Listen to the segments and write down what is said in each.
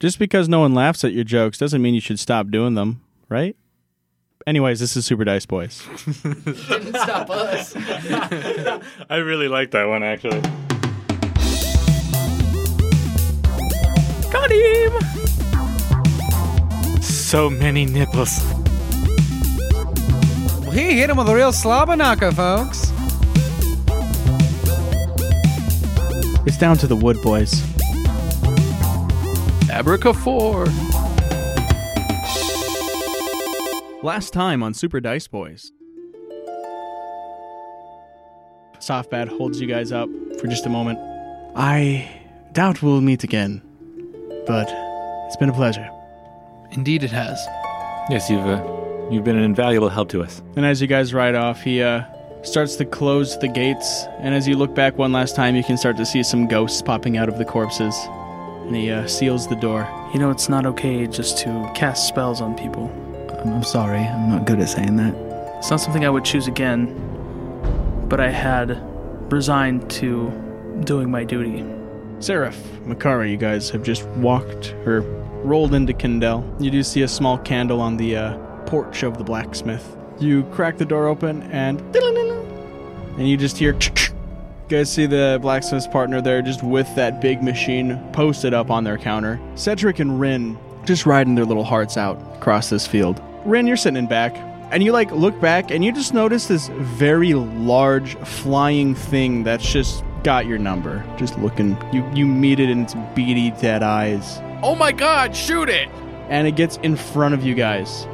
Just because no one laughs at your jokes doesn't mean you should stop doing them, right? Anyways, this is Super Dice Boys. Didn't stop us. I really like that one actually. Got him. So many nipples. He hit him with a real slobber knocker, folks. It's down to the wood, boys. Abraca 4. Last time on Super Dice Boys. Softbad holds you guys up for just a moment. I doubt we'll meet again, but it's been a pleasure. Indeed, it has. Yes, you've uh, you've been an invaluable help to us. And as you guys ride off, he uh, starts to close the gates. And as you look back one last time, you can start to see some ghosts popping out of the corpses. And he uh, seals the door. You know, it's not okay just to cast spells on people. I'm, I'm sorry. I'm not good at saying that. It's not something I would choose again, but I had resigned to doing my duty. Seraph, Makara, you guys have just walked or rolled into Kendell. You do see a small candle on the uh, porch of the blacksmith. You crack the door open and. And you just hear. You guys see the blacksmith's partner there just with that big machine posted up on their counter. Cedric and Rin just riding their little hearts out across this field. Rin, you're sitting in back, and you like look back and you just notice this very large flying thing that's just got your number. Just looking you you meet it in its beady dead eyes. Oh my god, shoot it! And it gets in front of you guys.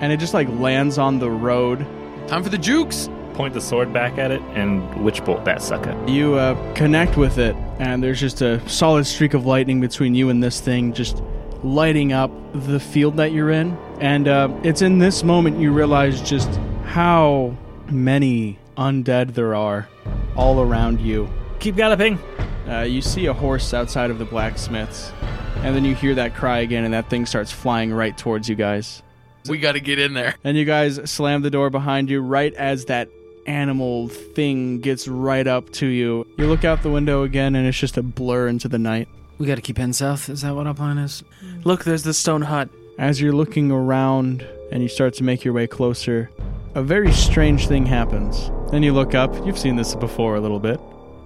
And it just like lands on the road. Time for the jukes! Point the sword back at it and witch bolt that sucker. You uh, connect with it, and there's just a solid streak of lightning between you and this thing, just lighting up the field that you're in. And uh, it's in this moment you realize just how many undead there are all around you. Keep galloping. Uh, you see a horse outside of the blacksmith's, and then you hear that cry again, and that thing starts flying right towards you guys. We gotta get in there. And you guys slam the door behind you right as that animal thing gets right up to you. You look out the window again, and it's just a blur into the night. We got to keep heading south. Is that what our plan is? Look, there's the stone hut. As you're looking around and you start to make your way closer, a very strange thing happens. Then you look up, you've seen this before a little bit,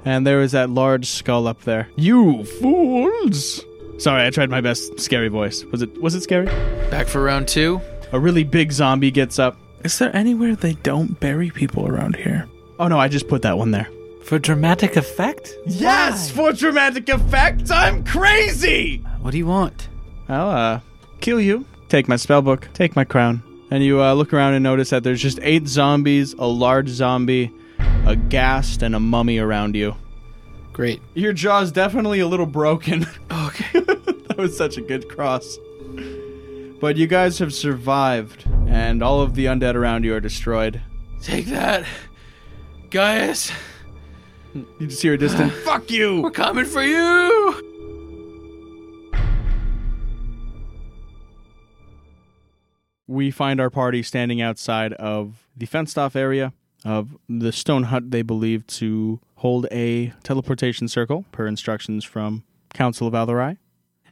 and there is that large skull up there. You fools! Sorry, I tried my best scary voice. Was it was it scary? Back for round two. A really big zombie gets up. Is there anywhere they don't bury people around here? Oh no, I just put that one there. For dramatic effect? Yes, for dramatic effect, I'm crazy. What do you want? I'll uh, kill you. Take my spellbook. Take my crown. And you uh, look around and notice that there's just eight zombies, a large zombie, a ghast, and a mummy around you. Great. Your jaw's definitely a little broken. Okay. that was such a good cross. But you guys have survived, and all of the undead around you are destroyed. Take that. Gaius, You just hear a distant, fuck you! we're coming for you! We find our party standing outside of the fenced off area of the stone hut they believe to hold a teleportation circle, per instructions from Council of Altherai.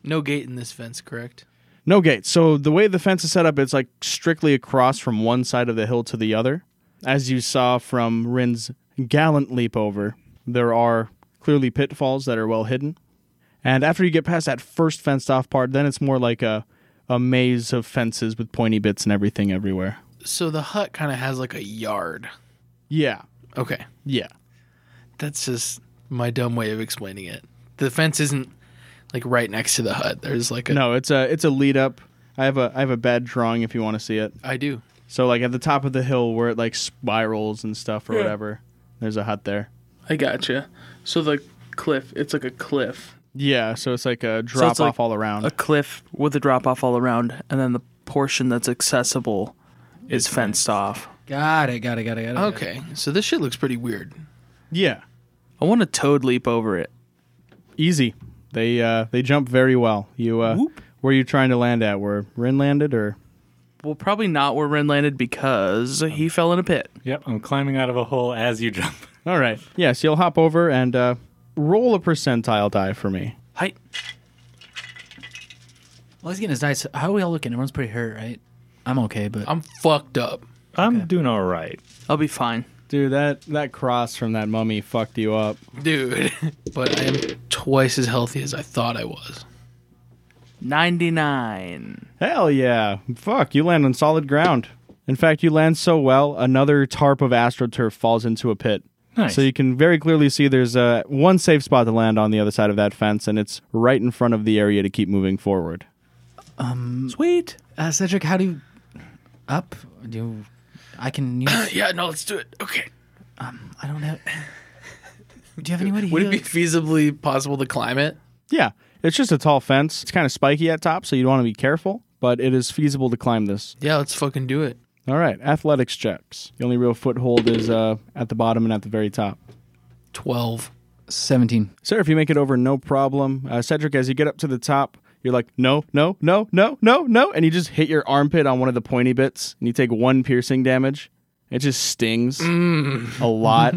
No gate in this fence, correct? No gate. So the way the fence is set up, it's like strictly across from one side of the hill to the other. As you saw from Rin's gallant leap over, there are clearly pitfalls that are well hidden. And after you get past that first fenced off part, then it's more like a, a maze of fences with pointy bits and everything everywhere. So the hut kind of has like a yard. Yeah. Okay. Yeah. That's just my dumb way of explaining it. The fence isn't like right next to the hut. There's like a. No, it's a it's a lead up. I have a I have a bad drawing if you want to see it. I do. So like at the top of the hill where it like spirals and stuff or whatever, there's a hut there. I gotcha. So the cliff, it's like a cliff. Yeah, so it's like a drop like off all around. A cliff with a drop off all around, and then the portion that's accessible is fenced off. Got it. Got it. Got it. Got it. Okay. So this shit looks pretty weird. Yeah, I want to toad leap over it. easy. They uh, they jump very well. You uh, where are you trying to land at? Where Rin landed, or Well, probably not where Ren landed because he fell in a pit. Yep, I'm climbing out of a hole as you jump. all right? Yes, you'll hop over and uh, roll a percentile die for me. Hi. Well, he's getting his dice. How are we all looking? Everyone's pretty hurt, right? I'm okay, but I'm fucked up. I'm doing all right. I'll be fine. Dude, that, that cross from that mummy fucked you up. Dude. But I am twice as healthy as I thought I was. 99. Hell yeah. Fuck, you land on solid ground. In fact, you land so well, another tarp of astroturf falls into a pit. Nice. So you can very clearly see there's uh, one safe spot to land on the other side of that fence, and it's right in front of the area to keep moving forward. Mm. Sweet. uh, Cedric, how do you up? Do you, I can use? Yeah, no, let's do it. Okay. I don't have. Do you have anybody? Would it be feasibly possible to climb it? Yeah, it's just a tall fence. It's kind of spiky at top, so you want to be careful, but it is feasible to climb this. Yeah, let's fucking do it. All right, athletics checks. The only real foothold is uh, at the bottom and at the very top. 12. Seventeen. Sir, if you make it over, no problem. Uh, Cedric, as you get up to the top, you're like, no, no, no, no, no, no. And you just hit your armpit on one of the pointy bits and you take one piercing damage. It just stings a lot.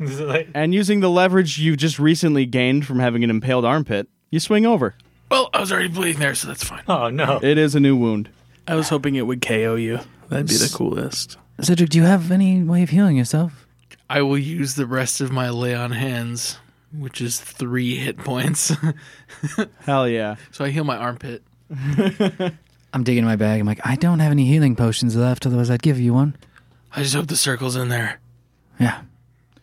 and using the leverage you just recently gained from having an impaled armpit, you swing over. Well, I was already bleeding there, so that's fine. oh no. It is a new wound. I was hoping it would KO you. That'd be the coolest. Cedric, do you have any way of healing yourself? I will use the rest of my lay on hands, which is three hit points. Hell yeah. so I heal my armpit. I'm digging in my bag. I'm like, I don't have any healing potions left. Otherwise, I'd give you one. I just hope the circle's in there. Yeah.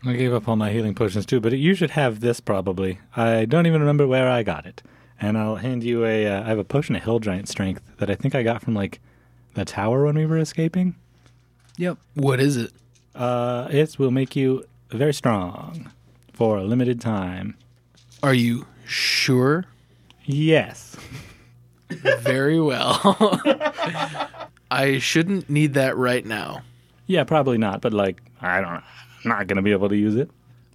I gave up all my healing potions too, but you should have this probably. I don't even remember where I got it. And I'll hand you a. Uh, I have a potion of hill giant strength that I think I got from like the tower when we were escaping. Yep. What is it? Uh, it will make you very strong for a limited time. Are you sure? Yes. Very well. I shouldn't need that right now. Yeah, probably not, but like I don't. I'm not gonna be able to use it.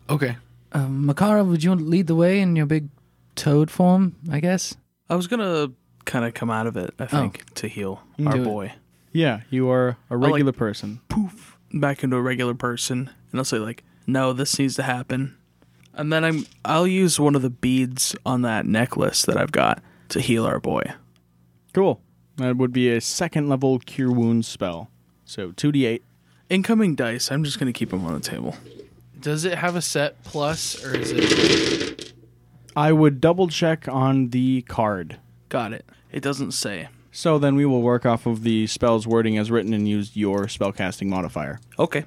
Okay. Um, Makara, would you want to lead the way in your big toad form? I guess. I was going to kind of come out of it, I think, to heal do our it. boy. Yeah, you are a regular person. Poof. Back into a regular person. And I'll say, like, no, this needs to happen. And then I'm, I'll use one of the beads on that necklace that I've got to heal our boy. Cool. That would be a second level cure wound spell. So 2d8. Incoming dice, I'm just going to keep them on the table. Does it have a set plus or is it? I would double check on the card. Got it. It doesn't say. So then we will work off of the spell's wording as written and use your spellcasting modifier. Okay.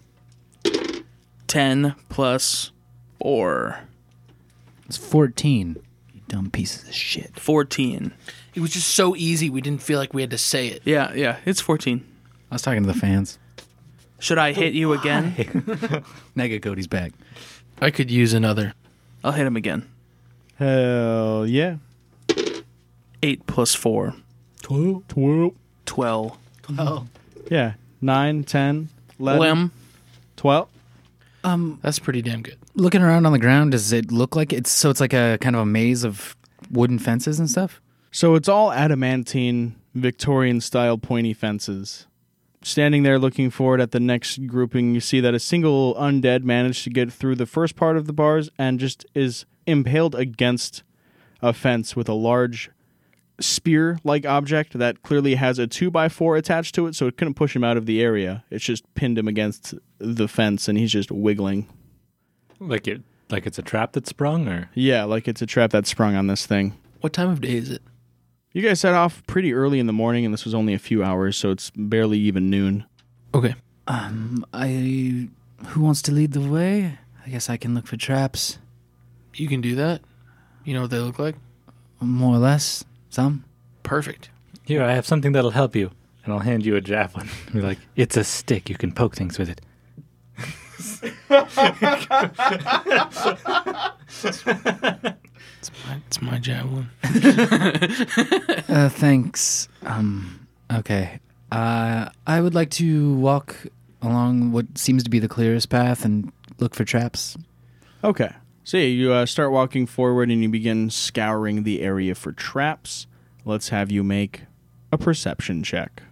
10 plus 4. It's fourteen. You dumb pieces of shit. 14. It was just so easy. We didn't feel like we had to say it. Yeah, yeah, it's 14. I was talking to the fans. Should I hit you again? Nega Cody's back. I could use another. I'll hit him again. Hell yeah. 8 plus 4. Twelve. Twelve. 12. Yeah. Nine, ten, eleven, Lem. twelve. That's pretty damn good. Looking around on the ground, does it look like it's so? It's like a kind of a maze of wooden fences and stuff. So it's all adamantine, Victorian style pointy fences. Standing there looking forward at the next grouping, you see that a single undead managed to get through the first part of the bars and just is impaled against a fence with a large spear like object that clearly has a 2x4 attached to it, so it couldn't push him out of the area. It's just pinned him against the fence and he's just wiggling. Like it. Like it's a trap that sprung, or Yeah, like it's a trap that's sprung on this thing. What time of day is it? You guys set off pretty early in the morning, and this was only a few hours, so it's barely even noon. Okay. I. Who wants to lead the way? I guess I can look for traps, You can do that. You know what they look like? more or less. Some. Perfect. here I have something that'll help you, and I'll hand you a javelin. You're like, it's a stick. You can poke things with it. It's my javelin. Uh, thanks. Um. Okay. Uh, I would like to walk along what seems to be the clearest path and look for traps. Okay. So yeah, you uh, start walking forward, and you begin scouring the area for traps. Let's have you make a perception check.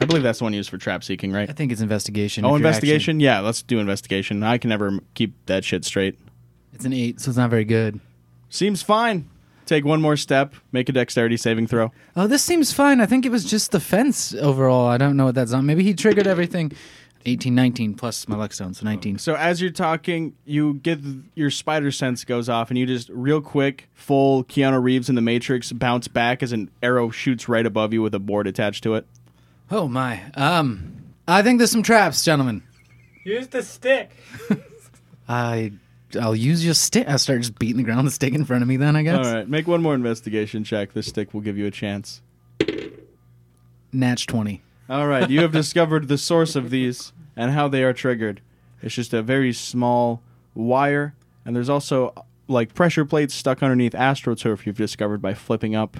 I believe that's the one used for trap seeking, right? I think it's investigation. Oh, if you're investigation. Yeah, let's do investigation. I can never m- keep that shit straight. actually- it's an eight, so it's not very good. Seems fine. Take one more step, make a dexterity saving throw. Oh, this seems fine. I think it was just the fence overall. I don't know what that's on. Maybe he triggered everything. 18, 19 plus my luck stone, so 19. So as you're talking, you get your spider sense goes off, and you just real quick, full Keanu Reeves in the Matrix bounce back as an arrow shoots right above you with a board attached to it. Oh my. Um, I think there's some traps, gentlemen. Use the stick. I, I'll use your stick. I start just beating the ground with the stick in front of me. Then I guess. All right, make one more investigation check. This stick will give you a chance. Natch twenty. All right, you have discovered the source of these and how they are triggered. It's just a very small wire, and there's also like pressure plates stuck underneath astroturf you've discovered by flipping up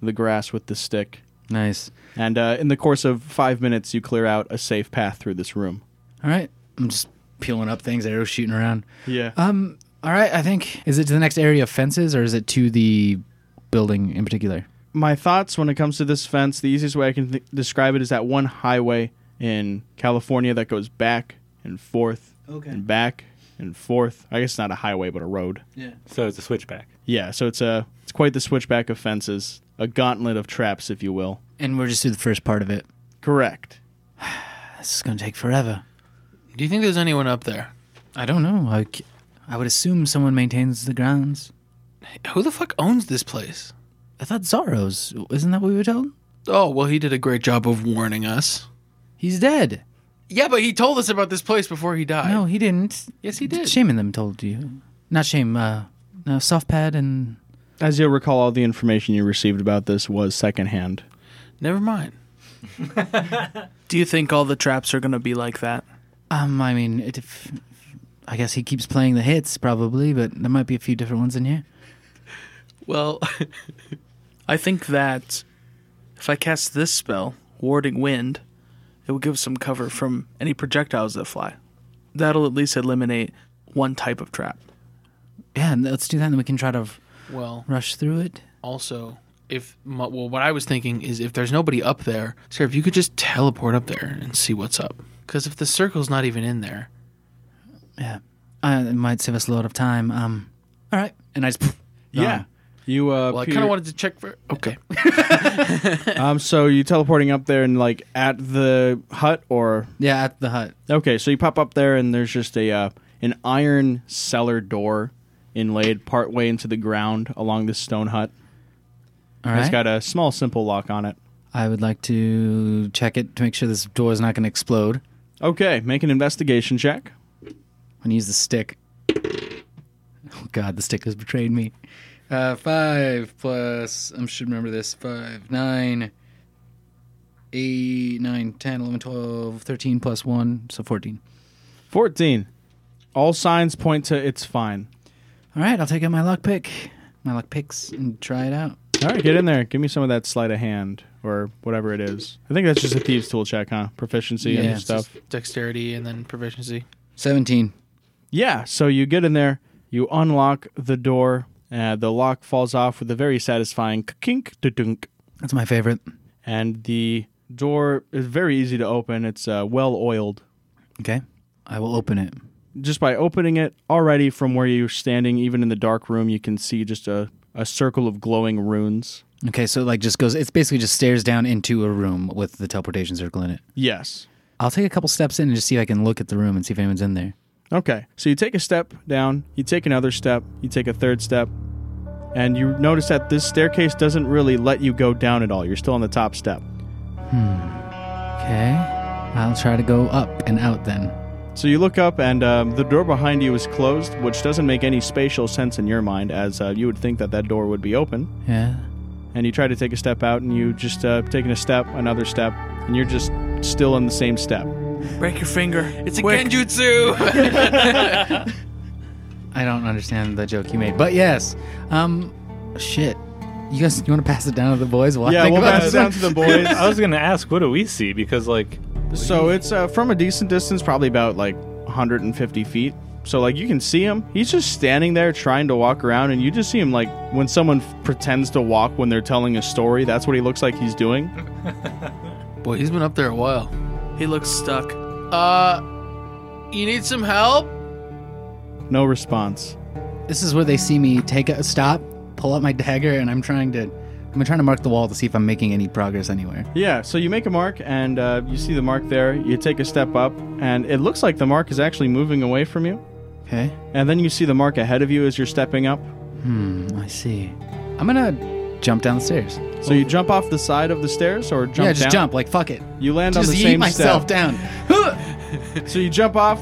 the grass with the stick. Nice. And uh, in the course of five minutes, you clear out a safe path through this room. All right. I'm just peeling up things, arrows shooting around. Yeah. Um. All right. I think is it to the next area of fences or is it to the building in particular? my thoughts when it comes to this fence, the easiest way I can th- describe it is that one highway in California that goes back and forth Okay. and back and forth. I guess it's not a highway, but a road. So it's a switchback. Yeah, so it's a it's quite the switchback of fences, a gauntlet of traps, if you will. And we're just through the first part of it. Correct. This is gonna take forever. Do you think there's anyone up there? I don't know. I, c- I would assume someone maintains the grounds. Who the fuck owns this place? I thought Zorro's. Isn't that what we were told? Oh, well, he did a great job of warning us. He's dead. Yeah, but he told us about this place before he died. no, he didn't. Yes, he did. Shame and them told you. Not shame. Uh, no, soft pad and As you'll recall, all the information you received about this was secondhand. Never mind. Do you think all the traps are gonna be like that? um. I mean, it, if, I guess he keeps playing the hits probably, but there might be a few different ones in here. Well, I think that if I cast this spell, Warding Wind, it will give some cover from any projectiles that fly. That'll at least eliminate one type of trap. Yeah, and let's do that, and then we can try to r- Well, rush through it. also, if my, well, what I was thinking is if there's nobody up there, sir, if you could just teleport up there and see what's up. Because if the circle's not even in there, Uh, it might save us a lot of time. Um. All right, and I just. gone. You uh, well, I peer- kind of wanted to check for. Okay, um, so you teleporting up there and like at the hut or Yeah, at the hut. Okay, so you pop up there, and there's just a uh, an iron cellar door inlaid partway into the ground along this stone hut. All And It's right. got a small, simple lock on it. I would like to check it to make sure this door is not going to explode. Okay, make an investigation check. I'm gonna use the stick. Oh God, the stick has betrayed me. Uh, five plus. I should remember this. Five, nine, eight, nine, ten, eleven, twelve, thirteen plus one, so fourteen. Fourteen. All signs point to it's fine. All right, I'll take out my luck pick, my luck picks, and try it out. All right, get in there. Give me some of that sleight of hand or whatever it is. I think that's just a thieves' tool check, huh? Proficiency Yeah, and it's stuff. dexterity and then proficiency. Seventeen. Yeah, so you get in there, you unlock the door, uh, the lock falls off with a very satisfying kink dunk. That's my favorite. and the door is very easy to open. It's uh, well oiled. Okay, I will open it. Just by opening it already from where you're standing, even in the dark room, you can see just a, a circle of glowing runes. Okay, so it, like just goes. It's basically just stares down into a room with the teleportation circle in it. Yes. I'll take a couple steps in and just see if I can look at the room and see if anyone's in there. Okay. So you take a step down, you take another step, you take a third step, and you notice that this staircase doesn't really let you go down at all. You're still on the top step. Okay. I'll try to go up and out then. So you look up, and um, the door behind you is closed, which doesn't make any spatial sense in your mind, as uh, you would think that that door would be open. Yeah. and you try to take a step out and you just uh, taking a step another step and you're just still in the same step Break your finger. It's Genjutsu. I don't understand the joke you made, but yes. Um, shit. You guys, you want to pass it down to the boys? While I yeah think we'll about pass it this down one? to the boys I was gonna ask, what do we see? Because like, so it's uh, from a decent distance probably about like 150 feet so like you can see him he's just standing there trying to walk around and you just see him like when someone f- pretends to walk when they're telling a story that's what he looks like he's doing Boy, he's been up there a while. He looks stuck. Uh, you need some help? no response This is where they see me take a stop, pull out my dagger and I'm trying to I'm trying to mark the wall to see if I'm making any progress anywhere. Yeah, so you make a mark and uh, you see the mark there. You take a step up, and it looks like the mark is actually moving away from you. Okay. And then you see the mark ahead of you as you're stepping up. Hmm, I see. I'm gonna jump down the stairs. So you jump off the side of the stairs or jump yeah, just down? jump. Like fuck it. You land Just on the yeet same myself step. down. So you jump off.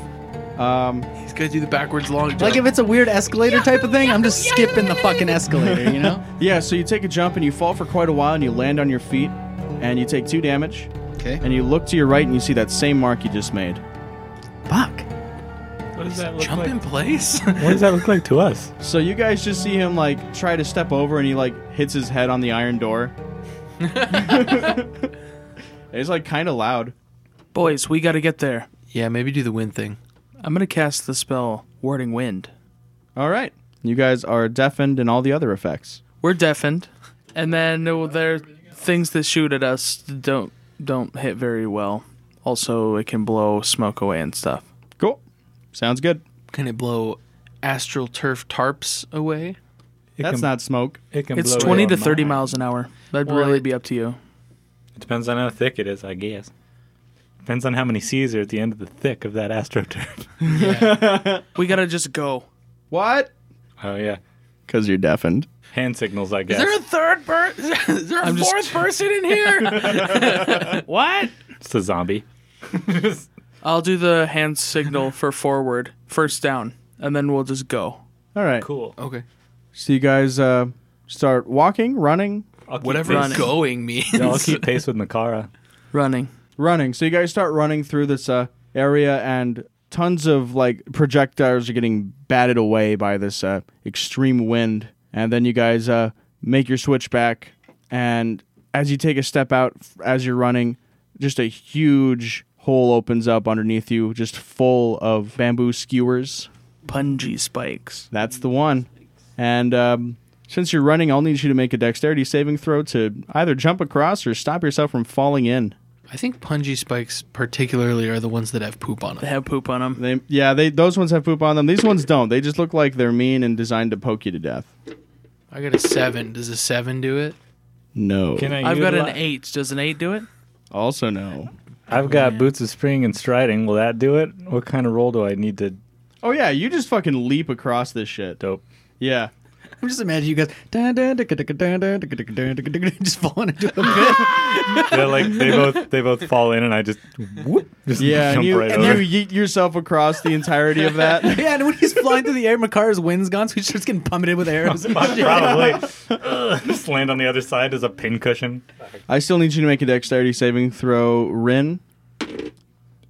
Um, He's gonna do the backwards long jump. Like if it's a weird escalator type of thing, I'm just skipping the fucking escalator, you know? yeah, so you take a jump and you fall for quite a while and you land on your feet and you take two damage. Okay. And you look to your right and you see that same mark you just made. Fuck. What does that look jump in like? place. What does that look like to us? So you guys just see him like try to step over and he like hits his head on the iron door. it's like kind of loud. Boys, we got to get there. yeah, maybe do the wind thing. I'm going to cast the spell Warding Wind. All right. You guys are deafened and all the other effects. We're deafened, and then there are things that shoot at us that don't don't hit very well. Also, it can blow smoke away and stuff. Cool. Sounds good. Can it blow astral turf tarps away? It That's can, not smoke. It can It's blow 20 your to 30 mind. miles an hour. That'd Well, really it- be up to you. It depends on how thick it is, I guess. Depends on how many C's are at the end of the thick of that astroturf. We got to just go. What? oh yeah, Because you're deafened. hand signals, I Is guess. there a third person? Is there a I'm just- fourth person in here? What? It's a zombie. I'll do the hand signal for forward, first down, and then we'll just go. All right. Cool. okay. So you guys uh, start walking, running, I'll keep Whatever pace- Running. going means. Yeah, I'll keep pace with Makara. Running. running. So you guys start running through this uh, area, and tons of like projectiles are getting batted away by this uh, extreme wind. And then you guys uh, make your switch back, and as you take a step out f- as you're running, just a huge hole opens up underneath you, just full of bamboo skewers. Punji spikes. That's the one. And um, since you're running, I'll need you to make a dexterity saving throw to either jump across or stop yourself from falling in. I think punji spikes particularly are the ones that have poop on They them. have poop on them. They, yeah, they those ones have poop on them. These ones don't. They just look like they're mean and designed to poke you to death. I got a seven. Does a seven do it? No. Can I? I've got an utilize- 8. Does an 8 do it? Also no. I've got boots of spring and striding. Will that do it? What kind of roll do I need to? Oh yeah, you just fucking leap across this shit. Dope. Yeah. I'm just imagining you guys dun, dun, dun, dun, dun, dun, dun, dun, dun, dun, dun, just falling into a pit. They're like they both they both fall in, and I just whoop, just Yeah, and jump you, right and over. you yeet yourself across the entirety of that. yeah, and when he's flying through the air, Makara's wind's gone, so he starts getting pummeted with arrows. and shit. Probably. Ugh, just land on the other side as a pincushion. I still need you to make a dexterity saving throw, Rin.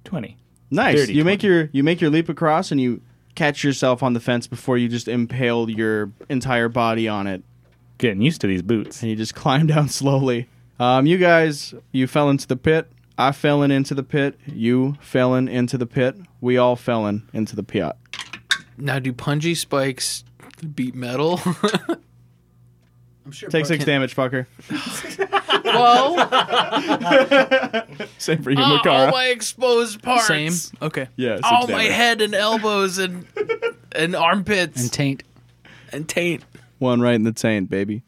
20. Nice. Dirty you make 20. your you make your leap across and you catch yourself on the fence before you just impale your entire body on it Getting used to these boots. and you just climb down slowly. Um, you guys, you fell into the pit. I fell in into the pit. You fell in into the pit. We all fell in into the pit. Now, do punji spikes beat metal? Oh, I'm sure Take six damage, fucker. well, Same for you, all my exposed parts. Same. Okay. Oh, yeah, six All my damage. head and elbows and and armpits and and, taint. taint. One right in the taint, baby.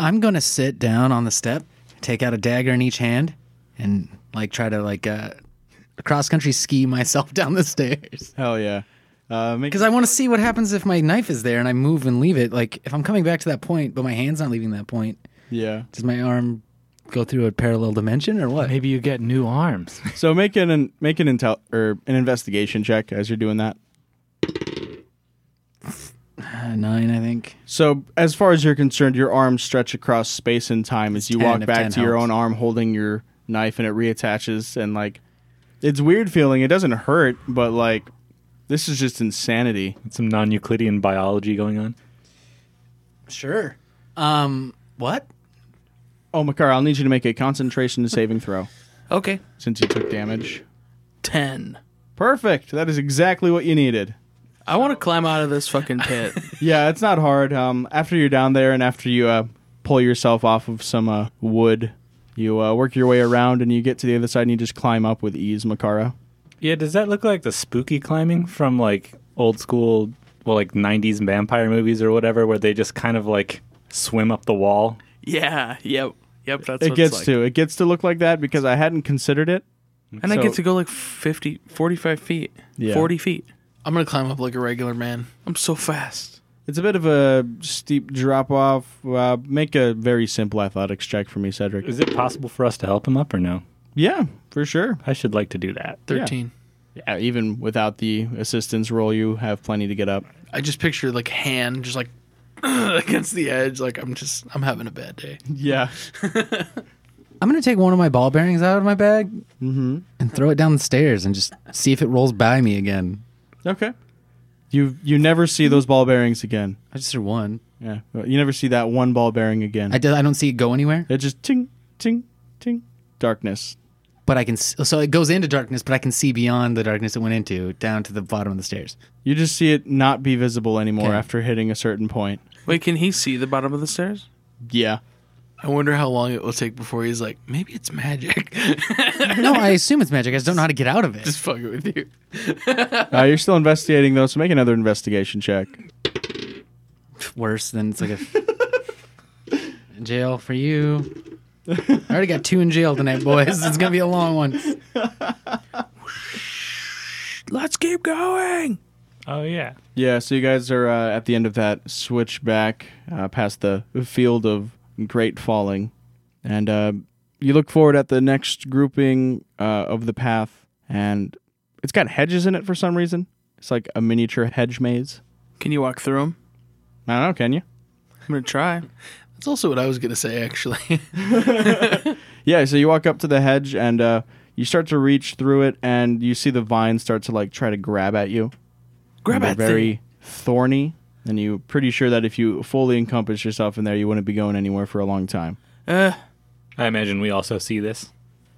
I'm gonna sit down on the step, take out a dagger in each hand, and like try to like uh, cross country ski myself down the stairs Hell yeah. Uh, make, because I want to see what happens if my knife is there and I move and leave it. Like if I'm coming back to that point, but my hand's not leaving that point, yeah. does my arm go through a parallel dimension or what? Maybe you get new arms. So make an, an make an intel or an investigation check as you're doing that. Uh, nine, I think. So, as far as you're concerned, your arms stretch across space and time as you 10 walk if back 10 to your helps. own arm holding your knife and it reattaches. And, like, it's weird feeling. It doesn't hurt, but, like, this is just insanity. Some non Euclidean biology going on. Sure. Um, what? Oh, Makar, I'll need you to make a concentration saving throw Okay. since you took damage. 10. Perfect. That is exactly what you needed. I want to climb out of this fucking pit. Yeah, it's not hard. Um, after you're down there and after you uh, pull yourself off of some uh, wood, you uh, work your way around and you get to the other side and you just climb up with ease, Makara. Yeah, does that look like the spooky climbing from like old school, well, like 90s vampire movies or whatever, where they just kind of like swim up the wall. Yeah. Yep. Yep. That's it what gets it's like. to. It gets to look like that because I hadn't considered it. And I so- get to go like 50, 45 feet. Yeah. 40 feet. I'm gonna climb up like a regular man. I'm so fast. It's a bit of a steep drop off. Uh, make a very simple athletics check for me, Cedric. Is it possible for us to help him up or no? Yeah, for sure. I should like to do that. Thirteen. Yeah, even without the assistance roll, you have plenty to get up. I just picture like hand just like against the edge. Like I'm just I'm having a bad day. Yeah. I'm gonna take one of my ball bearings out of my bag and throw it down the stairs and just see if it rolls by me again. Okay. You you never see those ball bearings again. I just threw one. Yeah. You never see that one ball bearing again. I, d- I don't see it go anywhere, it just ting ting ting. Darkness. but I can. s so it goes into darkness, but I can see beyond the darkness it went into, down to the bottom of the stairs. You just see it not be visible anymore Okay. after hitting a certain point. Wait, can he see the bottom of the stairs? Yeah. I wonder how long it will take before he's like, maybe it's magic. no, I assume it's magic. I just don't know how to get out of it. just fucking with you. Uh, you're still investigating though, so make another investigation check. worse than it's like a jail for you. I already got two in jail tonight, boys. It's gonna be a long one. Let's keep going. Oh yeah. Yeah, so you guys are uh, at the end of that switchback uh, past the field of great falling. And uh, you look forward at the next grouping uh, of the path, and it's got hedges in it for some reason. It's like a miniature hedge maze. Can you walk through them? I don't know, can you? I'm going to try. That's also what I was gonna say actually. Yeah, so you walk up to the hedge and uh, you start to reach through it, and you see the vines start to like try to grab at you. Grab They're that very thing. thorny, and you're pretty sure that if you fully encompass yourself in there, you wouldn't be going anywhere for a long time. Uh, I imagine we also see this.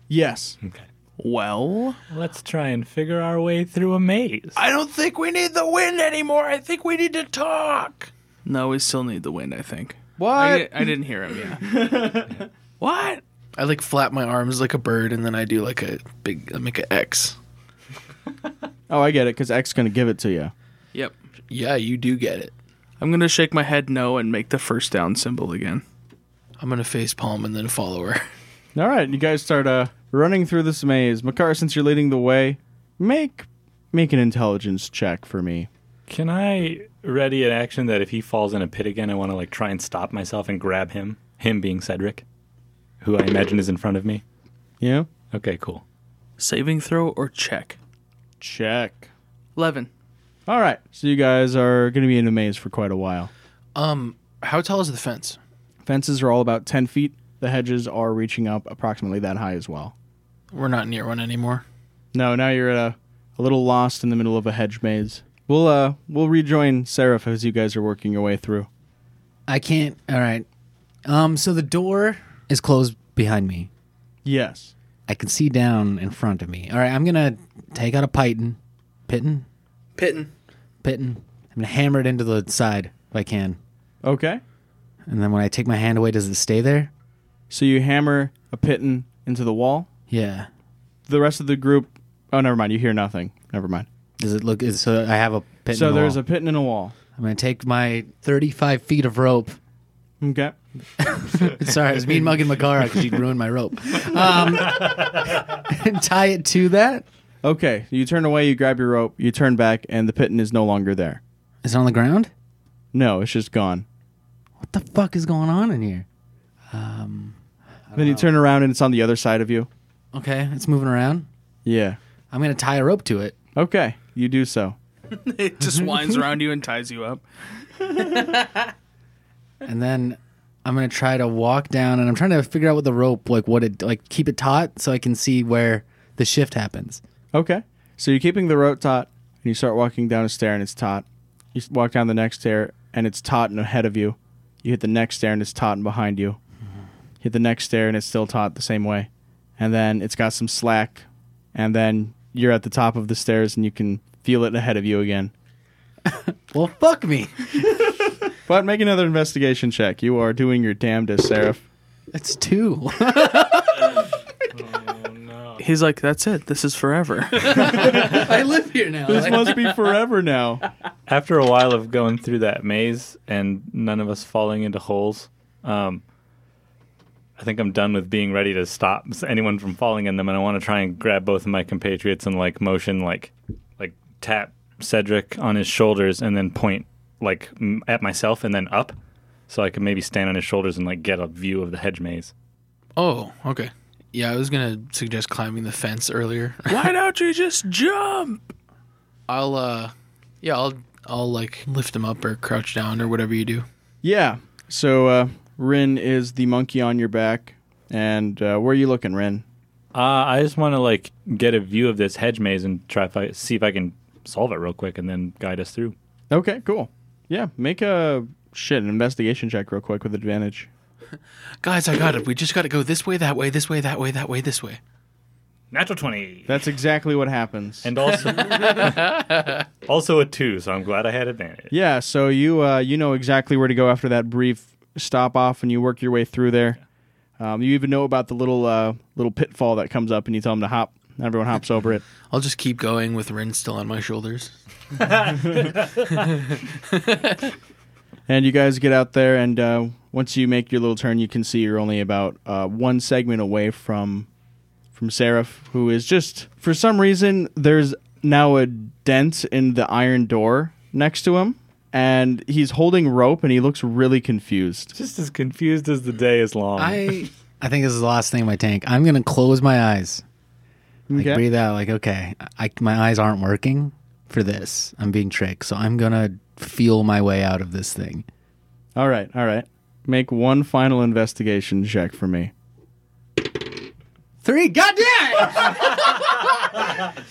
Yes. Okay. well, Let's try and figure our way through a maze. I don't think we need the wind anymore. I think we need to talk. no, we still need the wind, I think. What? I, di- I didn't hear him, yeah. what? I like flap my arms like a bird, and then I do like a big I make an X. Oh, I get it, because X's going to give it to you. Yep. Yeah, you do get it. I'm going to shake my head no and make the first down symbol again. I'm gonna face palm and then follow her. All right, you guys start uh, running through this maze. Makar, since you're leading the way, make make an intelligence check for me. Can I ready an action that if he falls in a pit again, I want to like try and stop myself and grab him? Him being Cedric, who I imagine is in front of me. Yeah? Okay, cool. Saving throw or check? Check. 11. All right, so you guys are going to be in a maze for quite a while. Um, how tall is the fence? Fences are all about 10 feet. The hedges are reaching up approximately that high as well. We're not near one anymore. No, now you're at a, a little lost in the middle of a hedge maze. We'll uh we'll rejoin Seraph as you guys are working your way through. I can't. All right. Um. So the door is closed behind me. Yes. I can see down in front of me. All right. I'm gonna take out a python, pitten, Pitten. pitten. I'm gonna hammer it into the side if I can. Okay. And then when I take my hand away, does it stay there? So you hammer a pitten into the wall. Yeah. the rest of the group. Oh, never mind. You hear nothing. Never mind. Does it look? Is, so I have a pitten. so there's wall. a pitten in a wall. I'm gonna take my 35 feet of rope Okay. Sorry, it was me and Mug and Makara because you'd ruined my rope. Um, and tie it to that. Okay. You turn away. You grab your rope. You turn back, and the pitten is no longer there. Is it on the ground? No, it's just gone. What the fuck is going on in here? Then you turn around, and it's on the other side of you. Okay, it's moving around. Yeah. I'm gonna tie a rope to it. Okay. You do so. It just winds around you and ties you up. and then I'm gonna try to walk down, and I'm trying to figure out what the rope, like what it, like keep it taut so I can see where the shift happens. Okay. So you're keeping the rope taut, and you start walking down a stair, and it's taut. You s- walk down the next stair, and it's taut and ahead of you. You hit the next stair, and it's taut and behind you. Hit the next stair, and it's still taut the same way. And then it's got some slack, and then you're at the top of the stairs, and you can feel it ahead of you again. Well, fuck me. But make another investigation check. You are doing your damnedest, Seraph. That's two. He's like, that's it. This is forever. I live here now. This must be forever now. after a while of going through that maze and none of us falling into holes, um, I think I'm done with being ready to stop anyone from falling in them, and I want to try and grab both of my compatriots and like motion, like like tap Cedric on his shoulders and then point like m- at myself and then up, so I can maybe stand on his shoulders and like get a view of the hedge maze. Oh, okay. Yeah, I was gonna suggest climbing the fence earlier. Why don't you just jump? I'll uh, yeah, I'll I'll like lift him up or crouch down or whatever you do. Yeah. So uh, Rin is the monkey on your back, and uh, where are you looking, Rin? Uh, I just want to like get a view of this hedge maze and try if I, see if I can solve it real quick and then guide us through. Okay, cool. Yeah, make a shit an investigation check real quick with advantage. Guys, I got it. We just got to go this way, that way, this way, that way, that way, this way. Natural twenty, That's exactly what happens. and also also a two. So I'm glad I had advantage. yeah, so you uh, you know exactly where to go after that brief stop off, and you work your way through there. Um, you even know about the little uh, little pitfall that comes up, and you tell them to hop. Everyone hops over it. I'll just keep going with Rin still on my shoulders. And you guys get out there, and uh, once you make your little turn, you can see you're only about uh, one segment away from from Seraph, who is just for some reason there's now a dent in the iron door next to him, and he's holding rope, and he looks really confused. Just as confused as the day is long. I I think this is the last thing in my tank. I'm gonna close my eyes, like Okay. breathe out. Like okay, I, my eyes aren't working for this. I'm being tricked, so I'm gonna feel my way out of this thing. All right, all right. Make one final investigation check for me. Three, goddamn!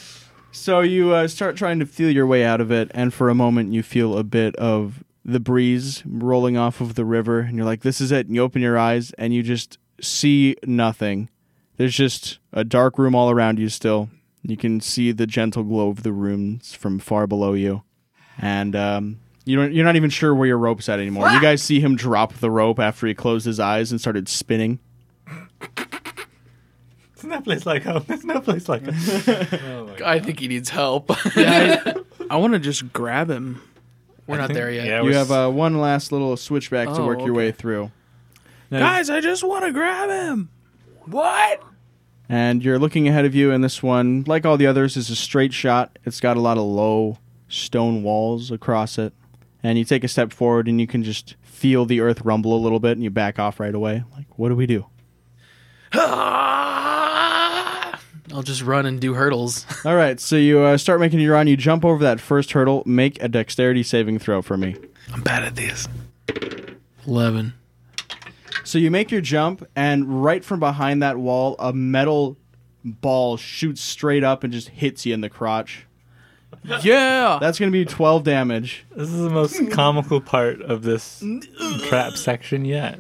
So you uh, start trying to feel your way out of it, and for a moment you feel a bit of the breeze rolling off of the river, and you're like, "This is it." And you open your eyes, and you just see nothing. There's just a dark room all around you. Still, you can see the gentle glow of the rooms from far below you, and um, you don't, you're not even sure where your rope's at anymore. You guys see him drop the rope after he closed his eyes and started spinning. There's no place like home. There's no place like home. I think he needs help. I want to just grab him. We're not there yet. Yeah, You we're have uh, one last little switchback to Oh, work your okay. way through. Guys, I just want to grab him. What? and you're looking ahead of you and this one like all the others is a straight shot it's got a lot of low stone walls across it and you take a step forward and you can just feel the earth rumble a little bit and you back off right away like what do we do I'll just run and do hurdles. all right so you uh, start making your run you jump over that first hurdle make a dexterity saving throw for me I'm bad at this. Eleven. So you make your jump, and right from behind that wall, a metal ball shoots straight up and just hits you in the crotch. Yeah. That's going to be 12 damage. This is the most comical part of this trap section yet.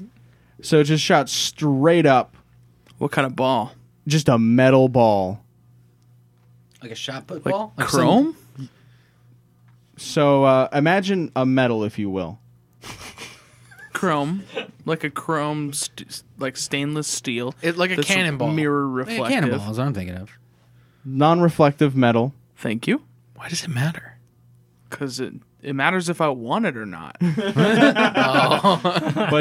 So it just shot straight up, What kind of ball? just a metal ball. Like a shot put Like ball? chrome? So uh, imagine a metal, if you will. chrome, like a chrome, st- like stainless steel. It like a that's cannonball. Mirror Like a reflective. cannonball is what I'm thinking of. Non reflective metal. Thank you. Why does it matter? Because it, it matters if I want it or not. But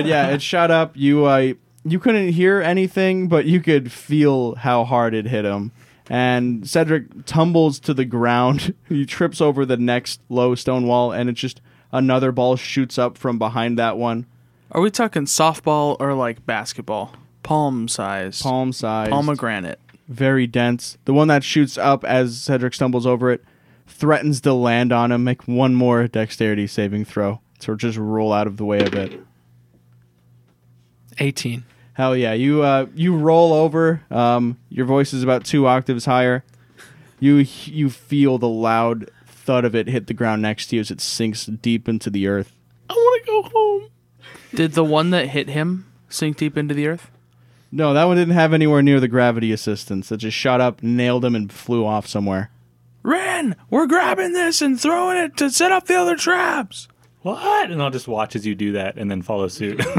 yeah, it shot up. You uh, you couldn't hear anything, but you could feel how hard it hit him. And Cedric tumbles to the ground. he trips over the next low stone wall, and it's just another ball shoots up from behind that one, Are we talking softball or like basketball? Palm size. palm size, Pomegranate. very dense. The one that shoots up as Cedric stumbles over it threatens to land on him. Make one more dexterity saving throw, so just roll out of the way of it. Eighteen. Hell yeah! You uh, you roll over. Um, your voice is about two octaves higher. You you feel the loud thud of it hit the ground next to you as it sinks deep into the earth. I want to go home. Did the one that hit him sink deep into the earth? No, that one didn't have anywhere near the gravity assistance. That just shot up, nailed him, and flew off somewhere. Ren, we're grabbing this and throwing it to set up the other traps. What? And I'll just watch as you do that and then follow suit.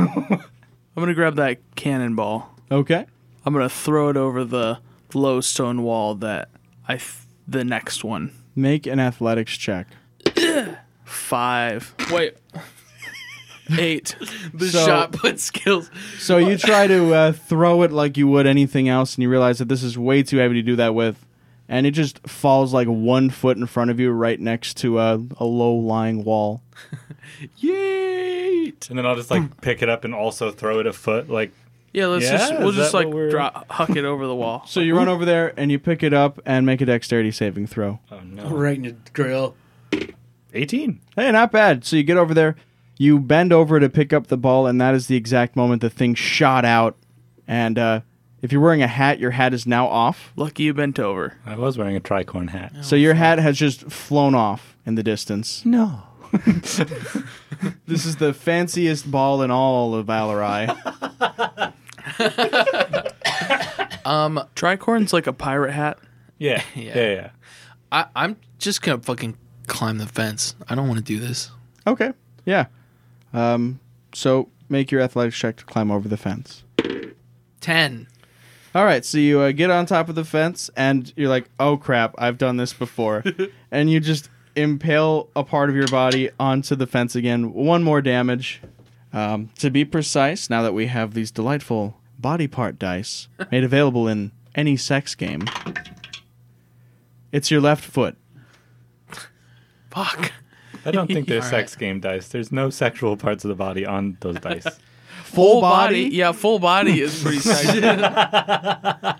I'm gonna grab that cannonball. Okay. I'm gonna throw it over the low stone wall that I. Th- the next one. Make an athletics check. Five. Wait, Eight. the So- shot put skills. So you try to uh, throw it like you would anything else, and you realize that this is way too heavy to do that with, and it just falls like one foot in front of you, right next to a, a low lying wall. Yeet. And then I'll just like pick it up and also throw it a foot. Like Yeah, let's Yeah, just we'll is just that like what we're- drop huck it over the wall. So you run over there and you pick it up and make a dexterity saving throw. oh no, Right in your grill. eighteen. Hey, not bad. So you get over there, you bend over to pick up the ball, and that is the exact moment the thing shot out. And uh, if you're wearing a hat, your hat is now off. Lucky you bent over. I was wearing a tricorn hat. So your hat has just flown off in the distance. No. This is the fanciest ball in all of Valorai. Um, Tricorn's like a pirate hat. Yeah. Yeah. yeah. Yeah. Yeah. I, I'm just gonna fucking climb the fence. I don't want to do this. okay. Yeah. Um, so make your athletics check to climb over the fence. Ten. All right, so you uh, get on top of the fence and you're like, "Oh crap, I've done this before," and you just impale a part of your body onto the fence again. One more damage. Um, to be precise, now that we have these delightful body part dice made available in any sex game, it's your left foot. Fuck. I don't think there's All right. sex game dice. There's no sexual parts of the body on those dice. Full, Yeah, full body is pretty sexy. God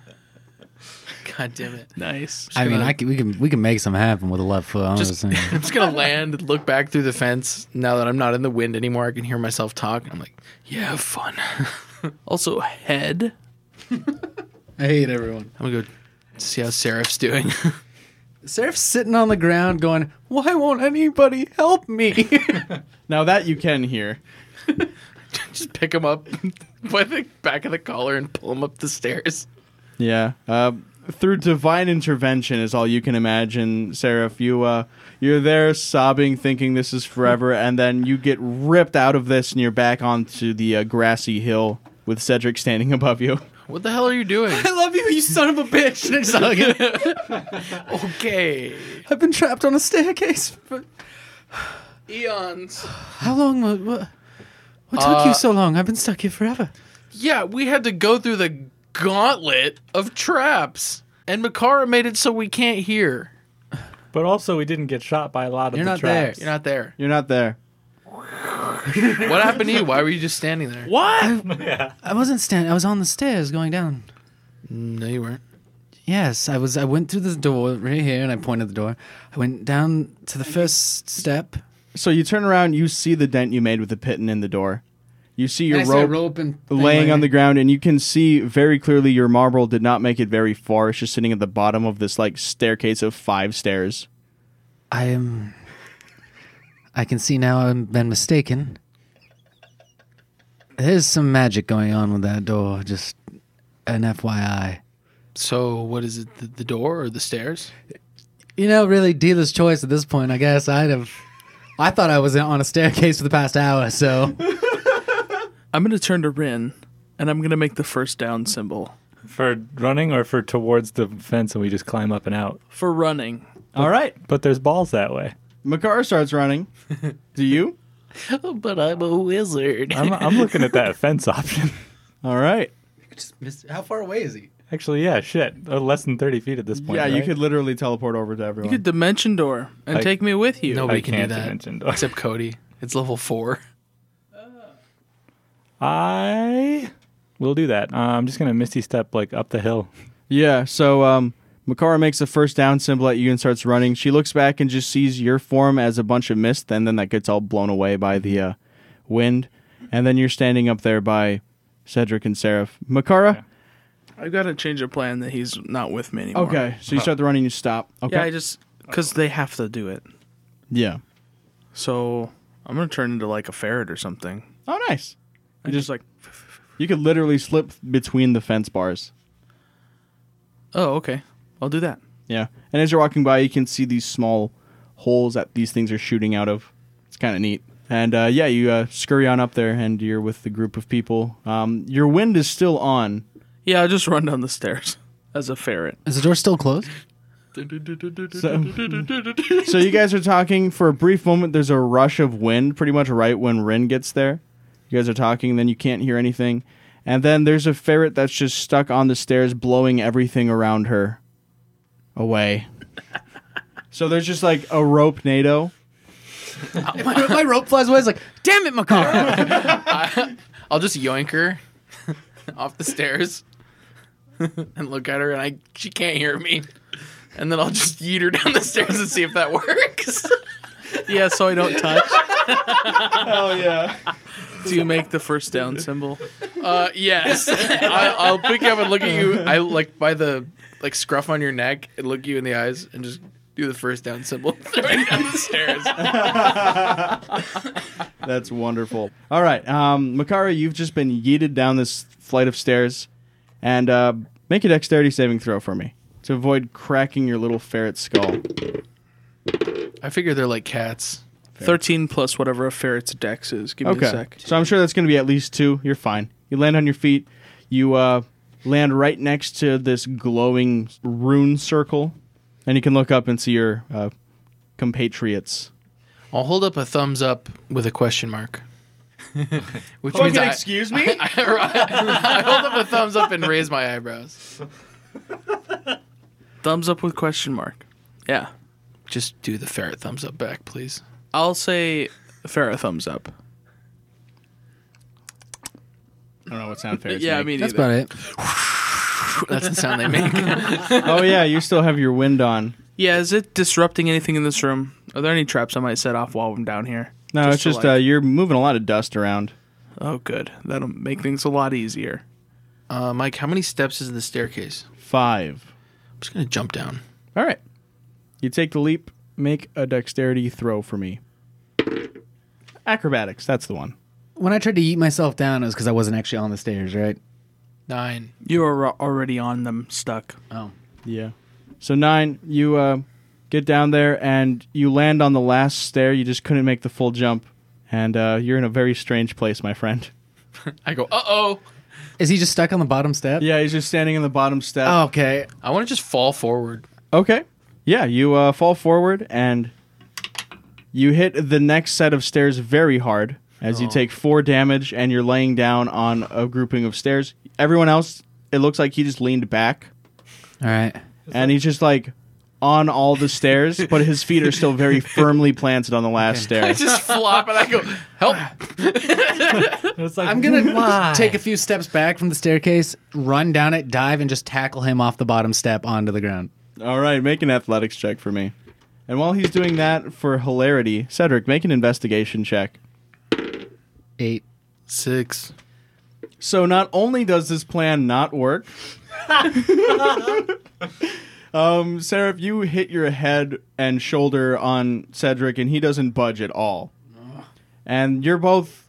damn it. nice. I mean, gonna- I can, we can we can make some happen with a left foot. I'm just, saying. I'm just gonna land, look back through the fence. Now that I'm not in the wind anymore, I can hear myself talk. I'm like, yeah, have fun. I'm Also head. I hate everyone. gonna go see how Seraph's doing. Seraph's sitting on the ground going, Why won't anybody help me? Now that you can hear. just pick him up by the back of the collar and pull him up the stairs. Yeah. Uh, through divine intervention is all you can imagine, Seraph. You uh, you're there sobbing, thinking this is forever, and then you get ripped out of this, and you're back onto the uh, grassy hill with Cedric standing above you. What the hell are you doing? I love you, you son of a bitch. And I just hug him. okay. I've been trapped on a staircase. For... Eons. How long? wa- What, what Uh, took you so long? I've been stuck here forever. Yeah, we had to go through the gauntlet of traps. And Makara made it so we can't hear. But also, we didn't get shot by a lot of You're the not there. traps. You're not there. You're not there. What happened to you? Why were you just standing there? What? I wasn't standing. I was on the stairs going down. No, you weren't. Yes, I was. I went through this door right here, and I pointed the door. I went down to the first step. So you turn around, you see the dent you made with the pitten in the door. You see your rope, and laying on the ground, and you can see very clearly your marble did not make it very far. It's just sitting at the bottom of this like staircase of five stairs. I am. I can see now I've been mistaken. There's some magic going on with that door. Just an FYI. So, what is it? The, the door or the stairs? You know, really, dealer's choice at this point. I guess I'd have. I thought I was on a staircase for the past hour, so I'm gonna turn to Rin and I'm gonna make the first down symbol. For running or for towards the fence and we just climb up and out. For running. All right, But there's balls that way. Makara starts running. Do you? but I'm a wizard. I'm, I'm looking at that fence option. All right. how far away is he? Actually, yeah, shit. Uh, less than 30 feet at this point. Yeah, you right? could literally teleport over to everyone. You could dimension door and I- take me with you. Nobody I can do can't that. dimension door. Except Cody. It's level four. I will do that. Uh, I'm just going to misty step like up the hill. yeah, so um, Makara makes a first down symbol at you and starts running. She looks back and just sees your form as a bunch of mist, and then that gets all blown away by the uh, wind. And then you're standing up there by Cedric and Seraph. Makara? I've got to change a plan that he's not with me anymore. Okay, so you start the run and you stop. Okay. Yeah, I just because they have to do it. Yeah. So I'm gonna turn into like a ferret or something. Oh, nice. I'm just like, You could literally slip between the fence bars. oh, okay, I'll do that. Yeah. And as you're walking by, you can see these small holes that these things are shooting out of. It's kind of neat. And uh, yeah, you uh, scurry on up there, and you're with the group of people. Um, your wind is still on. Yeah, I'll just run down the stairs as a ferret. is the door still closed? So you guys are talking for a brief moment. There's a rush of wind, pretty much right when Rin gets there. You guys are talking, then you can't hear anything, and then there's a ferret that's just stuck on the stairs, blowing everything around her away. so there's just like a rope nado. my, my rope flies away. It's like, damn it, Makara. I'll just yoink her off the stairs and look at her, and I she can't hear me. And then I'll just yeet her down the stairs and see if that works. Yeah, so I don't touch. Hell yeah! Do you make the first down symbol? Uh, yes, I, I'll pick you up and look at you. I like by the like scruff on your neck and look you in the eyes and just do the first down symbol right down the stairs. That's wonderful. All right, um, Makara, you've just been yeeted down this flight of stairs, and uh, make a dexterity saving throw for me to avoid cracking your little ferret skull. I figure they're like cats. 13 plus whatever a ferret's dex is. Give me a Okay. sec. So I'm sure that's going to be at least two. You're fine. You land on your feet. You uh, land right next to this glowing rune circle, and you can look up and see your uh, compatriots. I'll hold up a thumbs up with a question mark. Which means I, excuse me? I hold up a thumbs up and raise my eyebrows. Thumbs up with question mark. Yeah. Just do the ferret thumbs up back, please. I'll say ferret thumbs up. I don't know what sound fair. yeah, I mean, That's about it. That's the sound they make. oh yeah, you still have your wind on. Yeah, is it disrupting anything in this room? Are there any traps I might set off while I'm down here? No, Just it's to, just like- uh, you're moving a lot of dust around. Oh, good. That'll make things a lot easier. Uh, Mike, how many steps is the staircase? Five. I'm just gonna jump down. All right. You take the leap. Make a dexterity throw for me. Acrobatics. That's the one. When I tried to eat myself down, it was because I wasn't actually on the stairs, right? Nine. You are al- already on them, stuck. Oh. Yeah. So nine, you uh, get down there and you land on the last stair. You just couldn't make the full jump, and uh, you're in a very strange place, my friend. I go, uh oh. Is he just stuck on the bottom step? Yeah, he's just standing in the bottom step. Oh, okay. I want to just fall forward. Okay. Yeah, you uh, fall forward and you hit the next set of stairs very hard as Oh. you take four damage and you're laying down on a grouping of stairs. Everyone else, it looks like he just leaned back All right. and he's just like on all the stairs, but his feet are still very firmly planted on the last stair. I just flop and I go, help. It's like I'm going to take a few steps back from the staircase, run down it, dive, and just tackle him off the bottom step onto the ground. All right, make an athletics check for me. And while he's doing that for hilarity, Cedric, make an investigation check. Eight. Six. So not only does this plan not work, um, Seraph, you hit your head and shoulder on Cedric, and he doesn't budge at all. And you're both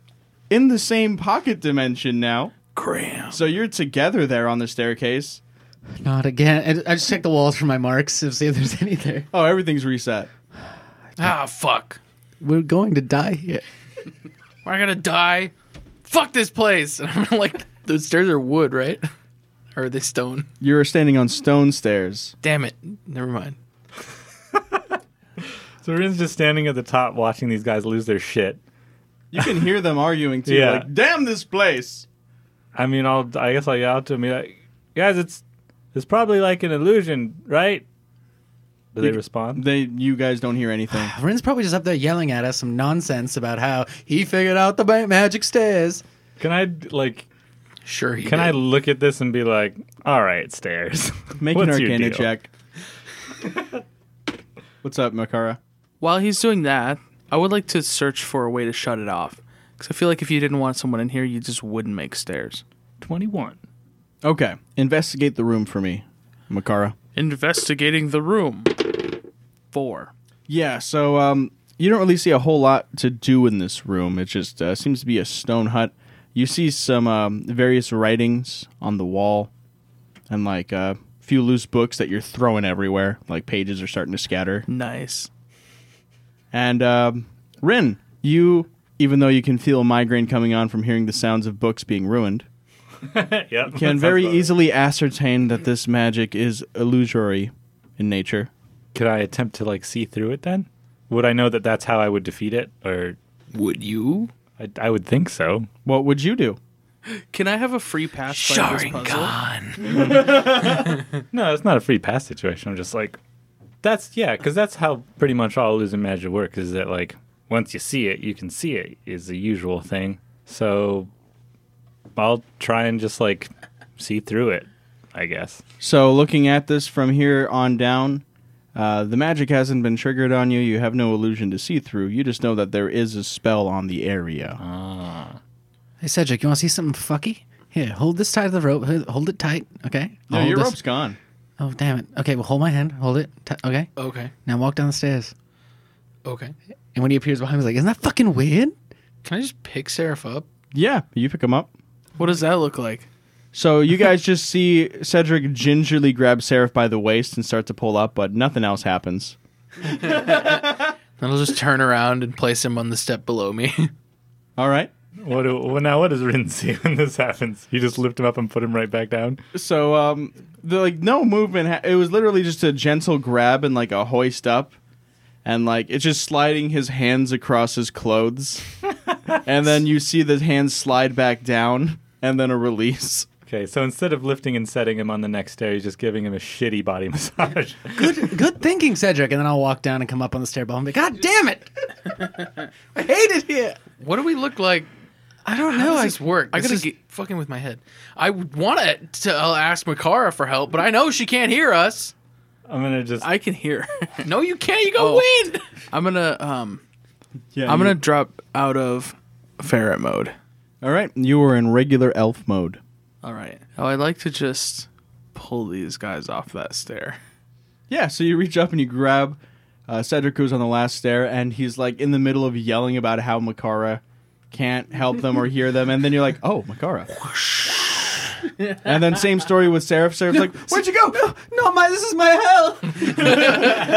in the same pocket dimension now, Graham. so you're together there on the staircase. Not again. I I just checked the walls for my marks to see if there's any there. Oh, everything's reset. Ah, fuck. We're going to die here. Am I gonna die? Fuck this place. And I'm like, those stairs are wood, right? Or are they stone? You're standing on stone stairs. Damn it. Never mind. so Rin's just standing at the top watching these guys lose their shit. You can hear them arguing too. Yeah. Like, damn this place. I mean, I'll I guess I'll yell out to me like, guys, it's it's probably like an illusion, right? Do they respond? They, you guys don't hear anything. Rin's probably just up there yelling at us some nonsense about how he figured out the ma- magic stairs. Can I like? Sure. He Can I did. look at this and be like, all right, stairs? Make What's an your Arcana deal? check. What's up, Makara? While he's doing that, I would like to search for a way to shut it off. Because I feel like if you didn't want someone in here, you just wouldn't make stairs. Twenty-one. Okay, investigate the room for me, Makara. Investigating the room. Four. Yeah, so um, you don't really see a whole lot to do in this room. It just uh, seems to be a stone hut. You see some um, various writings on the wall, and like uh, a few loose books that you're throwing everywhere. Like pages are starting to scatter. Nice. And um, Rin, you, even though you can feel a migraine coming on from hearing the sounds of books being ruined, Yep. can very easily ascertain that this magic is illusory in nature. Could I attempt to like see through it then? Would I know that that's how I would defeat it, or Would you? I, I would think so? What would you do? Can I have a free pass? by this puzzle? Sharingan. No, it's not a free pass situation. I'm just like, that's yeah, because that's how pretty much all illusion magic works. Is that like once you see it, you can see it is the usual thing. So I'll try and just like see through it, I guess. So, looking at this from here on down, uh, the magic hasn't been triggered on you. You have no illusion to see through. You just know that there is a spell on the area. Hey, Cedric, you want to see something fucky? Here, hold this tight to the rope. H- Hold it tight. Okay. no, Hold your this- rope's gone. Oh, damn it. Okay, well, hold my hand. Hold it. Ti- okay. Okay. Now walk down the stairs. Okay. And when he appears behind me, he's like, isn't that fucking weird? Can I just pick Seraph up? Yeah, you pick him up. What does that look like? So you guys just see Cedric gingerly grab Seraph by the waist and start to pull up, but nothing else happens. Then I'll just turn around and place him on the step below me. All right. What do, well, now? What does Rin see when this happens? You just lift him up and put him right back down. So um, the like no movement. Ha- it was literally just a gentle grab and like a hoist up, and like it's just sliding his hands across his clothes, and then you see the hands slide back down, and then a release. Okay, so instead of lifting and setting him on the next stair, he's just giving him a shitty body massage. Good, good thinking, Cedric. And then I'll walk down and come up on the stair behind me. God damn it. I hate it here. what do we look like? I don't know. How does I, this work? I I this gotta is get- fucking with my head. I want to I'll ask Makara for help, but I know she can't hear us. I'm gonna just. I can hear. No, you can't. You go Oh. win. I'm gonna um. Yeah, I'm gonna drop out of ferret mode. All right, you were in regular elf mode. All right. Oh, I'd like to just pull these guys off that stair. Yeah, so you reach up and you grab uh, Cedric, who's on the last stair, and he's like in the middle of yelling about how Makara can't help them or hear them, and then you're like, "Oh, Makara." and then same story with Seraph. Seraph's like, "Where'd you go?" No, my, this is my hell.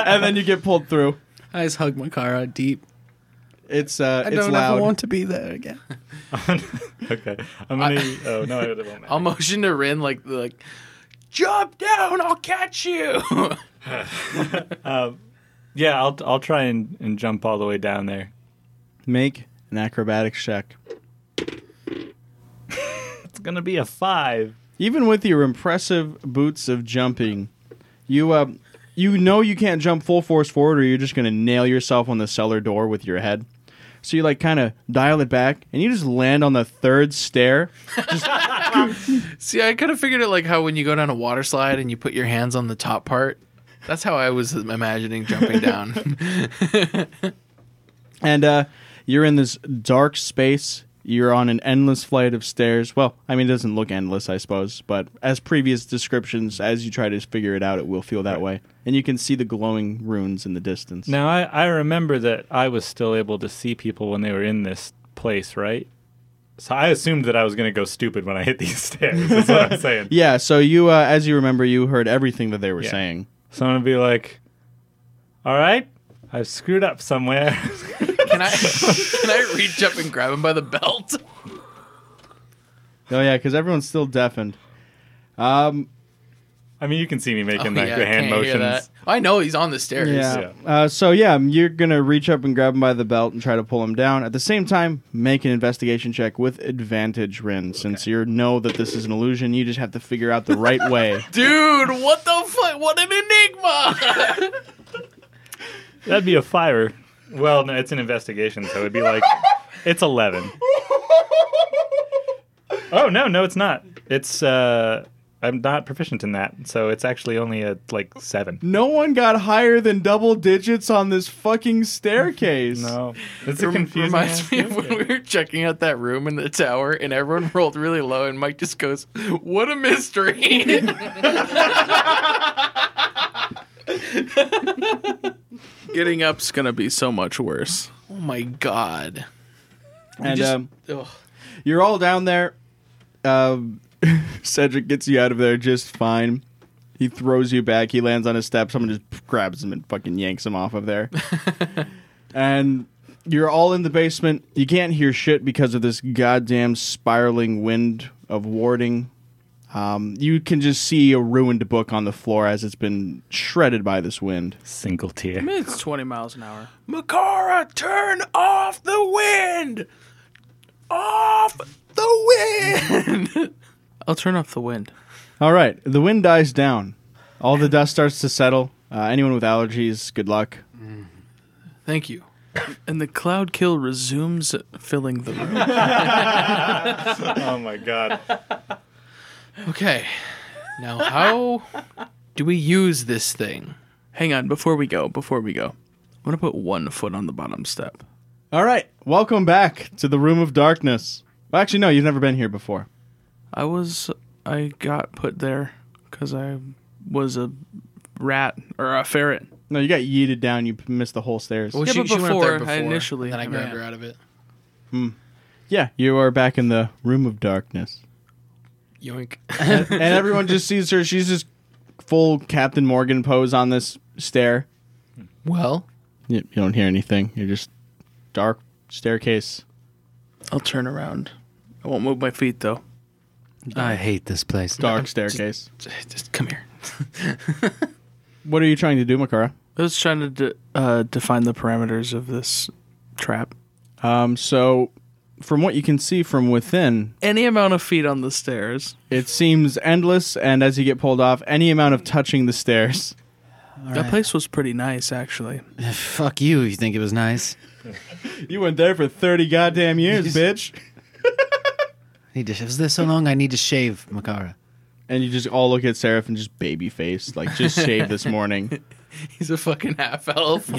and then you get pulled through. I just hug Makara deep. It's uh, I it's don't loud. ever want to be there again. okay, I'm gonna. oh no, it won't matter. I'll motion to Rin like like jump down. I'll catch you. Yeah, I'll I'll try and, and jump all the way down there. Make an acrobatics check. It's gonna be a five. Even with your impressive boots of jumping, you uh, you know you can't jump full force forward, or you're just gonna nail yourself on the cellar door with your head. So you like kind of dial it back, and you just land on the third stair. See, I kind of figured it like how when you go down a water slide and you put your hands on the top part. That's how I was imagining jumping down. and uh, you're in this dark space. You're on an endless flight of stairs. Well, I mean, it doesn't look endless, I suppose, but as previous descriptions, as you try to figure it out, it will feel that way. And you can see the glowing runes in the distance. Now I, I remember that I was still able to see people when they were in this place, right? So I assumed that I was gonna go stupid when I hit these stairs. That's what I'm saying. Yeah, so you, uh, as you remember, you heard everything that they were Yeah. saying. So I'm gonna be like, all right, I've screwed up somewhere. can I can I reach up and grab him by the belt? Oh yeah, because everyone's still deafened. I mean, you can see me making Oh, like yeah, the I hand can't motions. hear that. I know he's on the stairs. Yeah. Uh, so yeah, um, you're gonna reach up and grab him by the belt and try to pull him down. At the same time, make an investigation check with advantage, Rin, since you know that this is an illusion. You just have to figure out the right way. Dude, what the fuck? What an enigma! That'd be a fire. Well, no, it's an investigation, so it'd be like it's eleven. Oh no, no, it's not. It's uh, I'm not proficient in that, so it's actually only a like seven. no one got higher than double digits on this fucking staircase. No, Oh, it's a Rem- confusing. reminds ass me of game. when we were checking out that room in the tower and everyone rolled really low and Mike just goes, What a mystery. Getting up's gonna be so much worse. oh my god. and just- um, Ugh. you're all down there. Um, Cedric gets you out of there just fine. He throws you back. He lands on his step. Someone just grabs him and fucking yanks him off of there. and you're all in the basement. You can't hear shit because of this goddamn spiraling wind of warding. Um, you can just see a ruined book on the floor as it's been shredded by this wind. Single tear. I mean, it's 20 miles an hour. Makara, turn off the wind! Off the wind! I'll turn off the wind. All right, the wind dies down. All the dust starts to settle. Uh, anyone with allergies, good luck. Thank you. And the cloud kill resumes filling the room. Oh my god. Okay. Now, how do we use this thing? Hang on, before we go, before we go, I'm going to put one foot on the bottom step. All right, welcome back to the Room of Darkness. Well, actually, no, you've never been here before. I was, I got put there because I was a rat or a ferret. No, you got yeeted down. You missed the whole stairs. Well, Yeah, she, but she went up there before. before, I initially- Then I Yeah. grabbed her out of it. Yeah, you are back in the Room of Darkness. Yoink. and everyone just sees her. She's just full Captain Morgan pose on this stair. well, You, you don't hear anything. You're just dark staircase. I'll turn around. I won't move my feet though. I hate this place. Dark staircase. just come here. What are you trying to do, Makara? I was trying to de- uh, define the parameters of this trap. Um, so, from what you can see from within, Any amount of feet on the stairs. it seems endless. And as you get pulled off, any amount of touching the stairs. that place was pretty nice, actually. Fuck you if you think it was nice. You went there for 30 goddamn years, bitch. I need to, it was there so long, I need to shave Makara. And you just all look at Seraph and just baby face, like just shaved this morning. He's a fucking half elf.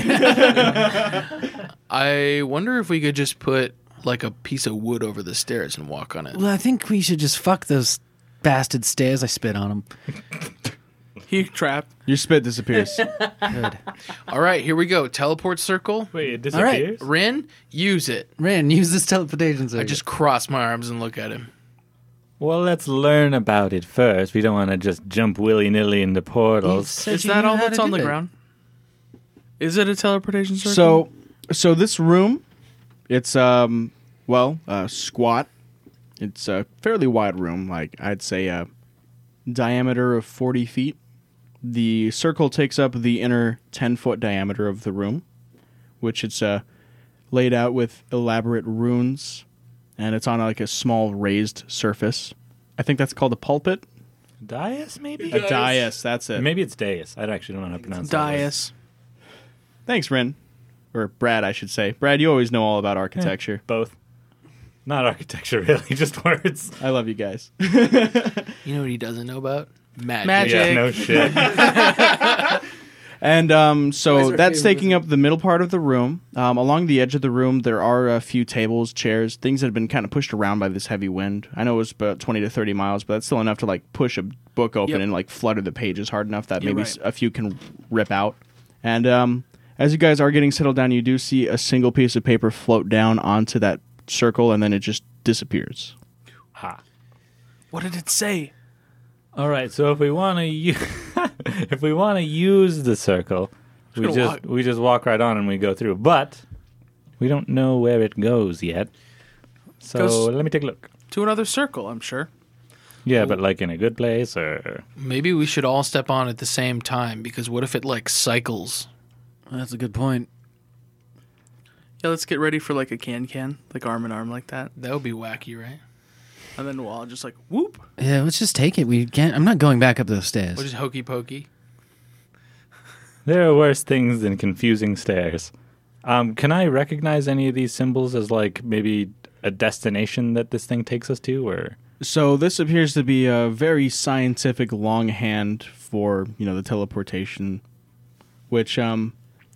I wonder if we could just put like a piece of wood over the stairs and walk on it. Well, I think we should just fuck those bastard stairs. I spit on them. He trapped. Your spit disappears. All right, here we go. Teleport circle. Wait, it right. disappears? Rin, use it. Rin, use this teleportation circuit. I just cross my arms and look at him. Well, let's learn about it first. We don't want to just jump willy nilly into portals. Is that all that's on the ground? Is it a teleportation circle? So, so this room, it's um, well, uh, squat. It's a fairly wide room, like I'd say a diameter of forty feet. The circle takes up the inner ten foot diameter of the room, which it's uh, laid out with elaborate runes, and it's on like a small raised surface. I think that's called a pulpit. Dais, maybe? A dais. That's it. Maybe it's dais. I actually don't know how to pronounce it. dais. Thanks, Ren, or Brad, I should say. Brad, you always know all about architecture. Both. Not architecture, really, just words. I love you guys. You know what he doesn't know about? Magic. Magic. Yeah, no shit. And um, so our that's favorite taking up the middle part of the room. Um, along the edge of the room, there are a few tables, chairs, things that have been kind of pushed around by this heavy wind. I know it was about 20 to 30 miles, but that's still enough to like push a book open Yep. and like flutter the pages hard enough that You're maybe s right. a few can rip out. And um, as you guys are getting settled down, you do see a single piece of paper float down onto that circle and then it just disappears. ha. What did it say? All right, so if we want to u- if we want to use the circle, we gonna just walk. we just walk right on and we go through. But we don't know where it goes yet. So Goes- let me take a look. To another circle, I'm sure. Yeah, but like in a good place or Maybe we should all step on at the same time because what if it like cycles? That's a good point. Yeah, let's get ready for like a can can, like arm in arm like that. That would be wacky, right? And then we'll all just like whoop. Yeah, let's just take it. We can't. I'm not going back up those Or stairs. just hokey pokey? there are worse things than confusing stairs. Um, can I recognize any of these symbols as like maybe a destination that this thing takes us to or So this appears to be a very scientific longhand for you know the teleportation, which um,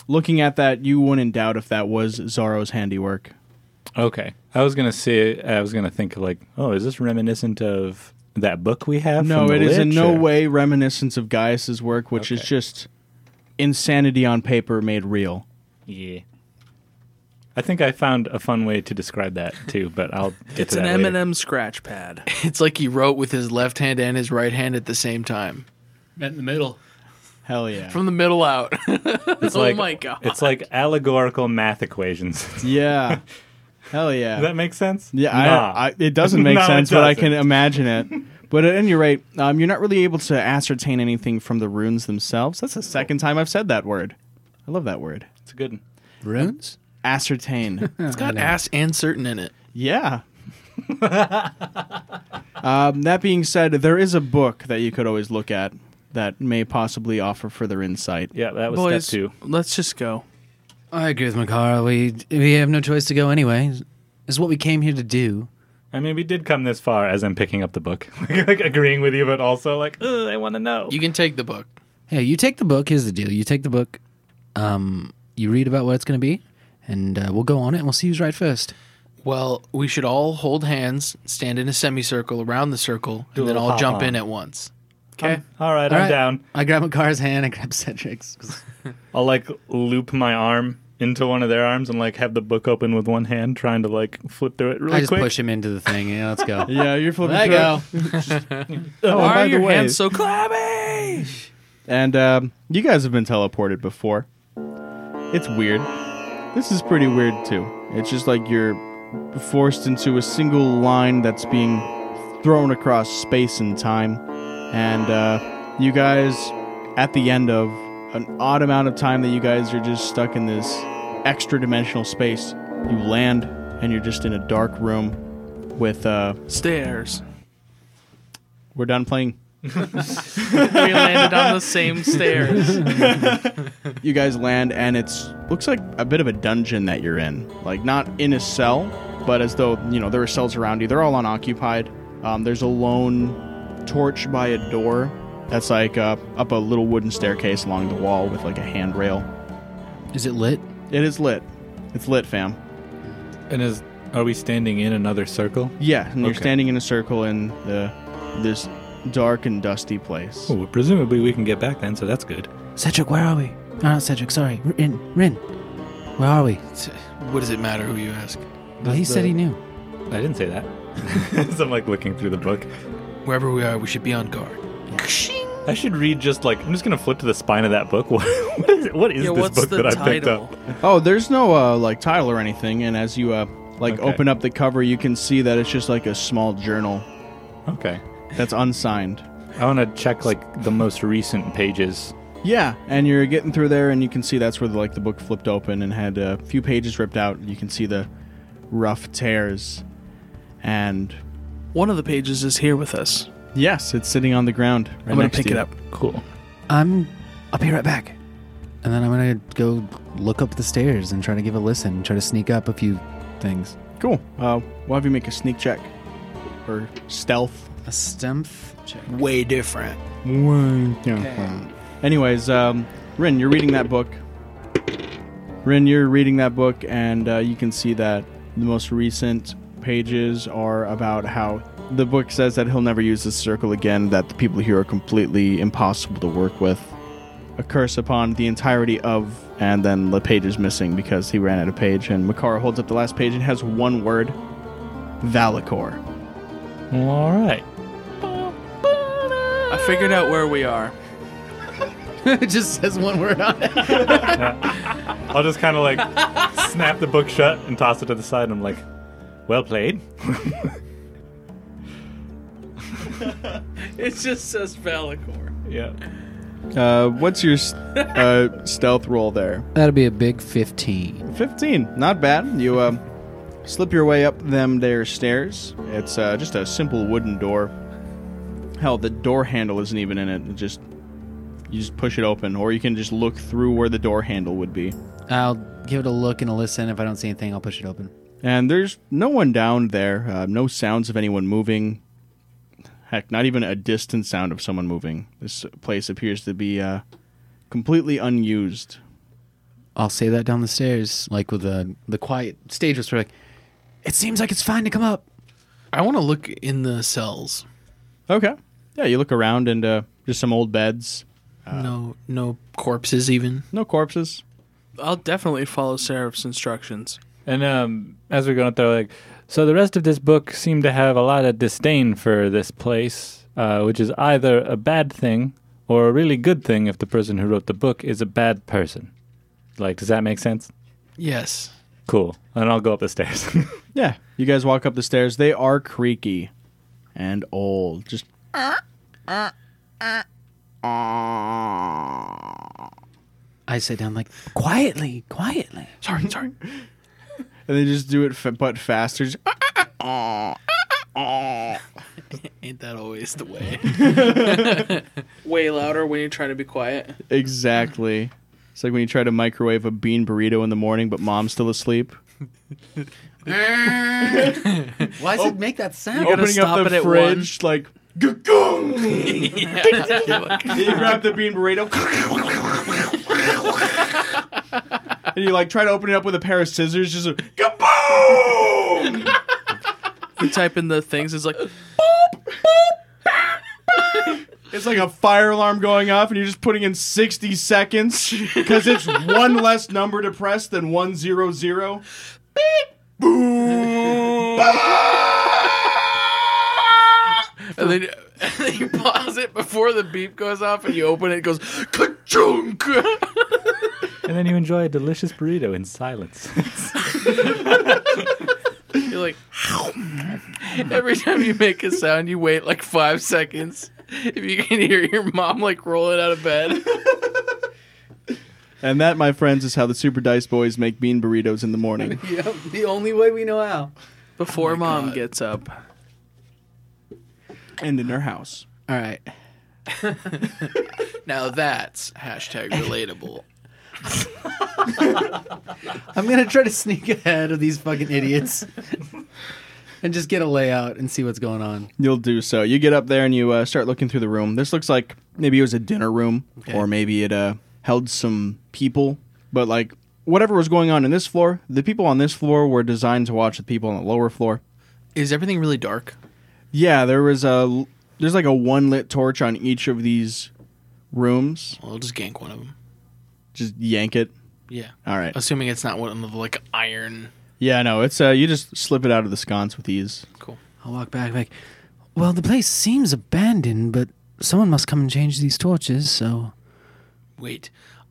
looking at that you wouldn't doubt if that was Zorro's handiwork. Okay. I was gonna say I was gonna think like, oh, is this reminiscent of that book we have? No, from it the is in no literature? way reminiscent of Gaius's work, which is Okay. just insanity on paper made real. Yeah. I think I found a fun way to describe that too, but I'll get It's to an that M later. and M scratch pad. It's like he wrote with his left hand and his right hand at the same time. Met in the middle. Hell yeah! From the middle out. It's oh like, my god. It's like allegorical math equations. yeah, Hell yeah. Does that make sense? Yeah, Nah. I, I, it doesn't make No, it sense, but I can doesn't. imagine it. But at any rate, um, you're not really able to ascertain anything from the runes themselves. That's the second time I've said that word. I love that word. It's a good. one. Runes? Ascertain. It's got ass and certain in it. yeah. um, that being said, there is a book that you could always look at that may possibly offer further insight. Yeah, that was Boys, step two. let's just go. I agree with Makara. We we have no choice to go anyway. It's what we came here to do. I mean, we did come this far as I'm picking up the book, like, like agreeing with you, but also like, Ugh, I want to know. You can take the book. Hey, you take the book. Here's the deal. You take the book. Um, you read about what it's going to be, and uh, we'll go on it, and we'll see who's right first. Well, we should all hold hands, stand in a semicircle around the circle, Do a and then little all jump hop-on. in at once. okay. Um, all right, All I'm right. down. I grab Makara's hand. I grab Cedric's. 'cause- I'll like loop my arm into one of their arms and like have the book open with one hand, trying to like flip through it really I just quick. push him into the thing. Yeah, let's go. Yeah, you're flipping There you through go. it. Oh, Why by are the your way, hands so clammy? And um, you guys have been teleported before. It's weird. This is pretty weird too. It's just like you're forced into a single line that's being thrown across space and time. And uh, you guys, at the end of an odd amount of time that you guys are just stuck in this extra dimensional space, you land and you're just in a dark room with. Uh, Stairs. we're done playing. We landed on the same stairs. you guys land and it's looks like a bit of a dungeon that you're in like not in a cell but as though you know there are cells around you they're all unoccupied um, there's a lone torch by a door that's like uh, up a little wooden staircase along the wall with like a handrail Is it lit? it is lit it's lit fam And is are we standing in another circle? yeah and you're Okay. standing in a circle in the this dark and dusty place Oh, presumably we can get back then, so that's good. Cedric, where are we? No, not Cedric. Sorry, Rin. Rin, where are we? It's- What does it matter who you ask? Well, he said he knew. I didn't say that. so I'm like looking through the book. Wherever we are, we should be on guard. I should read just like I'm just gonna flip to the spine of that book. What is, what is yeah, this what's book the that I picked title? up? Oh, there's no uh, like title or anything, and as you uh, like Okay. open up the cover, you can see that it's just like a small journal Okay, that's unsigned. I want to check like the most recent pages. Yeah, and you're getting through there, and you can see that's where like the book flipped open and had a few pages ripped out. You can see the rough tears, and One of the pages is here with us. yes, it's sitting on the ground. Right I'm gonna next to pick it you. up. Cool. I'm. I'll be right back. And then I'm gonna go look up the stairs and try to give a listen. Try to sneak up a few things. Cool. Uh, why don't you make a sneak check or stealth? A stealth check. Way different. Anyways, um, Rin, you're reading that book. Rin, you're reading that book, and uh, you can see that the most recent pages are about how the book says that he'll never use this circle again, that the people here are completely impossible to work with, a curse upon the entirety of, and then the page is missing because he ran out of page. And Makara holds up the last page and has one word Valakor. All right. I figured out where we are. it just says one word on it. I'll just kind of like snap the book shut and toss it to the side. And I'm like, well played. It just says Valakor. Yeah. Uh, what's your s- uh, stealth roll there? That'll be a big fifteen. 15 not bad you um, slip your way up them there stairs it's uh, just a simple wooden door hell the door handle isn't even in it it just you just push it open or you can just look through where the door handle would be I'll give it a look and a listen. If I don't see anything, I'll push it open. and there's no one down there uh, no sounds of anyone moving heck not even a distant sound of someone moving this place appears to be uh, completely unused I'll say that down the stairs, like with the the quiet stage whisper. Like, it seems like it's fine to come up. I want to look in the cells. okay yeah you look around and uh, just some old beds Uh. no, no corpses even. no corpses I'll definitely follow Seraph's instructions. And um, as we're going up there, like, so the rest of this book seemed to have a lot of disdain for this place, uh, which is either a bad thing or a really good thing if the person who wrote the book is a bad person. Like, does that make sense? Yes. Cool. And I'll go up the stairs. Yeah, you guys walk up the stairs. They are creaky and old. Just I sit down like quietly, quietly. sorry, sorry. and they just do it, f- but faster. Just, ah! Ain't that always the way? Way louder when you're trying to be quiet. exactly. It's like when you try to microwave a bean burrito in the morning, but mom's still asleep. Why does it make that sound? Opening stop up it the at fridge, like. "Gagoong!" Yeah. And you grab the bean burrito. and you like try to open it up with a pair of scissors, just a kaboom! You type in the things, it's like, It's like a fire alarm going off, and you're just putting in 60 seconds because it's one less number to press than 100. Beep! Boom! and, then, and then you pause it before the beep goes off, and you open it. It goes ka-chunk. and then you enjoy a delicious burrito in silence. You're like, every time you make a sound, you wait like five seconds. If you can hear your mom like rolling out of bed, and that, my friends, is how the Super Dice Boys make bean burritos in the morning. Yep, the only way we know how. Oh before mom gets up. and in their house. All right. now that's hashtag relatable. I'm going to try to sneak ahead of these fucking idiots and just get a layout and see what's going on. You'll do so. You get up there and you uh, start looking through the room. This looks like maybe it was a dinner room, or maybe it uh, held some people. But like whatever was going on in this floor, the people on this floor were designed to watch the people on the lower floor. Is everything really dark? Yeah, there was a there's like a one lit torch on each of these rooms. Well, I'll just gank one of them. Just yank it. Yeah. All right. Assuming it's not one of the like iron. Yeah, no, it's uh, you just slip it out of the sconce with ease. Cool. I'll walk back, like, well, the place seems abandoned, but someone must come and change these torches, so. Wait,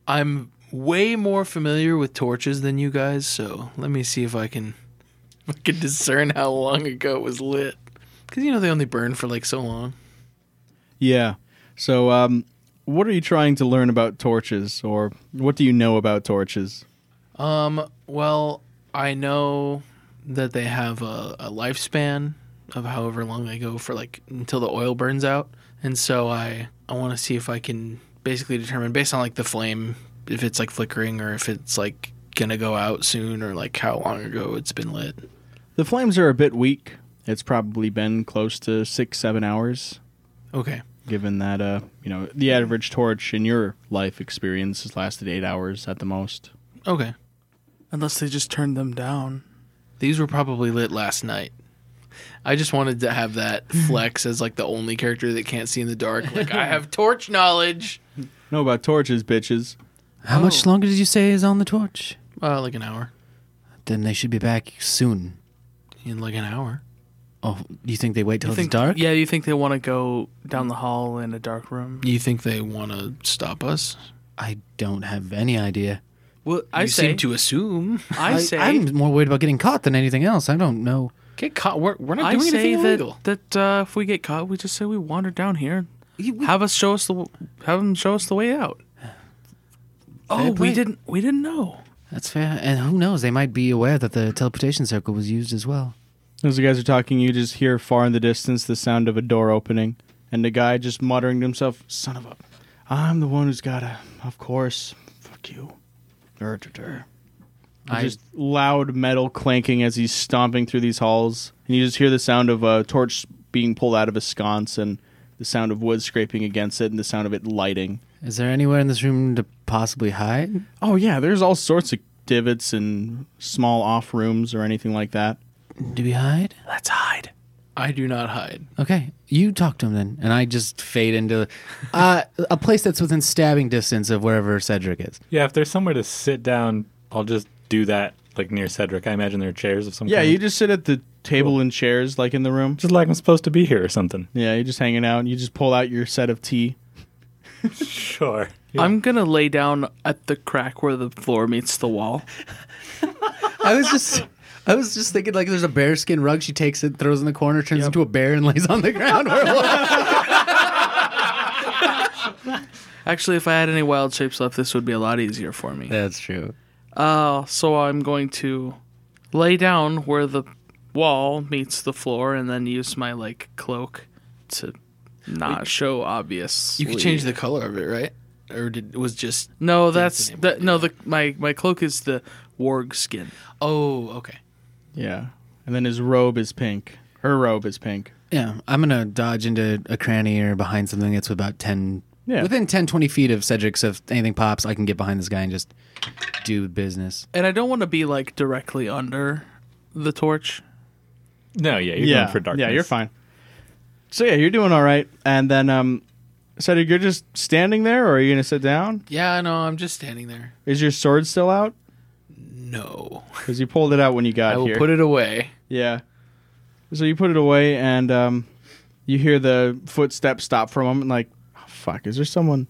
I'm way more familiar with torches than you guys, so let me see if I can, if I can discern how long ago it was lit. Because you know they only burn for like so long. Yeah. So, um, what are you trying to learn about torches, or what do you know about torches? Um, well, I know that they have a, a lifespan of however long they go for like until the oil burns out. And so I I want to see if I can basically determine based on like the flame if it's like flickering or if it's like gonna go out soon or like how long ago it's been lit. The flames are a bit weak. It's probably been close to six, seven hours, Okay. given that uh, you know the average torch in your life experience has lasted eight hours at the most. Okay. Unless they just turned them down. These were probably lit last night. I just wanted to have that flex as like the only character that can't see in the dark. Like I have torch knowledge. Know about torches, bitches. How much longer did you say is on the torch? Uh, like an hour. Then they should be back soon. In like an hour. Oh, you think they wait till You think, it's dark? Yeah, you think they want to go down the hall in a dark room? You think they want to stop us? I don't have any idea. Well, I you say, seem to assume. I say, I'm more worried about getting caught than anything else. I don't know. Get caught. We're, we're not I doing say anything that illegal. that uh, if we get caught, we just say we wandered down here. Have us show us the have them show us the way out. Oh, we play. didn't we didn't know. That's fair. And who knows? They might be aware that the teleportation circle was used as well. As you guys are talking, you just hear far in the distance the sound of a door opening, and the guy just muttering to himself, "Son of a, I'm the one who's gotta, of course, fuck you." Durr, durr, durr. I- Just loud metal clanking as he's stomping through these halls, and you just hear the sound of a torch being pulled out of a sconce, and the sound of wood scraping against it, and the sound of it lighting. Is there anywhere in this room to possibly hide? Oh yeah, there's all sorts of divots and small off rooms or anything like that. Do we hide? Let's hide. I do not hide. Okay, you talk to him then, and I just fade into uh, a place that's within stabbing distance of wherever Cedric is. yeah, if there's somewhere to sit down, I'll just do that, like near Cedric. I imagine there are chairs of some Yeah, kind. you just sit at the table and chairs like in the room. Just like I'm supposed to be here or something. Yeah, you're just hanging out. You just pull out your set of tea. Sure. I'm gonna lay down at the crack where the floor meets the wall. I was just. I was just thinking, like, there's a bearskin rug. She takes it, throws in the corner, turns into a bear, and lays on the ground. We're like, Actually, if I had any wild shapes left, this would be a lot easier for me. That's true. Uh, so I'm going to lay down where the wall meets the floor and then use my like cloak to not show obvious. You could change the color of it, right? Or did it was just No, that's that, no the my my cloak is the warg skin. oh okay. Yeah. And then his robe is pink. Her robe is pink. Yeah, I'm gonna dodge into a cranny or behind something that's about ten, Yeah. within 10, 20 feet of Cedric. So if anything pops, I can get behind this guy and just do business. And I don't want to be like directly under the torch. No, yeah, you're yeah. going for darkness. Yeah, you're fine. So yeah, you're doing all right. And then um Cedric, you're just standing there or are you gonna sit down? Yeah, no, I'm just standing there. Is your sword still out? No, Because you pulled it out when you got I will here. put it away. Yeah. So you put it away, and um, you hear the footsteps stop for a moment. Like, oh, fuck, is there someone?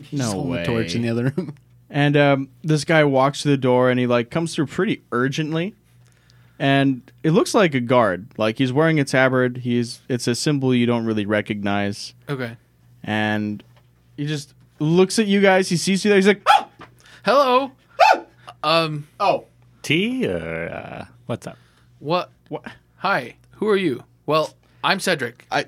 Just No holding way. The torch in the other room. And um, this guy walks to the door, and he like comes through pretty urgently, and it looks like a guard. Like he's wearing a tabard. He's it's a symbol you don't really recognize, Okay. and he just looks at you guys. He sees you there. He's like, "Ah!" Hello. um. oh, Tea or uh, what's up? What? what? Hi. Who are you? Well, I'm Cedric. I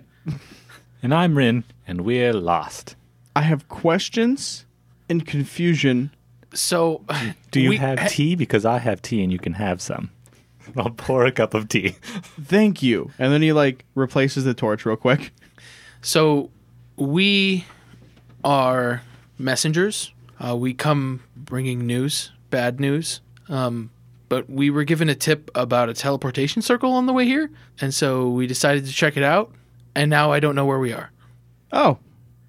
And I'm Rin, and we're lost. I have questions and confusion. So, Do you we- have tea? Because I have tea, and you can have some. I'll pour a cup of tea. Thank you. And then he like replaces the torch real quick. So we are messengers. Uh, we come bringing news, bad news. Um, but we were given a tip about a teleportation circle on the way here, and so we decided to check it out. And now I don't know where we are. Oh,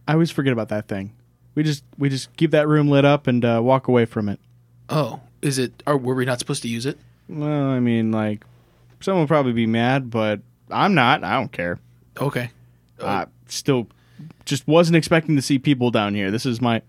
I always forget about that thing. We just we just keep that room lit up and uh, walk away from it. Oh, is it? Are were we not supposed to use it? Well, I mean, like someone will probably be mad, but I'm not. I don't care. Okay. I still just wasn't expecting to see people down here. This is my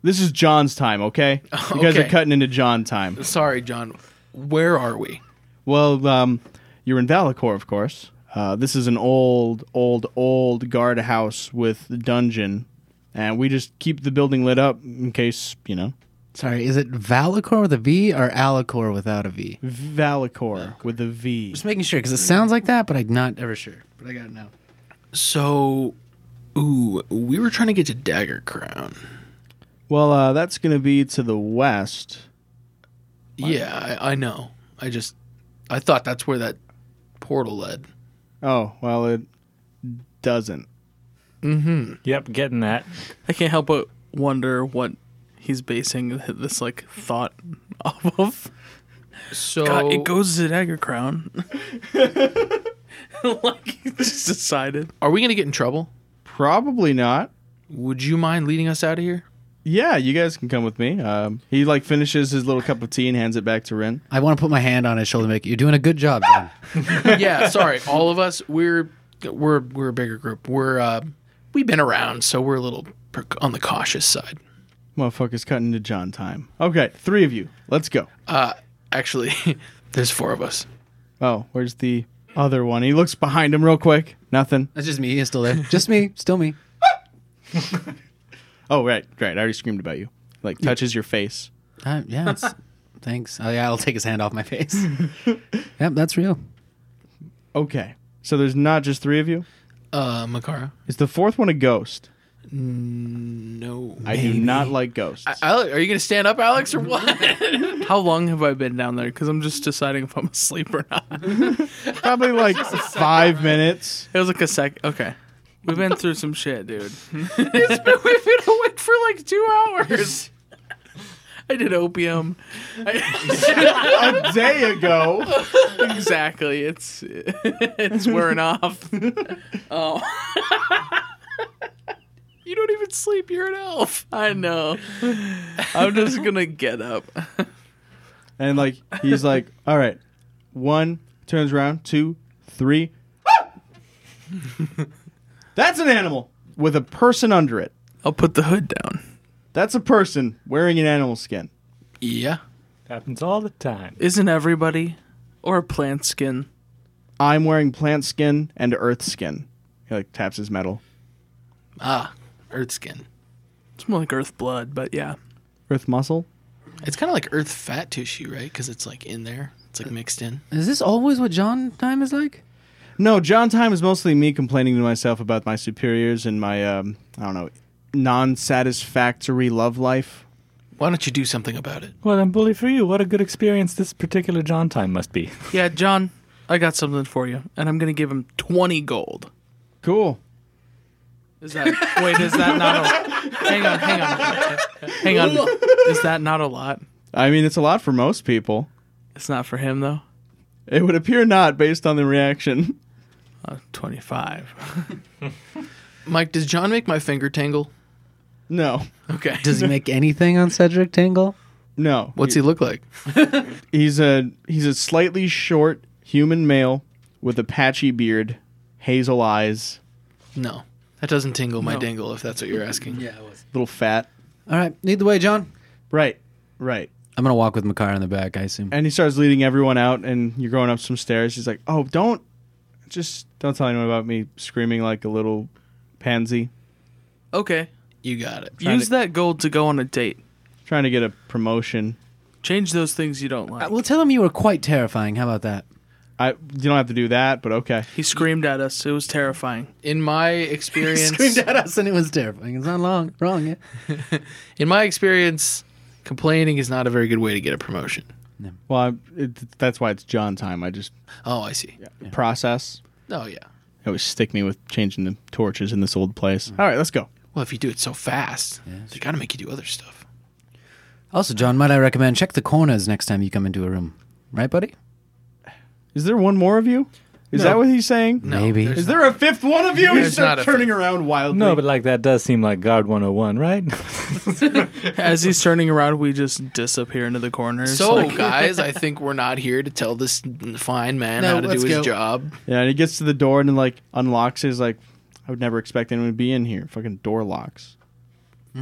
this is John's time. Okay, you guys are Okay. cutting into John time. Sorry, John. Where are we? Well, um, you're in Valakor, of course. Uh, this is an old, old, old guardhouse with dungeon, and we just keep the building lit up in case you know Sorry, is it Valakor with a V or Alacor without a V? Valakor with a V. Just making sure because it sounds like that, but I'm not ever sure. But I got it now. So, ooh, we were trying to get to Dagger Crown. Well, uh, that's going to be to the west. Yeah, I, I know. I just, I thought that's where that portal led. Oh, well, it doesn't. Yep, getting that. I can't help but wonder what he's basing this like thought off of. So God, it goes to Dagger Crown. like he just decided. Are we gonna get in trouble? Probably not. Would you mind leading us out of here? Yeah, you guys can come with me. Um, he like finishes his little cup of tea and hands it back to Rin. I want to put my hand on his shoulder. and Make you're doing a good job, John. yeah, sorry, all of us. We're we're we're a bigger group. We're uh, we've been around, so we're a little per- on the cautious side. Motherfucker's cutting into John time. Okay, three of you. Let's go. Actually, there's four of us. Oh, where's the other one? He looks behind him real quick. Nothing. That's just me. He's still there. Just me. Still me. Oh, right, right. I already screamed about you. Like touches your face. Uh, yeah. it's- thanks. Oh, yeah, I'll take his hand off my face. yep, that's real. Okay. So there's not just three of you. Uh, Makara. Is the fourth one a ghost? No. I do not like ghosts. Ale- are you gonna stand up, Alex, or what? How long have I been down there? Because I'm just deciding if I'm asleep or not. It Probably like five minutes. was like a sec. Okay. We've been through some shit, dude. We've been awake for like two hours. I did opium. A day ago. Exactly. It's it's wearing off. Oh. you don't even sleep. You're an elf. I know. I'm just gonna get up. And like he's like, all right, one turns around, two, three. That's an animal with a person under it. I'll put the hood down. That's a person wearing an animal skin. Yeah. Happens all the time. Isn't everybody or plant skin? I'm wearing plant skin and earth skin. He like taps his metal. Ah, earth skin. It's more like earth blood, but yeah. Earth muscle? It's kind of like earth fat tissue, right? Because it's like in there. It's like mixed in. Is this always what John time is like? No, John time is mostly me complaining to myself about my superiors and my um, I don't know, non-satisfactory love life. Why don't you do something about it? Well, then, bully for you. What a good experience this particular John time must be. Yeah, John, I got something for you, and I'm gonna give him twenty gold. Cool. Is that wait? Is that not a? Hang on, hang on, hang on. Is that not a lot? I mean, it's a lot for most people. It's not for him though. It would appear not based on the reaction. Uh, Twenty-five. Mike, does John make my finger tingle? No. Okay. Does he make anything on Cedric Tingle? No. What's he look like? He's a he's a slightly short human male with a patchy beard, hazel eyes, No. That doesn't tingle my No. dingle if that's what you're asking. Yeah, it was. little fat. All right, lead the way, John. Right. Right. I'm gonna walk with Makar in the back. I assume. And he starts leading everyone out and you're going up some stairs. He's like, "Oh, don't just don't tell anyone about me screaming like a little pansy." Okay, You got it. Trying use to- that gold to go on a date. Trying to get a promotion. Change those things you don't Uh, like. well, tell him you were quite terrifying. How about that? I you don't have to do that, but okay. He screamed at us. It was terrifying. In my experience, Screamed at us, and it was terrifying. It's not long wrong. Yeah? in my experience, complaining is not a very good way to get a promotion. Well, I, it, that's why it's John time. I just Oh, I see. process. Oh, yeah. It would stick me with changing the torches in this old place. All right, let's go. Well, if you do it so fast, they got to make you do other stuff. Also, John, might I recommend check the corners next time you come into a room, right, buddy? Is there one more of you? Is that what he's saying? No, Maybe. there's Is there a fifth one of you? There's He's not a turning around wildly. No, but like that does seem like Guard 101, right? As he's turning around, we just disappear into the corners. So, like, guys, I think we're not here to tell this fine man No, how to do let's his go. job. yeah, and he gets to the door and like unlocks. it. He's like, I would never expect anyone to be in here. Fucking door locks. I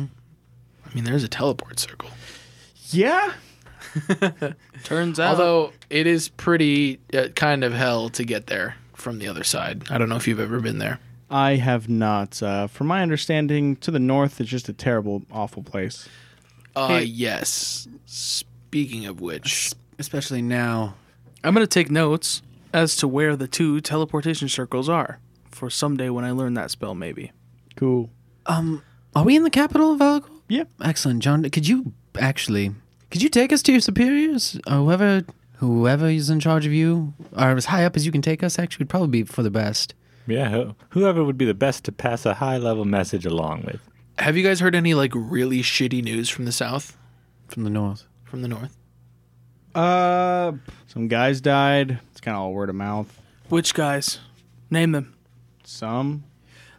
mean, there's a teleport circle. Yeah. turns out, Although it is pretty uh, kind of hell to get there from the other side. I don't know if you've ever been there. I have not. Uh, from my understanding, to the north it's just a terrible, awful place. Uh, Hey. yes. Speaking of which, Especially now. I'm gonna take notes as to where the two teleportation circles are for someday when I learn that spell. Maybe. Cool. Um, are we in the capital of Algol? Yeah. Excellent, John. Could you actually? Could you take us to your superiors? Or whoever, whoever is in charge of you, or as high up as you can take us, actually, would probably be for the best. yeah, who- whoever would be the best to pass a high level message along with. have you guys heard any like really shitty news from the south, From the north. from the north? Uh, some guys died. It's kind of all word of mouth. Which guys? Name them. Some.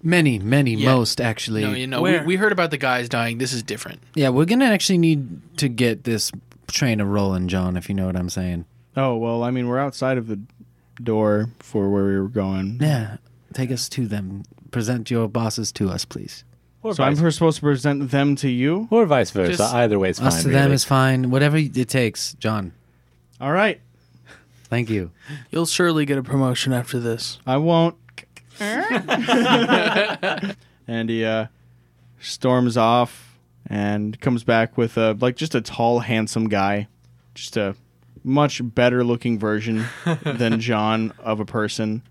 Many, many, Yeah. most actually. No, you know, we, Where? we heard about the guys dying. This is different. Yeah, we're gonna actually need to get this train a rolling, John. If you know what I'm saying. Oh well, I mean, we're outside of the door for where we were going. Yeah, take us to them. Present your bosses to us, please. Or, So I'm vice, first supposed to present them to you. or vice versa. Just- Either way is fine. us to them really. is fine. Whatever it takes, John. All right, Thank you. You'll surely get a promotion after this. I won't. and he uh, storms off and comes back with a like just a tall, handsome guy, just a much better looking version than John of a person.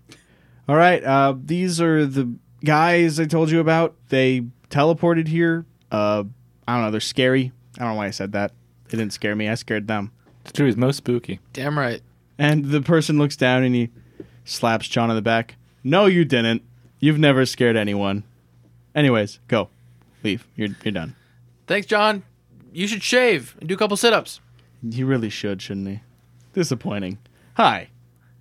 All right, uh, these are the guys I told you about. They teleported here. Uh, I don't know. They're scary. I don't know why I said that. They didn't scare me. I scared them. It's true. It's most spooky. Damn right. And the person looks down and he slaps John on the back. No, you didn't. You've never scared anyone. Anyways, go. Leave. You're, you're done. Thanks, John. You should shave and do a couple sit ups. He really should, shouldn't he? Disappointing. Hi.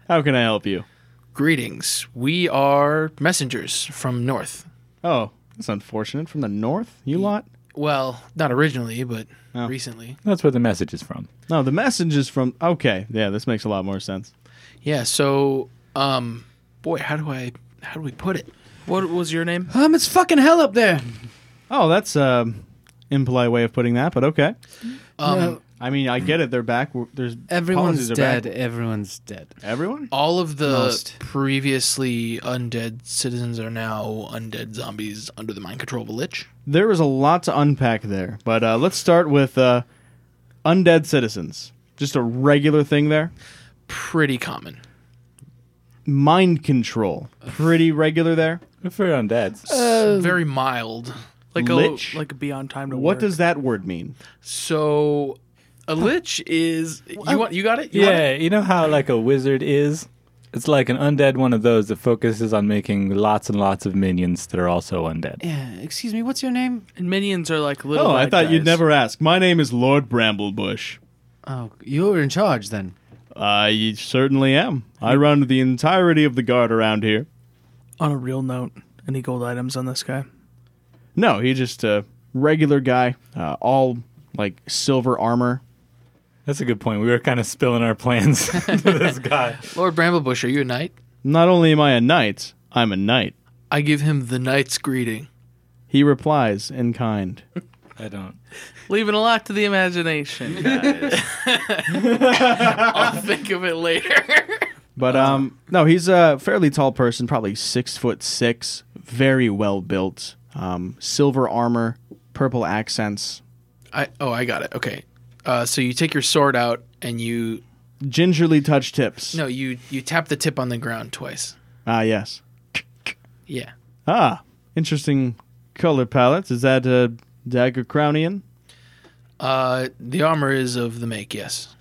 How can I help you? Greetings. We are messengers from North. Oh, that's unfortunate. From the north, you lot? Well, not originally, but Oh. recently. That's where the message is from. No, the message is from. Okay, yeah, this makes a lot more sense. Yeah, so um boy, how do I how do we put it? What was your name? Um, it's fucking hell up there. Oh, that's um, impolite way of putting that, but okay. Um No, I mean, I get it. They're back. We're- There's Everyone's policies are back. dead. Everyone's dead. Everyone? All of the Most. previously undead citizens are now undead zombies under the mind control of a lich. There was a lot to unpack there, but uh, let's start with uh, undead citizens. Just a regular thing there. Pretty common. Mind control. Pretty regular there. If we're undead, Very mild. Like a Lich? like a be on time to What work. does that word mean? So a lich is you want you got it? You got it? yeah, you know how like a wizard is. It's like an undead one of those that focuses on making lots and lots of minions that are also undead. Yeah. Excuse me. What's your name? and minions are like little. Oh, I bad thought you'd guys. never ask. My name is Lord Bramblebush. Oh, you were in charge then. I certainly am. I run the entirety of the guard around here. On a real note, any gold items on this guy? No, he's just a regular guy, uh, all like silver armor. That's a good point. We were kind of spilling our plans to this guy. Lord Bramblebush, are you a knight? Not only am I a knight, I'm a knight. I give him the knight's greeting, He replies in kind. I don't. Leaving a lot to the imagination. guys. I'll think of it later. But um, no, he's a fairly tall person, probably six foot six, very well built, um, silver armor, purple accents, I oh I got it. Okay. Uh, so you take your sword out and you gingerly touch tips. no you you tap the tip on the ground twice. Ah, yes. Yeah. Ah, interesting color palette. Is that a dagger crownian? Uh, the armor is of the make. Yes.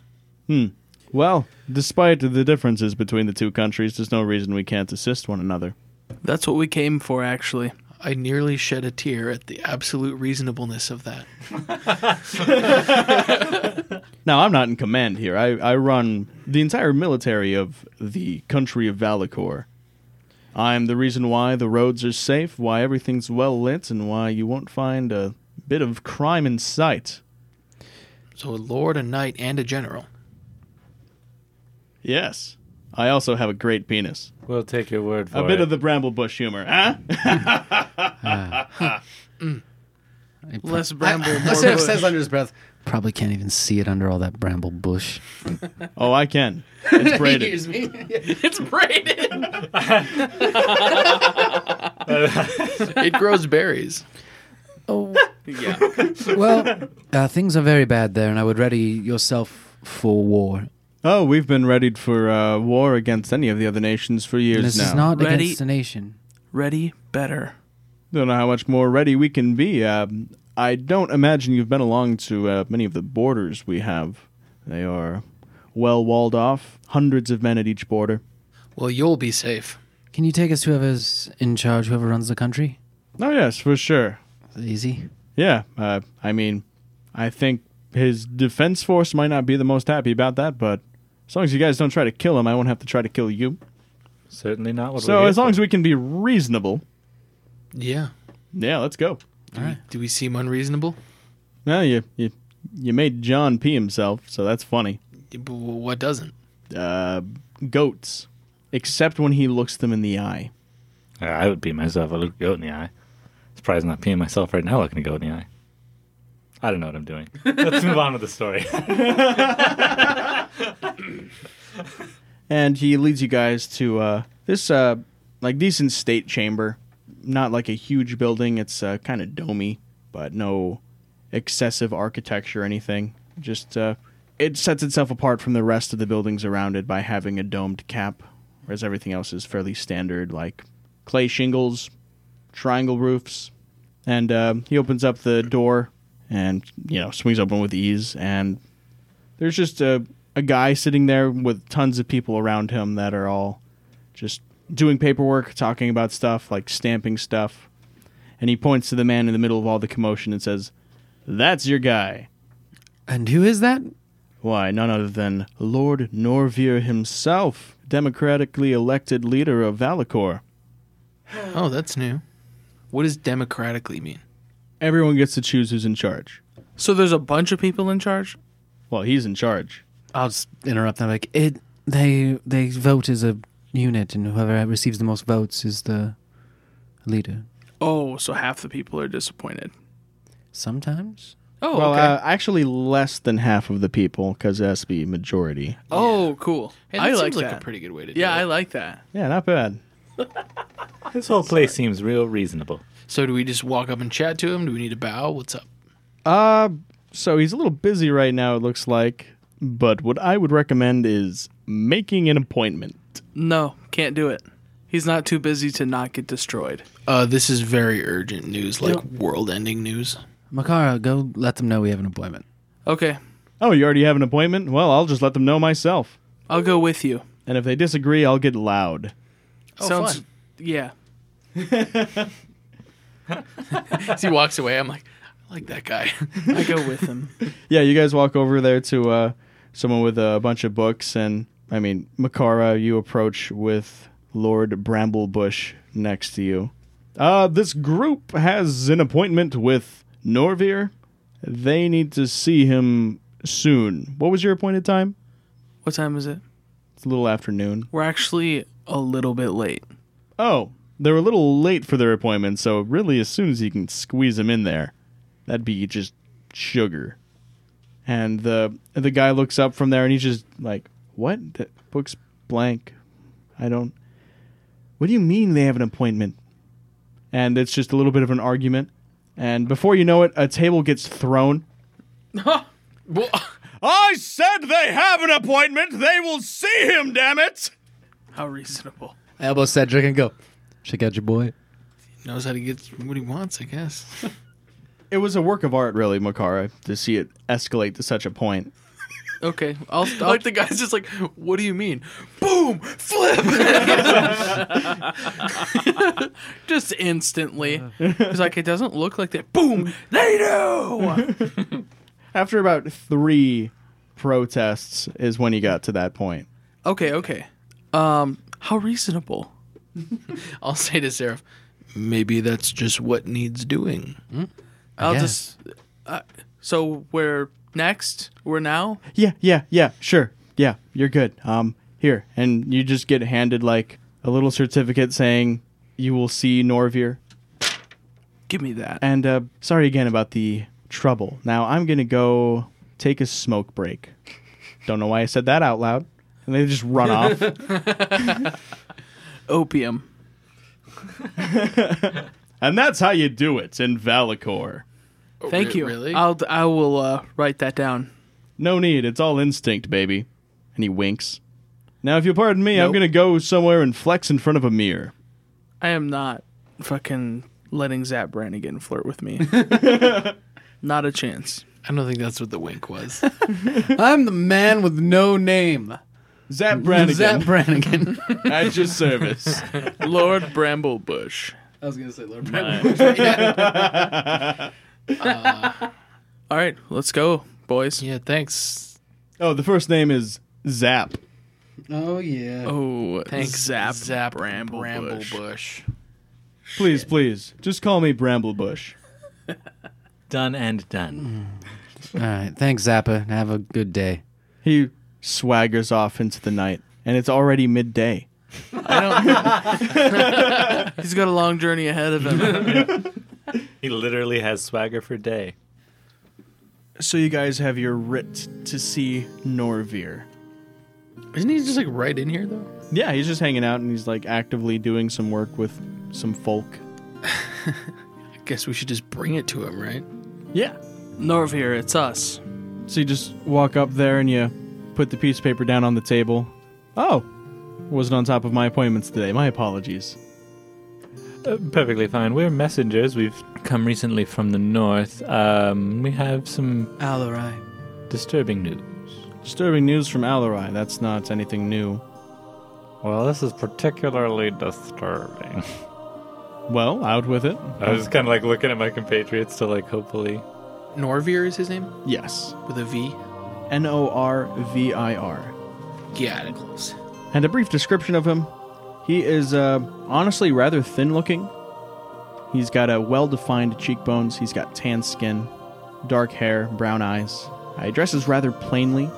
Well, despite the differences between the two countries, there's no reason we can't assist one another. That's what we came for, actually. I nearly shed a tear at the absolute reasonableness of that. Now, I'm not in command here. I, I run the entire military of the country of Valakor. I'm the reason why the roads are safe, why everything's well lit, and why you won't find a bit of crime in sight. So a lord, a knight, and a general. Yes. I also have a great penis. We'll take your word for Oh, a bit of the bramble bush humor, huh? Less bramble, more Sif bush. says under his breath. Probably can't even see it under all that bramble bush. oh, I can. It's braided. me. It's braided. it grows berries. Oh. well, uh, things are very bad there, and I would ready yourself for war. Oh, we've been readied for uh, war against any of the other nations for years This now. is not Ready- against the nation. Ready, better. Don't know how much more ready we can be. Um, I don't imagine you've been along to uh, many of the borders we have. They are well walled off, hundreds of men at each border. Well, you'll be safe. Can you take us to whoever's in charge, whoever runs the country? Oh, yes, for sure. Is it easy? Yeah, uh, I mean, I think his defense force might not be the most happy about that, but as long as you guys don't try to kill him, I won't have to try to kill you. Certainly not what so, we're as long as we can be reasonable, Yeah. yeah, let's go. Do, we, do we seem unreasonable? Well, you, you, you made John pee himself, so that's funny. But What doesn't? uh, goats, except when he looks them in the eye. Uh, I would beat myself. I look a goat in the eye. Surprised I'm not peeing myself right now looking a goat in the eye. I don't know what I'm doing. Let's move on with the story. And he leads you guys to uh, this uh, like decent state chamber, not like a huge building. It's uh, kind of domey, but no excessive architecture or anything. Just uh, it sets itself apart from the rest of the buildings around it by having a domed cap, whereas everything else is fairly standard, like clay shingles, triangle roofs, and uh, he opens up the door and you know swings open with ease and there's just a, a guy sitting there with tons of people around him that are all just doing paperwork talking about stuff like stamping stuff and he points to the man in the middle of all the commotion and says that's your guy And who is that? why none other than lord norvir himself democratically elected leader of valakor Oh, that's new. What does democratically mean? everyone gets to choose who's in charge So there's a bunch of people in charge. well he's in charge I'll just interrupt them. Like it, they they vote as a unit, and whoever receives the most votes is the leader. Oh, so half the people are disappointed. Sometimes Oh, well, okay. uh, actually, less than half of the people, because it has to be majority. oh, cool. Hey, that I seems like like a that. pretty good way to do yeah, it. I like that. Yeah, not bad. This whole place seems real reasonable. so do we just walk up and chat to him? Do we need to bow? What's up? Uh, so he's a little busy right now, it looks like. But what I would recommend is making an appointment. No, can't do it. He's not too busy to not get destroyed. Uh, this is very urgent news, like world-ending news. Makara, go let them know we have an appointment. Okay, Oh, you already have an appointment? Well, I'll just let them know myself. I'll go with you. And if they disagree, I'll get loud. Oh, Sounds fun. yeah. As he walks away, I'm like, I like that guy. I go with him. Yeah, you guys walk over there to uh, someone with a bunch of books, and I mean, Makara, you approach with Lord Bramblebush next to you. Uh, this group has an appointment with Norvir. They need to see him soon. What was your appointed time? What time is it? It's a little afternoon. We're actually a little bit late. Oh, they're a little late for their appointment, so really, as soon as you can squeeze them in there, that'd be just sugar. And the the guy looks up from there, and he's just like, "What? The book's blank. I don't. What do you mean they have an appointment?" And it's just a little bit of an argument. And before you know it, a table gets thrown. well, I said they have an appointment. They will see him. Damn it! How reasonable. Elbow Cedric and go. Check out your boy. knows how to get what he wants, I guess. It was a work of art, really, Makara, to see it escalate to such a point. Okay, I'll. I'll like the guy's just like, what do you mean? Boom, flip. just instantly. He's like, it doesn't look like that. Boom! They do. after about three protests is when he got to that point. okay, okay. Um, how reasonable. I'll say to Seraph, maybe that's just what needs doing. I'll guess. just. Uh, so we're next. We're now. Yeah, yeah, yeah, sure. Yeah, you're good. Um, here. And you just get handed like a little certificate saying you will see Norvir. Give me that. And uh, sorry again about the trouble. Now I'm gonna go take a smoke break. Don't know why I said that out loud. And they just run off. Opium. And that's how you do it in Valakor. Thank re- you. really? I'll. I will uh, write that down. No need. It's all instinct, baby. And he winks. Now, if you'll pardon me, I'm going to go somewhere and flex in front of a mirror. I am not fucking letting Zap Brannigan flirt with me. not a chance. I don't think that's what the wink was. I'm the man with no name. Zap Brannigan Zap Brannigan. at your service. Lord Bramblebush. I was gonna say Lord All right, let's go, boys. yeah, thanks. oh, the first name is Zap. Oh yeah. Oh, Thanks, Zap. Zap Bramble Bush. Bush. Please, please, just call me Bramblebush. Done and Mm. done. All right. Thanks, Zappa. Have a good day. He swaggers off into the night, and it's already midday. He's got a long journey ahead of him. He literally has swagger for day. So you guys have your writ to see Norvir. Isn't he just like right in here though? Yeah, he's just hanging out, and he's like actively doing some work with some folk. I guess we should just bring it to him, right? Yeah. Norvir, it's us. So you just walk up there and you put the piece of paper down on the table. Oh, wasn't on top of my appointments today. My apologies. Uh, perfectly fine. We're messengers. We've come recently from the north. Um, we have some Alarai. disturbing news. Disturbing news from Alarai. That's not anything new. Well, this is particularly disturbing. Well, out with it. I was kind of like looking at my compatriots to like hopefully. Norvir is his name Yes. with a V. N O R V I R. Yeah, it close. And a brief description of him. He is uh, honestly rather thin looking. He's got a well defined cheekbones. He's got tan skin, dark hair, brown eyes. Uh, he dresses rather plainly,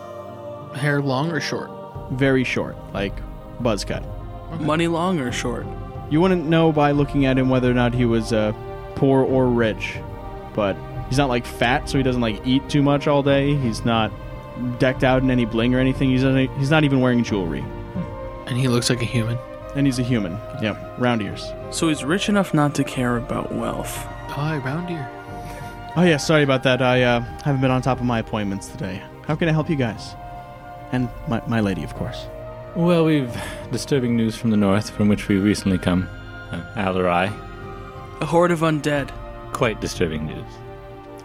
Hair long or short? very short, like buzz cut. Money long or short? You wouldn't know by looking at him whether or not he was uh, poor or rich, but He's not like fat, so he doesn't like eat too much all day. He's not decked out in any bling or anything. He's not, he's not even wearing jewelry. And he looks like a human. And he's a human. Yeah, round ears. So he's rich enough not to care about wealth. Hi, round ear. Oh yeah, sorry about that. I uh, haven't been on top of my appointments today. How can I help you guys? And my, my lady, of course. Well, we've disturbing news from the north, from which we recently come. Uh, Alarai. A horde of undead. Quite disturbing news.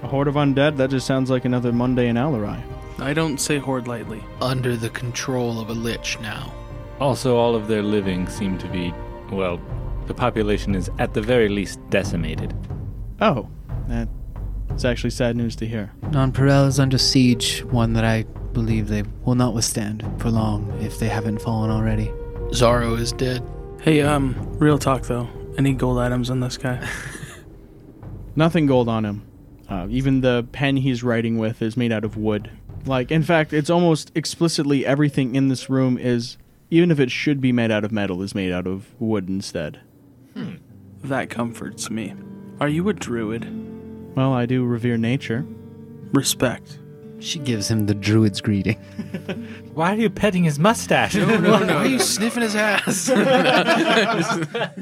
A horde of undead? That just sounds like another Monday in Alarai. I don't say horde lightly. Under the control of a lich now. Also, all of their living seem to be, well, the population is at the very least decimated. Oh, that it's actually sad news to hear. Nonpareil is under siege, one that I believe they will not withstand for long if they haven't fallen already. Zaro is dead. Hey, um, real talk though. Any gold items on this guy? Nothing gold on him. Uh, even the pen he's writing with is made out of wood. Like, in fact, it's almost explicitly everything in this room is, even if it should be made out of metal, is made out of wood instead. that comforts me. Are you a druid? Well, I do revere nature. Respect. She gives him the druid's greeting. Why are you petting his mustache? Why are you sniffing his ass?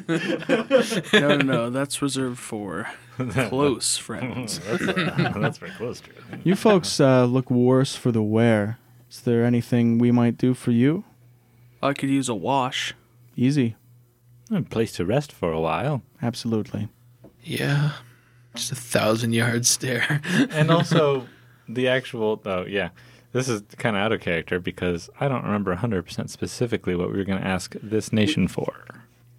No, no, no. That's reserved for close friends. That's very close to it. You folks uh, look worse for the wear. Is there anything we might do for you? I could use a wash. Easy. A place to rest for a while. Absolutely. yeah. Just a thousand yard stare. and also the actual oh yeah this is kind of out of character because i don't remember 100% specifically what we were going to ask this nation for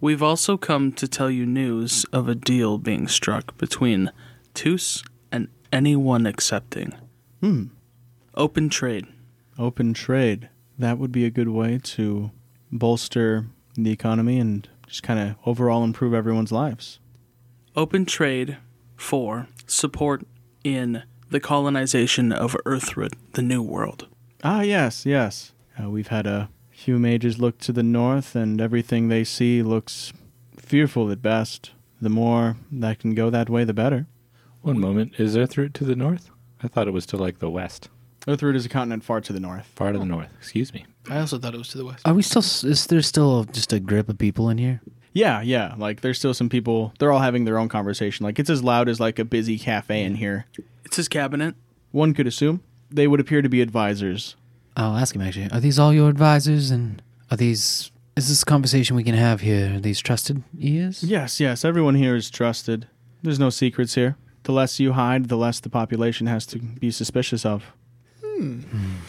We've also come to tell you news of a deal being struck between Toos and anyone accepting. Hmm. Open trade. Open trade. That would be a good way to bolster the economy and just kind of overall improve everyone's lives. Open trade for support in the colonization of Earthroot, the New World. Ah, yes, yes. Uh, we've had a few mages look to the north, and everything they see looks fearful at best. The more that can go that way, the better. one moment is earthroot to the north i thought it was to like the west Earthroot is a continent far to the north. far to the north excuse me I also thought it was to the west. Are we still? s- Is there still just a grip of people in here? Yeah, yeah. Like, there's still some people, they're all having their own conversation. Like, it's as loud as like a busy cafe in here. It's his cabinet. One could assume they would appear to be advisors. I'll ask him actually. Are these all your advisors, and are these? Is this a conversation we can have here? Are these trusted ears? Yes, yes. Everyone here is trusted. There's no secrets here. The less you hide, the less the population has to be suspicious of.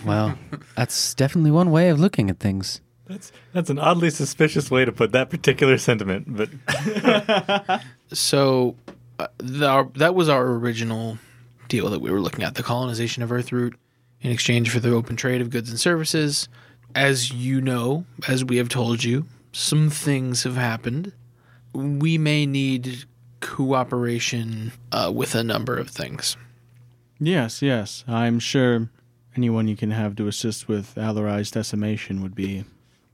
Well, that's definitely one way of looking at things. that's that's an oddly suspicious way to put that particular sentiment but So uh, the, our, that was our original deal that we were looking at the colonization of Earthroot in exchange for the open trade of goods and services. As you know, as we have told you, some things have happened. We may need cooperation uh, with a number of things. Yes, yes. I'm sure anyone you can have to assist with Alari's decimation would be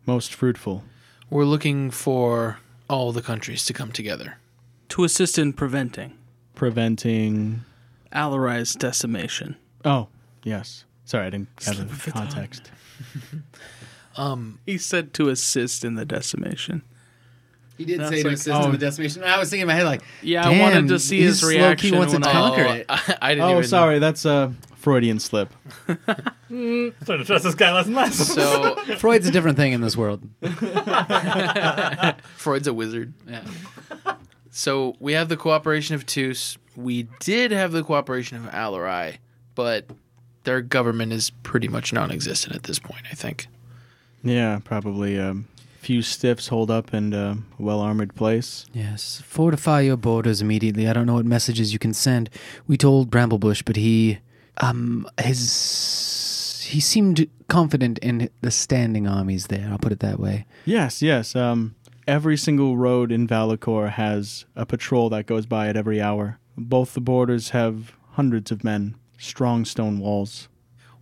most fruitful. We're looking for all the countries to come together. to assist in preventing Preventing. Alarize decimation. Oh, yes. Sorry, I didn't have the context. Um, He said to assist in the decimation. He did That's say to like- oh. assist in the decimation. I was thinking in my head like, Yeah, I wanted to see his reaction. He wants to when I- conquer oh, it. I, I didn't Oh, even sorry. That's a Freudian slip. starting to trust this guy less and less So Freud's a different thing in this world. Freud's a wizard. so we have the cooperation of Toos. We did have the cooperation of Alarai, but their government is pretty much non-existent at this point. I think. Yeah, probably a few stiffs hold up in a well armored place. Yes, fortify your borders immediately. I don't know what messages you can send. We told Bramblebush, but he, um, his, he seemed confident in the standing armies there. I'll put it that way. Yes, yes. Um, every single road in Valakor has a patrol that goes by at every hour. Both the borders have hundreds of men, strong stone walls.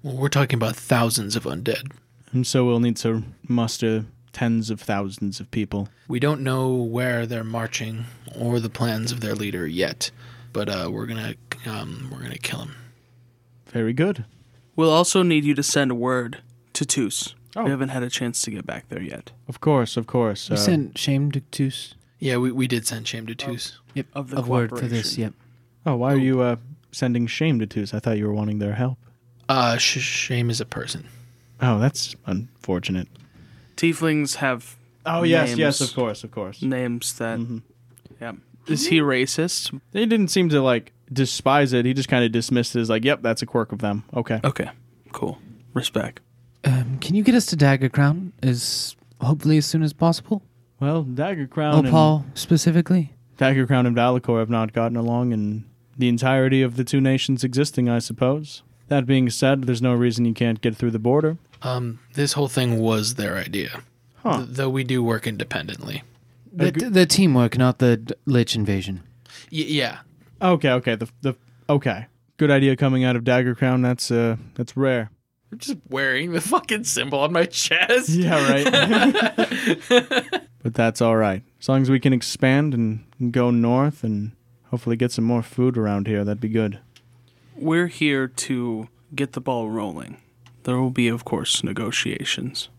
Well, we're talking about thousands of undead. And so we'll need to muster tens of thousands of people. We don't know where they're marching or the plans of their leader yet, but uh, we're gonna c- Um, we're gonna kill him. Very good. We'll also need you to send word to Toos. Oh. We haven't had a chance to get back there yet. Of course, of course. You uh, sent shame to Toos. Yeah, we, we did send Shame to Toos. Yep. Of the a word for this. cooperation. Yep. oh, why are you uh, sending shame to Toos? I thought you were wanting their help. Uh, sh- Shame is a person. Oh, that's unfortunate. Tieflings have Oh yes, yes, Names. of course, of course. names that. Yeah. Is he racist? They didn't seem to like despise it. He just kind of dismissed it as like, "Yep, that's a quirk of them." Okay. Uh, Okay. Cool. Respect. Um, can you get us to Dagger Crown as hopefully as soon as possible? Well, Dagger Crown, Oh, and, Paul specifically. Dagger Crown, and Valakor have not gotten along in the entirety of the two nations existing, I suppose. That being said, there's no reason you can't get through the border. Um, this whole thing was their idea, Huh. Th- though we do work independently. The, the teamwork, not the d- lich invasion. Y- yeah, Okay, okay, the the okay. Good idea coming out of Dagger Crown. That's uh, that's rare. I'm just wearing the fucking symbol on my chest. Yeah, right. but that's all right. As long as we can expand and go north and hopefully get some more food around here, that'd be good. We're here to get the ball rolling. There will be, of course, negotiations.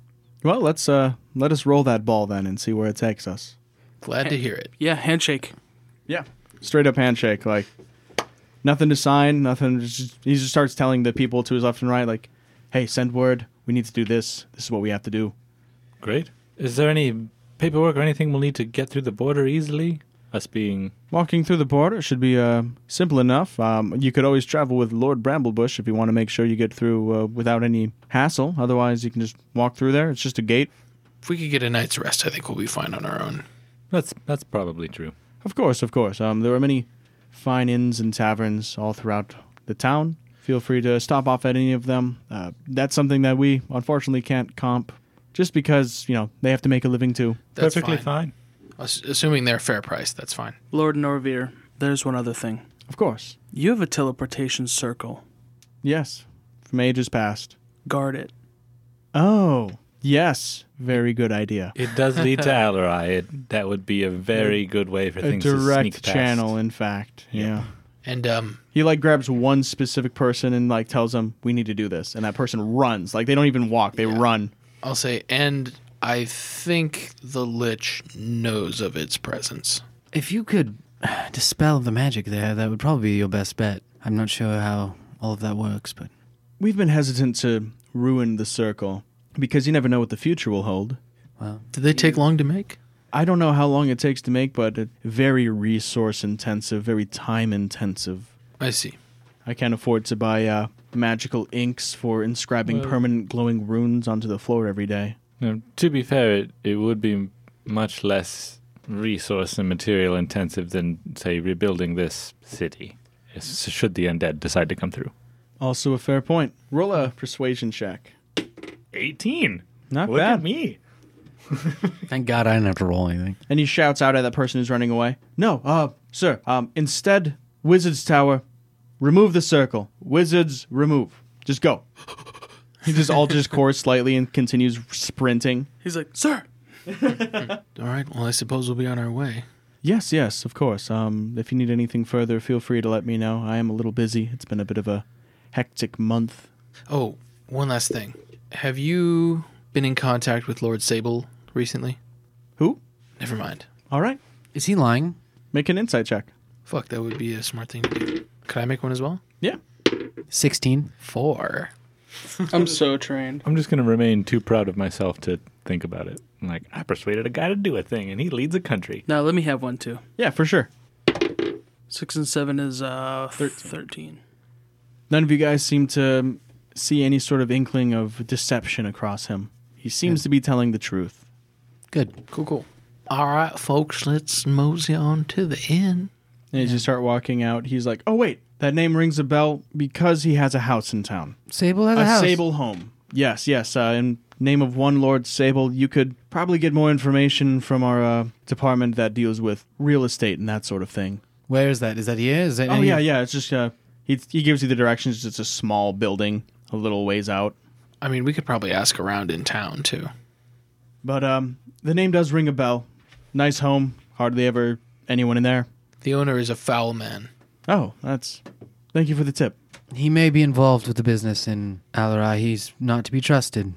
Well, let's uh let us roll that ball then and see where it takes us. Glad to hear it. Yeah, handshake. Yeah. Straight up handshake, like nothing to sign, nothing. Just, he just starts telling the people to his left and right, like, "Hey, send word. We need to do this. This is what we have to do." Great. Is there any paperwork or anything we'll need to get through the border easily? Us being Walking through the border should be uh, simple enough. Um, you could always travel with Lord Bramblebush if you want to make sure you get through uh, without any hassle. Otherwise, you can just walk through there. It's just a gate. If we could get a night's rest, I think we'll be fine on our own. that's that's probably true. Of course, of course. Um, there are many fine inns and taverns all throughout the town. Feel free to stop off at any of them. Uh, that's something that we unfortunately can't comp, just because you know they have to make a living too. That's Perfectly fine. fine. Ass- assuming they're fair price, that's fine. Lord Norvir, there's one other thing. Of course, You have a teleportation circle. yes. From ages past. Guard it. Oh, yes. Very good idea. It does lead to Alarai. It, that would be a very good way for A things to sneak direct past. channel, in fact. Yeah. And um, He like grabs one specific person and like tells them, "We need to do this," and that person runs. Like they don't even walk; they run. I'll say, and I think the Lich knows of its presence. If you could dispel the magic there, that would probably be your best bet. I'm not sure how all of that works, but We've been hesitant to ruin the circle because you never know what the future will hold. Did they take long to make? I don't know how long it takes to make, but it- very resource intensive, very time intensive. I see. I can't afford to buy uh, magical inks for inscribing permanent glowing runes onto the floor every day. Now, to be fair, it, it would be much less resource and material intensive than, say, rebuilding this city, s- should the undead decide to come through. Also, a fair point. Roll a persuasion check. 18. Not Look bad. at me. thank God I didn't have to roll anything. And he shouts out at that person who's running away. No, uh, sir. Um, instead, wizard's tower, remove the circle. Wizards, remove. Just go. He just alters his course slightly and continues sprinting. He's like, Sir! All right. Well, I suppose we'll be on our way. Yes, yes, of course. Um, if you need anything further, feel free to let me know. I am a little busy. It's been a bit of a hectic month. Oh, one last thing. Have you been in contact with Lord Sable recently? Who? Never mind. All right. Is he lying? Make an insight check. Fuck, that would be a smart thing to do. Could I make one as well? Yeah. 16. Four. I'm so trained. I'm just going to remain too proud of myself to think about it. I'm like, I persuaded a guy to do a thing, and he leads a country. Now, let me have one too. Yeah, for sure. Six and seven is uh, 13. None of you guys seem to um, see any sort of inkling of deception across him. He seems to be telling the truth. Good. Cool, cool. All right, folks, let's mosey on to the inn. And as you start walking out, he's like, "Oh wait, that name rings a bell because he has a house in town, Sable has a, a house. Sable home. Yes, yes. Uh, in name of one Lord Sable, you could probably get more information from our uh, department that deals with real estate and that sort of thing. Where is that? Is that here? Is that Oh any- yeah, yeah. It's just uh, he he gives you the directions. It's a small building, a little ways out. I mean, we could probably ask around in town too. But um, the name does ring a bell. Nice home. Hardly ever anyone in there. The owner is a foul man. Oh, that's Thank you for the tip. He may be involved with the business in Alarai. He's not to be trusted.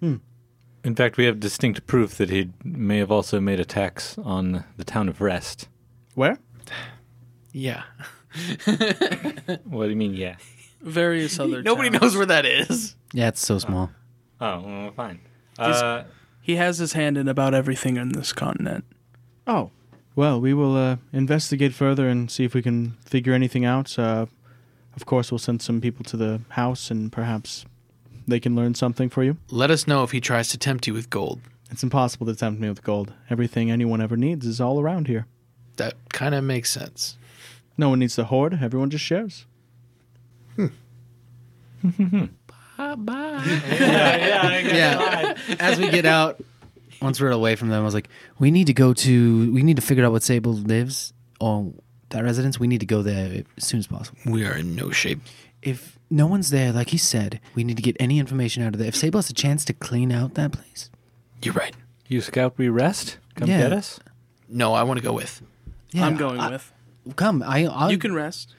In fact, we have distinct proof that he may have also made attacks on the town of Rest. Where? Yeah. What do you mean, yeah? Various other. Nobody towns. knows where that is. Yeah, it's so small. Oh, well, fine. He's- Uh, He has his hand in about everything on this continent. Oh, well, we will uh, investigate further and see if we can figure anything out. Uh, of course, we'll send some people to the house and perhaps they can learn something for you. Let us know if he tries to tempt you with gold. It's impossible to tempt me with gold. Everything anyone ever needs is all around here. That kind of makes sense. No one needs to hoard, everyone just shares. As we get out, once we're away from them, I was like, we need to go to, we need to figure out what Sable lives or that residence. We need to go there as soon as possible. We are in no shape. If no one's there, like he said, we need to get any information out of there. If Sable has a chance to clean out that place, You're right. you scout, we rest. Come Yeah. get us. No, I want to go with. yeah, I'm going I- with. Come, I. I'll, You can rest.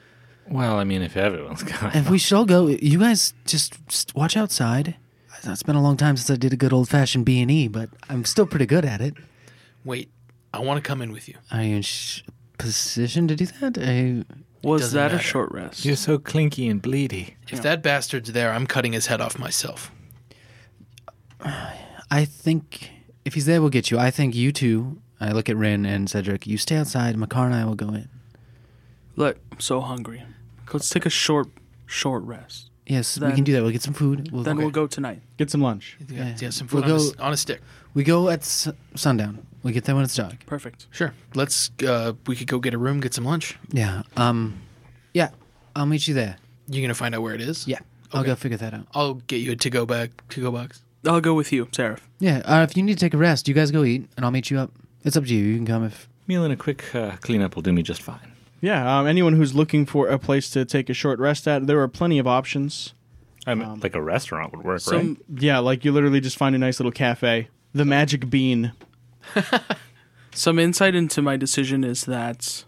Well, I mean, if everyone's gone. If we shall go, you guys just st- watch outside. It's been a long time since I did a good old fashioned B and E, but I'm still pretty good at it. Wait, I want to come in with you. Are you in sh- position to do that? Are you- Was Doesn't that matter. a short rest? You're so clinky and bleedy. If that bastard's there, I'm cutting his head off myself. I think if he's there, we'll get you. I think you two. I look at Rin and Cedric. You stay outside. Makar and I will go in. Look, I'm so hungry. Let's take a short, short rest. Yes, we Then- can do that. We'll get some food. We'll, Then we'll go tonight. Get some lunch. Yeah, Yeah. some food We'll on, a go- s- on a stick. we go at s- sundown. We get there when it's dark. Perfect. Sure. Let's. Uh, we could go get a room, get some lunch. Yeah. Um. Yeah. I'll meet you there. You gonna find out where it is? Yeah. I'll go figure that out. I'll get you a to go bag, to go box. I'll go with you, Seraph. Yeah. Uh, if you need to take a rest, you guys go eat, and I'll meet you up. It's up to you. You can come if Meal and a quick uh, cleanup will do me just fine. Yeah, um, anyone who's looking for a place to take a short rest at, there are plenty of options. I mean, like a restaurant would work, Some right? Yeah, like you literally just find a nice little cafe. The Magic Bean. some insight into my decision is that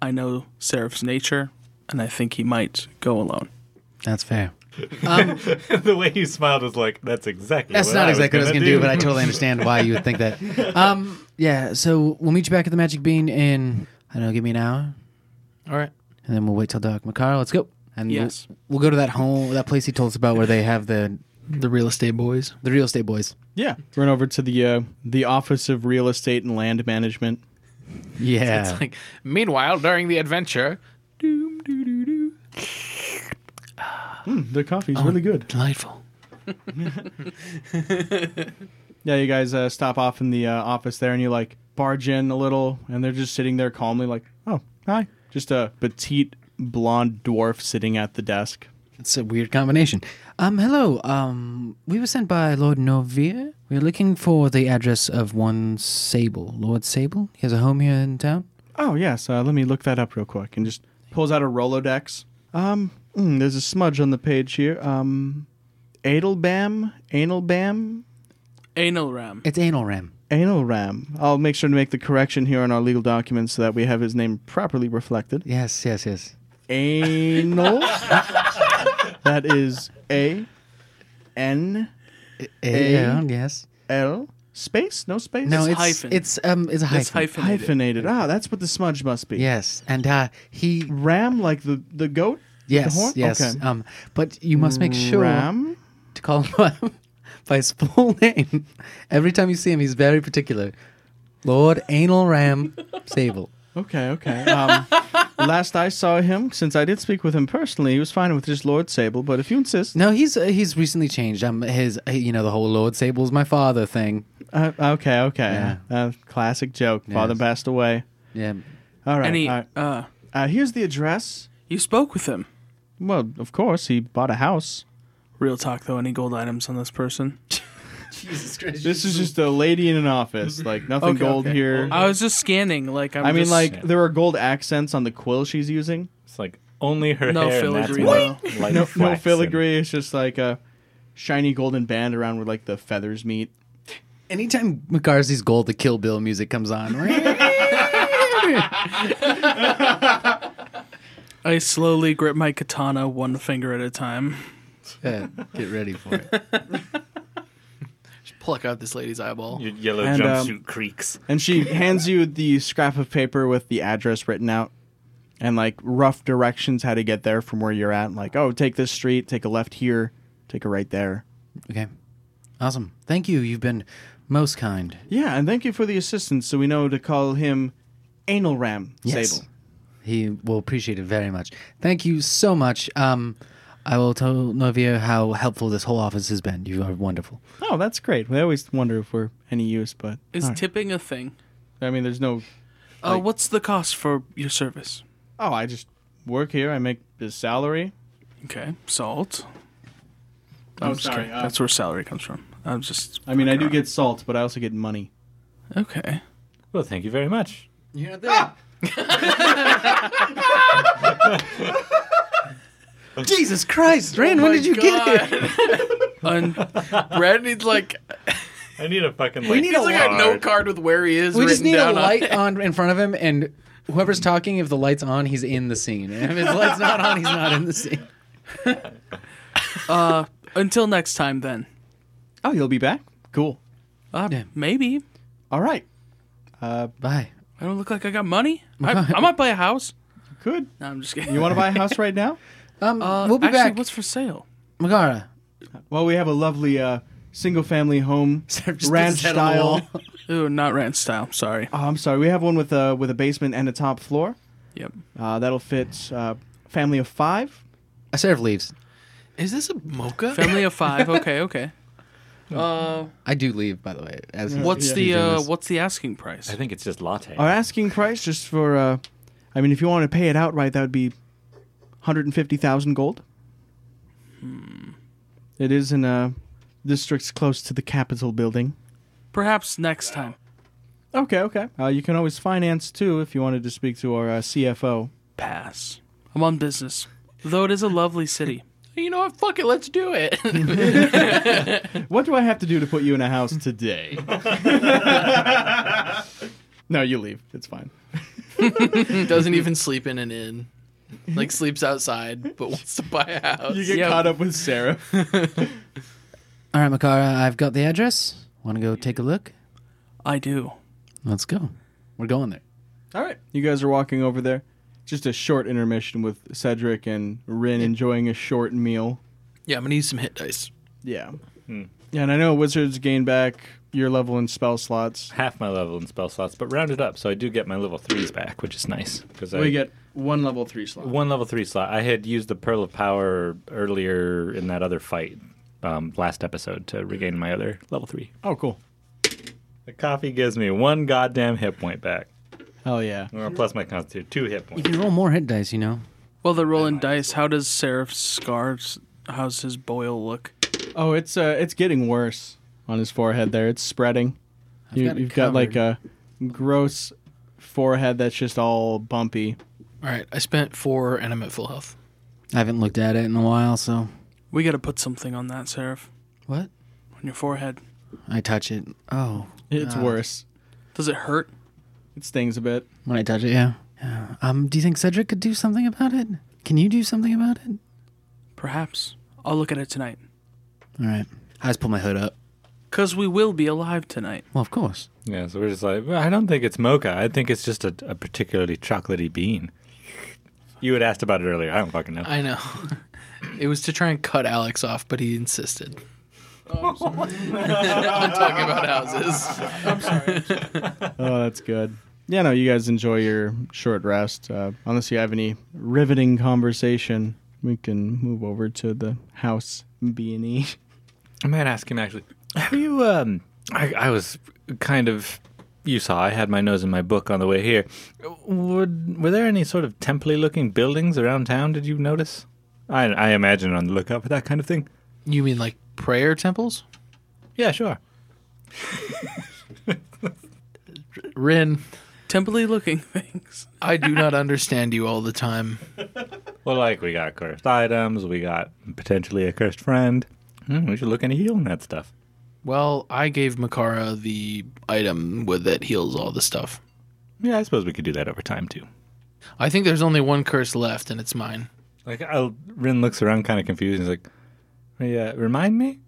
I know Seraph's nature, and I think he might go alone. that's fair. the way you smiled was like, that's exactly That's not exactly what I was gonna do, but I totally understand why you would think that. Um, yeah, so we'll meet you back at the Magic Bean in I don't know, give me an hour, All right. and then we'll wait till dark. Makara, let's go. And we'll- Yes. we'll, go to that home, that place he told us about where they have the The real estate boys. the real estate boys. Yeah, run over to the uh, the Office of Real Estate and Land Management. Yeah, Like, meanwhile, during the adventure, doom doo doo doo. Their coffee's really good. Delightful. Yeah, you guys uh, stop off in the uh, office there, and you like barge in a little, and they're just sitting there calmly, like, "Oh, hi." Just a petite blonde dwarf sitting at the desk. it's a weird combination. Um, hello. Um, we were sent by Lord Novia. We are looking for the address of one Sable, Lord Sable. He has a home here in town. Oh yes, uh, let me look that up real quick, and just pulls out a Rolodex. Um, mm, there's a smudge on the page here. Um, Adelbam, Analbam, Anal Ram. It's Anal Ram. Analram. I'll make sure to make the correction here on our legal documents so that we have his name properly reflected. Yes, yes, yes. anal. that is A N A- yes. L space, no space. No, It's it's hyphen. it's um it's a hyphen. It's hyphenated. hyphenated. Ah, that's what the smudge must be. Yes, and uh, he Ram like the the goat. yes horn? yes. Okay. Um, but you must make sure Ram. to call him by, by his full name every time you see him. He's very particular. Lord Anal Ram Sable. Okay, okay. Um, last I saw him, since I did speak with him personally, he was fine with just Lord Sable. But if you insist, No, he's uh, he's recently changed. Um, his uh, you know the whole Lord Sable's my father thing. uh, okay, okay. Uh, classic joke. Father Yes. passed away. Yeah, All right. And he, all right. uh, Uh, here's the address. you spoke with him. Well, of course, he bought a house. Real talk though. Any gold items on this person? This is just a lady in an office. Like nothing Okay, gold okay. here. I was just scanning. Like I'm I mean, just- like there are gold accents on the quill she's using. It's like only her No hair. filigree, And that's No, no filigree. It's just like a shiny golden band around where like the feathers meet. anytime Makar sees gold, the Kill Bill music comes on. I I slowly grip my katana one finger at a time. Yeah, get ready for it. Just pluck out this lady's eyeball. Your yellow And, um, jumpsuit creaks. And she hands you the scrap of paper with the address written out and like rough directions how to get there from where you're at. Like, oh, take this street, take a left here, take a right there. Okay. Awesome. Thank you. You've been most kind. Yeah, and thank you for the assistance. So we know to call him Anal Ram Yes. Sable. He will appreciate it very much. Thank you so much. Um, I will tell Novia how helpful this whole office has been. You are wonderful. Oh, that's great. We always wonder if we're any use, but Is all right. tipping a thing? I mean, there's no. Uh, Like- what's the cost for your service? Oh, I just work here. I make this salary. Okay, salt. I'm just sorry, kidding. uh, That's where salary comes from. I'm just. I mean, I do get salt, but I also get money. Okay. Well, thank you very much. You're not there. Jesus Christ, Rand, Oh when did you get here? Un- Brad needs like I need a fucking. We need he's a like a note card with where he is. We just written need a down on it. light on in front of him, and whoever's talking, if the light's on, he's in the scene. And if his light's not on, he's not in the scene. uh, until next time, then. Oh, you'll be back? Cool. Uh, Yeah. Maybe. All right. Bye. I don't look like I got money. I, I might buy a house. Good. No, I'm just kidding. You want to buy a house right now? Um, Uh, we'll be actually, back. What's for sale? Megara, Well, we have a lovely uh, single family home, just ranch puts his head on the style. wall. Ooh, not rent style. Sorry. Oh, I'm sorry. We have one with a with a basement and a top floor. Yep. Uh, that'll fit uh, family of five. a serve leaves. Is this a mocha? Family of five. Okay. Okay. Uh, I do leave, by the way. As he's- what's he's the doing uh, this. what's the asking price? I think it's just latte. Our asking price just for, uh, I mean, if you want to pay it outright, that would be 150,000 gold. Hmm. It is in a district's close to the Capitol building. Perhaps next time. Okay, okay. Uh, you can always finance too if you wanted to speak to our uh, CFO. Pass. I'm on business. Though it is a lovely city. You know what? Fuck it. Let's do it. What do I have to do to put you in a house today? no, you leave. It's fine. Doesn't even sleep in an inn. Like sleeps outside, but wants to buy a house. You get Yeah. caught up with Sarah. All right, Makara, I've got the address. Want to go take a look? I do. Let's go. We're going there. All right. You guys are walking over there. Just a short intermission with Cedric and Rin enjoying a short meal. yeah, I'm gonna use some hit dice. Yeah. Yeah, and I know wizards gain back your level in spell slots. half my level in spell slots, but rounded up, so I do get my level threes back, which is nice because I We get one level three slot. one level three slot. I had used the pearl of power earlier in that other fight, um, last episode, to regain my other level three. Oh, cool. The coffee gives me one goddamn hit point back, Hell yeah. Well, plus my constitution, two hit You points. can roll more hit dice, you know. Well, they're rolling dice. How does Seraph's scars? How's his boil look? Oh, it's uh, it's getting worse on his forehead there. It's spreading. You, got it you've got like a gross forehead that's just all bumpy. All right, I spent four and I'm at full health. I haven't looked at it in a while, so. We gotta put something on that, Seraph. What? On your forehead. I touch it. Oh. It's God. worse. Does it hurt? It stings a bit. When I touch it, yeah. Yeah. Um, do you think Cedric could do something about it? Can you do something about it? Perhaps. I'll look at it tonight. All right. I just pull my hood up. Cause we will be alive tonight. Well, of course. Yeah, so we're just like, well, I don't think it's mocha. I think it's just a, a particularly chocolatey bean. You had asked about it earlier. I don't fucking know. I know. it was to try and cut Alex off, but he insisted. I'm talking about houses. Oh, that's good. Yeah, no, you guys enjoy your short rest. Uh, unless you have any riveting conversation, we can move over to the house B and E. I might ask him actually. Have you? Um, I, I was kind of. You saw I had my nose in my book on the way here. Would, were there any sort of temply-looking buildings around town? Did you notice? I, I imagine on the lookout for that kind of thing. You mean like prayer temples? Yeah, sure. Rin, Templey looking things. I do not understand you all the time. Well, like we got cursed items, we got potentially a cursed friend. Hmm, we should look into healing that stuff. Well, I gave Makara the item with that heals all the stuff. Yeah, I suppose we could do that over time too. I think there's only one curse left, and it's mine. Like, i Rin looks around kind of confused. He's like, yeah, remind me?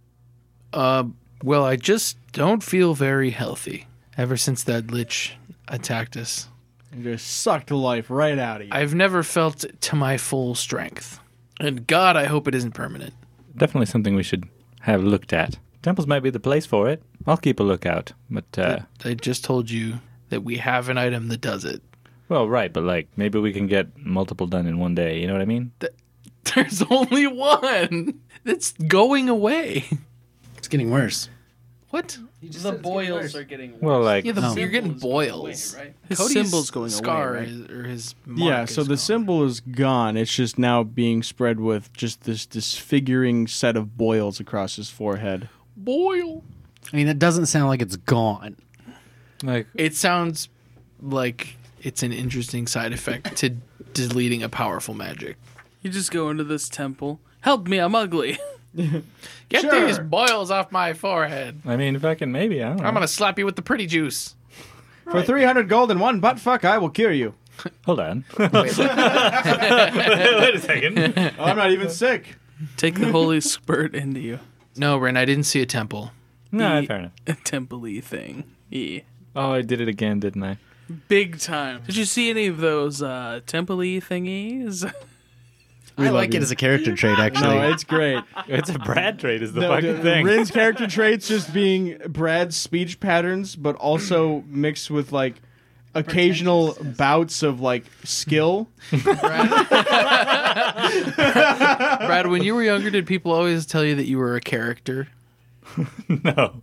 Uh, well, I just don't feel very healthy ever since that lich attacked us. You just sucked life right out of you. I've never felt to my full strength. And God, I hope it isn't permanent. Definitely something we should have looked at. Temples might be the place for it. I'll keep a lookout. But, uh, I just told you that we have an item that does it. well, right, but like, maybe we can get multiple done in one day. You know what I mean? There's only one that's going away. It's getting worse. What? The boils are getting worse. Well, like, Yeah, the, No. you're getting Wait, boils. right? His Cody's symbol's going scar away. Right? is- or his mark yeah, so is the gone. symbol is gone. It's just now being spread with just this disfiguring set of boils across his forehead. boil. I mean, it doesn't sound like it's gone. like, It sounds like it's an interesting side effect to deleting a powerful magic. You just go into this temple. Help me, I'm ugly. Get these boils off my forehead. I mean, fucking maybe. I don't know. I'm gonna slap you with the pretty juice. For 300 gold and one butt fuck, I will cure you. Hold on. Wait a second. Oh, I'm not even sick. Take the holy spurt into you. No, Ren, I didn't see a temple. No, fair enough. A temple-y thing. Yeah. Oh, I did it again, didn't I? Big time. Did you see any of those uh, temple-y thingies? I like it as a character trait, actually. No, it's great. It's a Brad trait, is the No, fucking dude, thing. Rin's character traits just being Brad's speech patterns, but also mixed with like occasional bouts of like skill. Brad, when you were younger, did people always tell you that you were a character? no.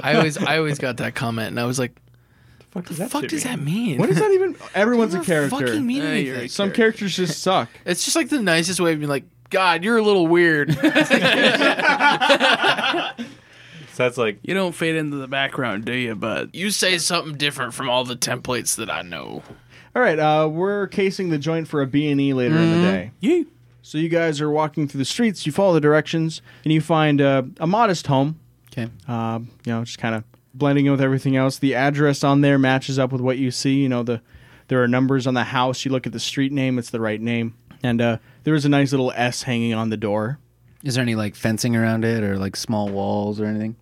I always, I always got that comment, and I was like, Fuck does "The that fuck shit does mean? that mean? What does that even? Everyone's a Doesn't character. Fucking mean Yeah, you're anything. a Some characters just suck. It's just like the nicest way of being like, God, you're a little weird. So that's like, You don't fade into the background, do you, bud? you say something different from all the templates that I know. All right, uh, we're casing the joint for a B&E later in the day. You. So you guys are walking through the streets, you follow the directions, and you find uh, a modest home. okay. Um, you know, just kind of blending in with everything else. The address on there matches up with what you see. You know, the there are numbers on the house. You look at the street name; it's the right name. And uh, there is a nice little S hanging on the door. Is there any like fencing around it or like small walls or anything?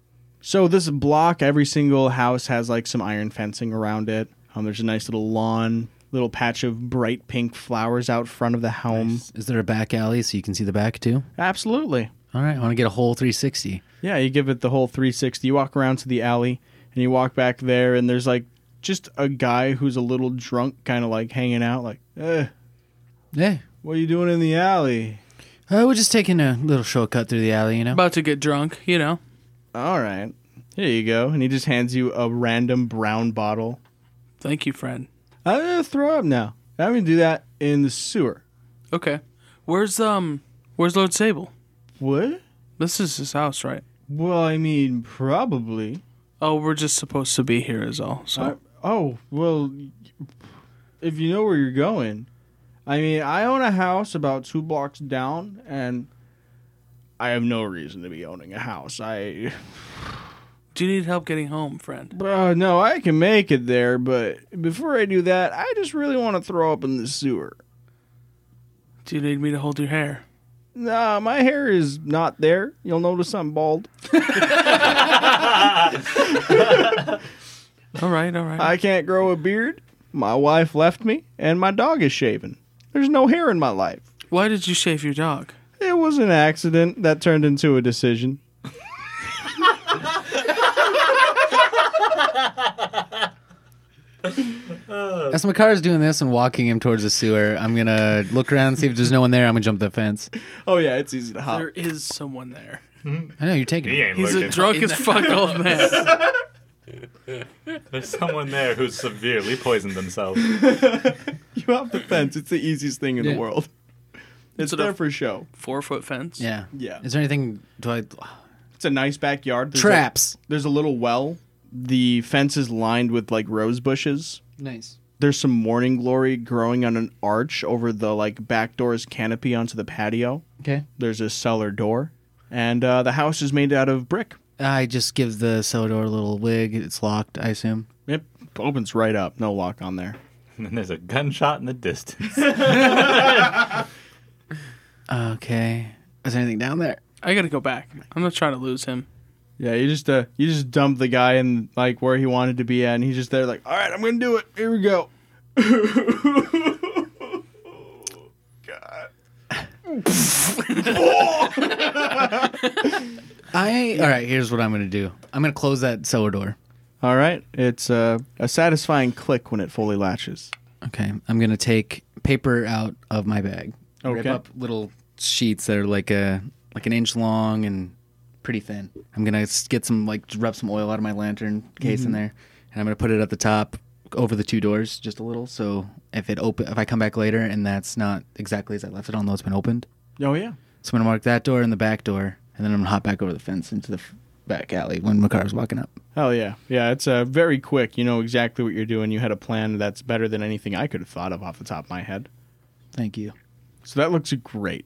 So this block, every single house has like some iron fencing around it. Um, there's a nice little lawn, little patch of bright pink flowers out front of the home. Is there a back alley so you can see the back too? Absolutely. All right, I want to get a whole 360. Yeah, you give it the whole 360. You walk around to the alley and you walk back there, and there's like just a guy who's a little drunk, kind of like hanging out, like, eh, Yeah. what are you doing in the alley? Uh, we're just taking a little shortcut through the alley, you know? About to get drunk, you know. All right, here you go. And he just hands you a random brown bottle. Thank you, friend. I'm gonna throw up now. I'm gonna do that in the sewer. Okay. Where's um where's Lord Sable? What? This is his house, right? Well, I mean, probably. Oh, we're just supposed to be here is all. So I- oh, well, if you know where you're going. I mean, I own a house about two blocks down, and I have no reason to be owning a house. I. do you need help getting home, friend? Uh, no, I can make it there, but before I do that, I just really want to throw up in the sewer. Do you need me to hold your hair? Nah, my hair is not there. You'll notice I'm bald. All right, all right. I can't grow a beard. My wife left me, and my dog is shaven. There's no hair in my life. Why did you shave your dog? It was an accident that turned into a decision. As my car is doing this and walking him towards the sewer, I'm going to look around and see if there's no one there. I'm going to jump the fence. Oh yeah, it's easy to hop. There is someone there. I know, you're taking it. He's a drunk as fuck old man. There's someone there who's severely poisoned themselves. You hop the fence. It's the easiest thing in Yeah. the world. It's It's there enough. for show. Four foot fence. Yeah. Yeah. Is there anything? Do I. It's a nice backyard. There's Traps. A, there's a little well. The fence is lined with like rose bushes. Nice. There's some morning glory growing on an arch over the like back door's canopy onto the patio. Okay. There's a cellar door, and uh, the house is made out of brick. I just give the cellar door a little wig. It's locked, I assume. It opens right up. No lock on there. And then there's a gunshot in the distance. Okay. Is there anything down there? I gotta go back. I'm not trying to lose him. Yeah, you just uh, you just dump the guy in like where he wanted to be at, and he's just there like, all right, I'm gonna do it. Here we go. I all right. Here's what I'm gonna do. I'm gonna close that cellar door. All right, it's uh, a satisfying click when it fully latches. Okay. I'm gonna take paper out of my bag. Rip Okay. up little sheets that are like a like an inch long and pretty thin. I'm gonna s- get some like rub some oil out of my lantern case in there, and I'm gonna put it at the top over the two doors just a little. So if it open, if I come back later and that's not exactly as I left it, I'll know it's been opened. Oh yeah. So I'm gonna mark that door and the back door, and then I'm gonna hop back over the fence into the f- back alley when Makar's walking up. Hell yeah. Yeah, it's uh, very quick. You know exactly what you're doing. You had a plan that's better than anything I could have thought of off the top of my head. Thank you. So that looks great.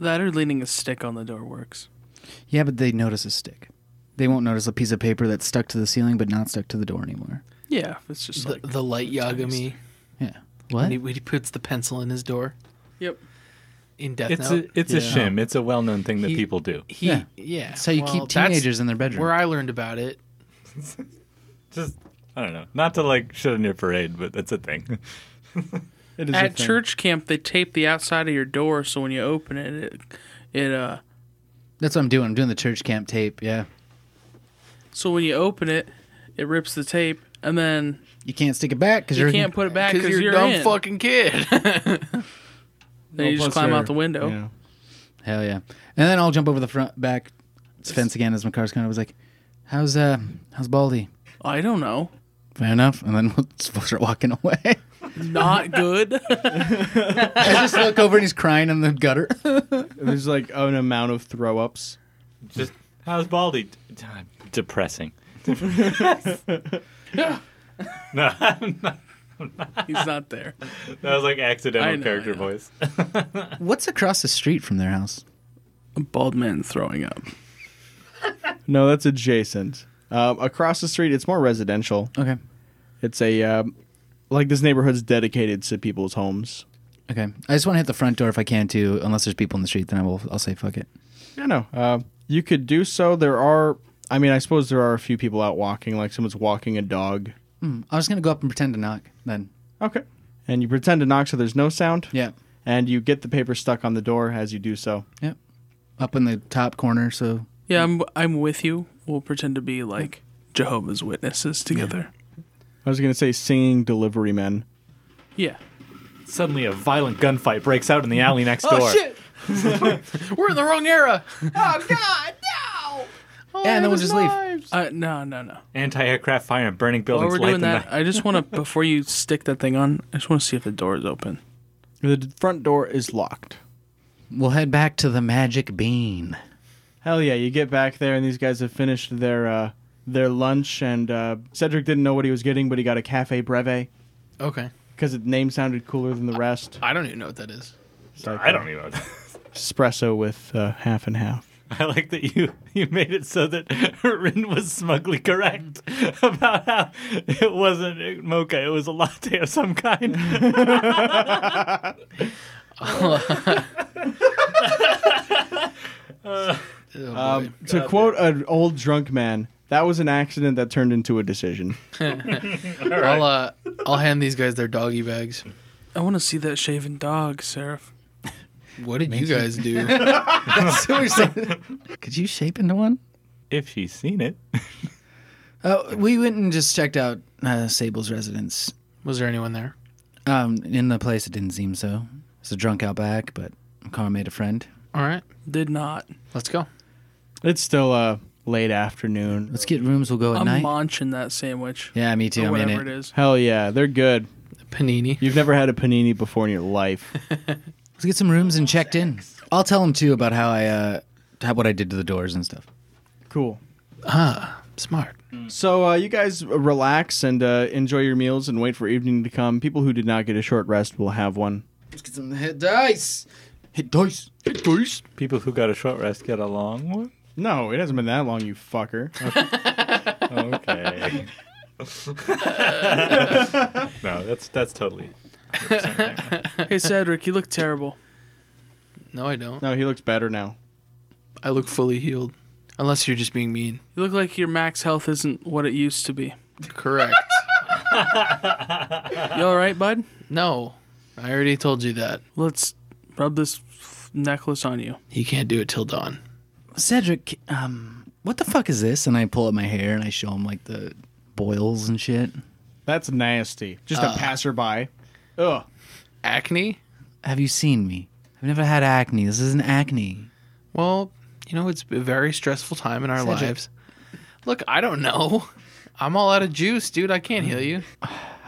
That or leaning a stick on the door works. Yeah, but they notice a stick. They won't notice a piece of paper that's stuck to the ceiling but not stuck to the door anymore. Yeah, it's just The, like the light Yagami. Yeah. When What? he, when he puts the pencil in his door. Yep. In Death it's a, Note. it's a Yeah. shim. It's a well known thing that He- people do. he, Yeah. yeah. So you Well, keep that's teenagers in their bedroom. Where I learned about it. Just I don't know. Not to like shit on your parade, but that's a thing. It is a At thing. church camp, they tape the outside of your door so when you open it, it, it uh, That's what I'm doing. I'm doing the church camp tape. Yeah. so when you open it, it rips the tape, and then You can't stick it back because you are can't put it back because Because you're, you're a dumb in. fucking kid. Then you Well, just Oh, plus climb they're- out the window. Yeah. Hell yeah. And then I'll jump over the front back fence again as my car's coming. I was like, "How's uh, how's Baldy?" I don't know. Fair enough. And then we'll start walking away. Not good. I just look over and he's crying in the gutter. There's like an amount of throw ups. Just how's Baldy? D- Depressing. no, I'm not- He's not there. that was like I accidental know, character I know. voice. What's across the street from their house? A bald man throwing up. No, that's adjacent. Um, across the street, it's more residential. Okay. It's a um, like this neighborhood's dedicated to people's homes. Okay. I just want to hit the front door if I can too. Unless there's people in the street, then I will. I'll say fuck it. Yeah, no. Uh, you could do so. There are, I mean, I suppose there are a few people out walking, like someone's walking a dog. I'm just gonna go up and pretend to knock. Then. Okay. And you pretend to knock so there's no sound. Yeah. And you get the paper stuck on the door as you do so. Yep. Up in the top corner. So. Yeah, I'm I'm with you. We'll pretend to be like Jehovah's Witnesses together. I was going to say singing delivery men. Yeah. Suddenly, a violent gunfight breaks out in the alley next Oh, door. We're in the wrong era. Oh, and then we'll just leave. Uh, no, no, no. Anti-aircraft fire and burning While buildings. we're light doing the that, night. I just want to before you stick that thing on. I just want to see if the door is open. The d- front door is locked. We'll head back to the magic bean. Hell yeah, you get back there and these guys have finished their uh, their lunch and uh, Cedric didn't know what he was getting, but he got a cafe breve Okay. because the name sounded cooler than the rest. I don't even know what that is. It's like I don't even. know. espresso with uh, half and half. I like that you you made it so that Rin was smugly correct about how it wasn't mocha. It was a latte of some kind. Oh, boy. Um, to quote an old drunk man, that was an accident that turned into a decision. I'll uh, I'll hand these guys their doggy bags. I want to see that shaven dog, Seraph. What did you guys do? Could you shape into one? If she's seen it, Uh, we went and just checked out uh, Sable's residence. Was there anyone there? Um, in the place, it didn't seem so. It's a drunk out back, but Car made a friend. All right, Did not. let's go. It's still uh, late afternoon. Let's get rooms. We'll go at I'm night. munching that sandwich. yeah, me too. or I'm in whatever it. it is. Hell yeah, they're good. Panini. You've never had a panini before in your life. Let's get some rooms and checked in. I'll tell him too about how I uh, how, what I did to the doors and stuff. Cool. Smart. So uh, you guys relax and uh, enjoy your meals and wait for evening to come. People who did not get a short rest will have one. Let's get some hit dice. Hit dice. people who got a short rest get a long one. No, it hasn't been that long, you fucker. Okay. No, that's that's totally. Hey, Cedric, you look terrible. No, I don't. No, he looks better now. I look fully healed. Unless you're just being mean. You look like your max health isn't what it used to be. Correct. You all right, bud? no, I already told you that. Let's rub this f- necklace on you. He can't do it till dawn. Cedric, um, what the fuck is this? And I pull up my hair and I show him like the boils and shit. That's nasty. Just a passerby. Ugh. Acne? Have you seen me? I've never had acne. This isn't acne. Well, you know, it's a very stressful time in our Cedric. lives. Look, I don't know. I'm all out of juice, dude. I can't heal you.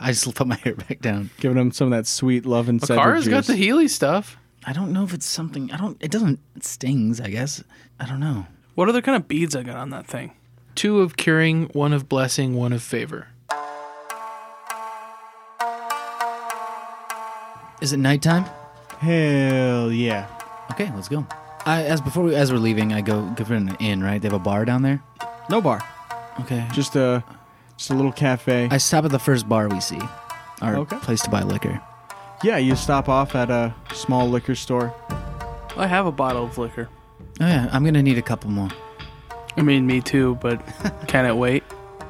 I just put my hair back down. Giving him some of that sweet love and Makara's got the Healy stuff. I don't know if it's something. I don't. It doesn't. It stings. I guess. I don't know. What other kind of beads I got on that thing? Two of curing, one of blessing, one of favor. Is it nighttime? Hell yeah. Okay, let's go. I, as before, we, as we're leaving, I go give her an inn. Right? They have a bar down there. No bar. Okay. Just a just a little cafe. I stop at the first bar we see, our Okay. place to buy liquor. yeah, you stop off at a small liquor store. I have a bottle of liquor. Oh yeah, I'm gonna need a couple more. I mean, me too, but can it wait?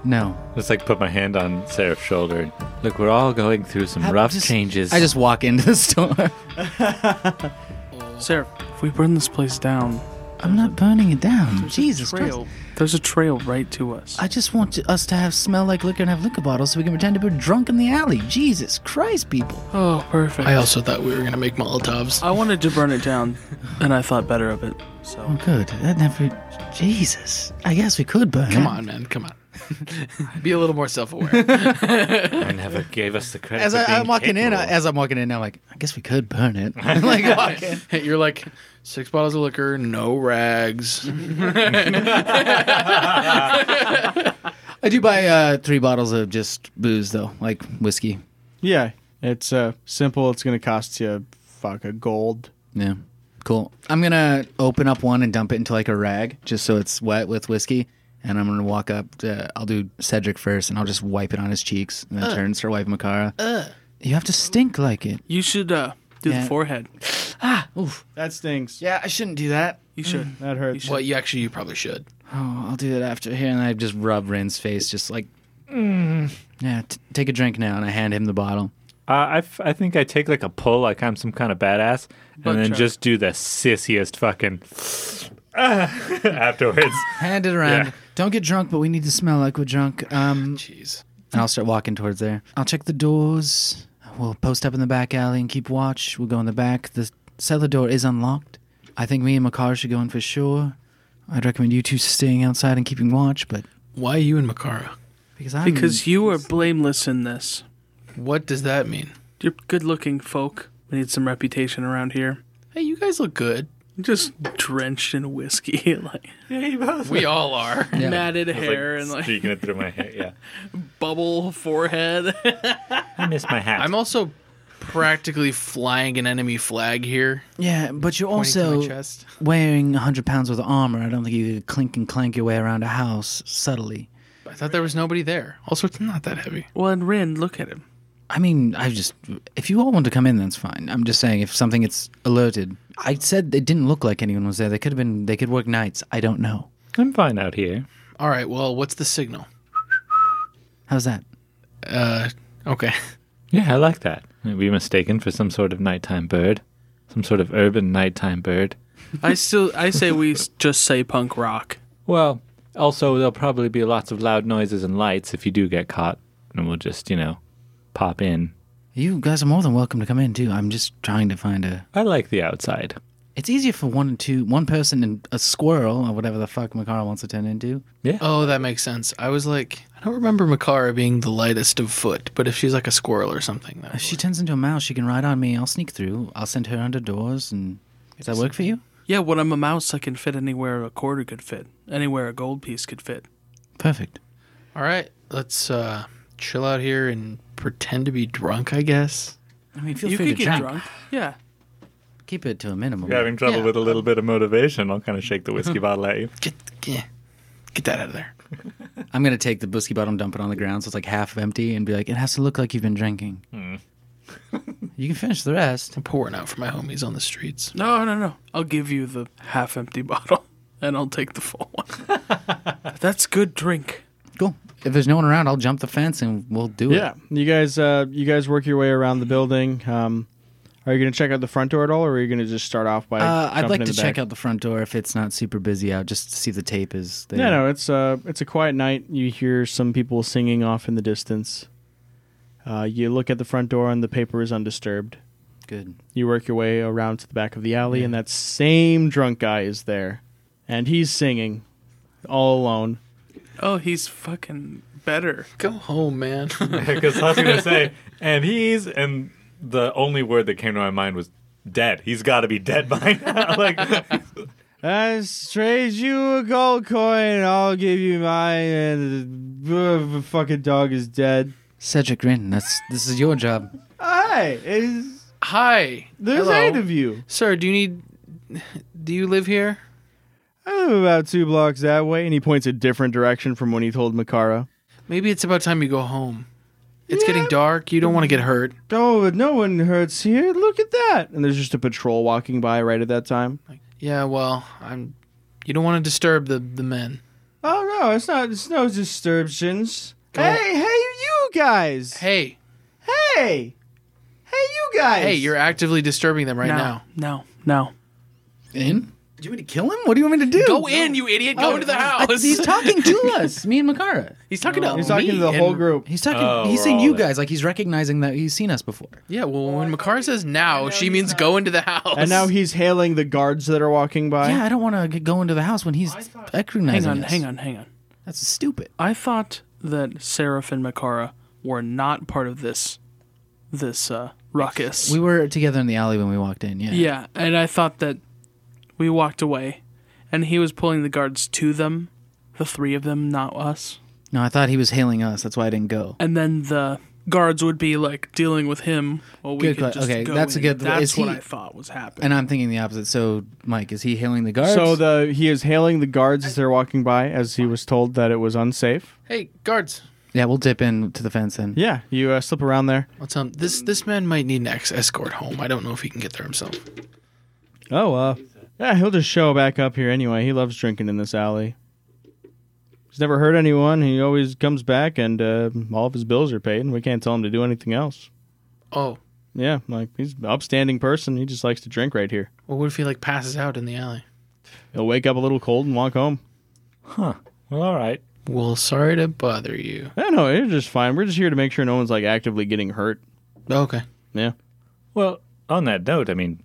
No, Just like put my hand on Seraph's shoulder. Look, we're all going through some I rough just- changes. I just walk into the store. Seraph, if we burn this place down, I'm not burning it down. Jesus Christ. trail. There's a trail right to us. I just want to, us to have smell like liquor and have liquor bottles so we can pretend to be drunk in the alley. Jesus Christ, people. oh, perfect. I also thought we were going to make Molotovs. I wanted to burn it down, and I thought better of it. So Oh, good. That never. Jesus. I guess we could burn. Come on, man. Come on. Be a little more self aware. I never gave us the credit. As for I, being I'm walking in, capable. I, as I'm walking in, I'm like, I guess we could burn it. like, walk in. You're like six bottles of liquor, no rags. I do buy uh, three bottles of just booze though, like whiskey. Yeah, it's uh, simple. It's gonna cost you fuck a gold. Yeah. Cool. I'm gonna open up one and dump it into like a rag, just so it's wet with whiskey. And I'm gonna walk up. To, I'll do Cedric first, and I'll just wipe it on his cheeks, and then turn and start wiping Makara. You have to stink like it. you should uh, do Yeah. the forehead. That stings. Yeah, I shouldn't do that. You should. Mm-hmm. That hurts. Well, you actually, you probably should. Oh, I'll do that after here, and I just rub Ren's face, just like. Mm. Yeah, t- take a drink now, and I hand him the bottle. Uh, I, f- I think I take like a pull, like I'm some kind of badass, Butt and then chug. just do the sissiest fucking afterwards. Hand it around. Yeah. Don't get drunk, but we need to smell like we're drunk. Um, Jeez. And I'll start walking towards there. I'll check the doors. We'll post up in the back alley and keep watch. We'll go in the back. The cellar door is unlocked. I think me and Makar should go in for sure. I'd recommend you two staying outside and keeping watch, but Why you and Makara? because I'm Because you are blameless in this. What does that mean? You're good looking folk. We need some reputation around here. Hey, you guys look good. Just drenched in whiskey, like We all are. matted hair Like, and like streaking it through my hair. Yeah, bubble forehead. I miss my hat. I'm also practically flying an enemy flag here. yeah, but you're pointing to my also chest. wearing 100 pounds worth of armor. I don't think you could clink and clank your way around a house subtly. I thought there was nobody there. Also, it's not that heavy. well, and Rin, look at him. I mean, I just if you all want to come in, that's fine. I'm just saying if something gets alerted. I said it didn't look like anyone was there. They could have been. They could work nights. I don't know. I'm fine out here. All right. Well, what's the signal? How's that? Uh, okay. Yeah, I like that. I'd be mistaken for some sort of nighttime bird, some sort of urban nighttime bird. I still, I say we s- just say punk rock. Well, also there'll probably be lots of loud noises and lights if you do get caught, and we'll just you know pop in. You guys are more than welcome to come in too. I'm just trying to find a. I like the outside. It's easier for one and two, one person and a squirrel or whatever the fuck Makara wants to turn into. Oh, that makes sense. I was like, I don't remember Makara being the lightest of foot, but if she's like a squirrel or something, If that she turns into a mouse, she can ride on me. I'll sneak through. I'll send her under doors. And does that work for you? Yeah, when I'm a mouse, I can fit anywhere a quarter could fit, anywhere a gold piece could fit. Perfect. All right. Let's uh chill out here and pretend to be drunk. I guess. I mean, feel you free could get to drink. drunk. Yeah, Keep it to a minimum. trouble with a little bit of motivation, I'll kind of shake the whiskey bottle at you. Get yeah, get that out of there. I'm gonna take the whiskey bottle and dump it on the ground so it's like half empty and be like, it has to look like you've been drinking. Hmm. you can finish the rest. I'm pouring out for my homies on the streets. No, no, no. I'll give you the half empty bottle and I'll take the full one. That's good drink. Cool. If there's no one around, I'll jump the fence and we'll do it. Mm-hmm. Yeah, you guys, uh, you guys work your way around the building. Um, are you going to check out the front door at all, or are you going to just start off by? Uh, I'd jumping like in to the check back? out the front door if it's not super busy out, just to see if the tape is there. No, no, it's uh, it's a quiet night. You hear some people singing off in the distance. Uh, you look at the front door, and the paper is undisturbed. Good. You work your way around to the back of the alley, and that same drunk guy is there, and he's singing, all alone. Oh, he's fucking better. Go home, man. Because I was gonna say, and he's and the only word that came to my mind was dead. He's got to be dead by now. like, Let's trade you a gold coin. I'll give you mine. And the b- fucking dog is dead. Cedric Rin, that's this is your job. Hi, Oh, is Hi. there's Hello. eight of you. Sir, do you need. Do you live here? I live about two blocks that way, and he points a different direction from when he told Makara. Maybe it's about time you go home. It's getting dark. You don't want to get hurt. Oh, but no one hurts here. Look at that. And there's just a patrol walking by right at that time. Yeah, well, I'm. You don't want to disturb the, the men. Oh no, it's not. It's no disturbance. Hey, hey, you guys. Hey, hey, hey, you guys. hey, you're actively disturbing them right now. No, no. In? Do you want me to kill him? What do you want me to do? Go in, you idiot. Oh, Go into the house. He's talking to us, me and Makara. He's talking to He's talking to the whole group. He's talking. Oh, he's we're saying all you there. guys, like he's recognizing that he's seen us before. Yeah, well, when Makar says now, she means go into the house. And now he's hailing the guards that are walking by. Yeah, I don't want to go into the house when he's recognizing Hang on, us. hang on, hang on. That's stupid. I thought that Seraph and Makara were not part of this this uh, ruckus. We were together in the alley when we walked in. Yeah. yeah, and I thought that we walked away and he was pulling the guards to them, the three of them, not us. No, I thought he was hailing us. That's why I didn't go. And then the guards would be like dealing with him while we Good could que- just okay, go that's a in. good- That's is what he- I thought was happening. And I'm thinking the opposite. So, Mike, is he hailing the guards? So the he is hailing the guards as they're walking by, as he was told that it was unsafe. hey, guards. yeah, we'll dip in to the fence then. Yeah, you uh, slip around there. What's up? This this man might need an ex- escort home. I don't know if he can get there himself. Oh, uh, yeah, he'll just show back up here anyway. He loves drinking in this alley. He's never hurt anyone. He always comes back, and uh, all of his bills are paid, and we can't tell him to do anything else. Oh, Yeah, like he's an upstanding person. He just likes to drink right here. well, what if he like passes out in the alley? He'll wake up a little cold and walk home. well, all right. Well, sorry to bother you. I don't know. It's just fine. We're just here to make sure no one's like actively getting hurt. Oh, Okay. Yeah. Well, on that note, I mean,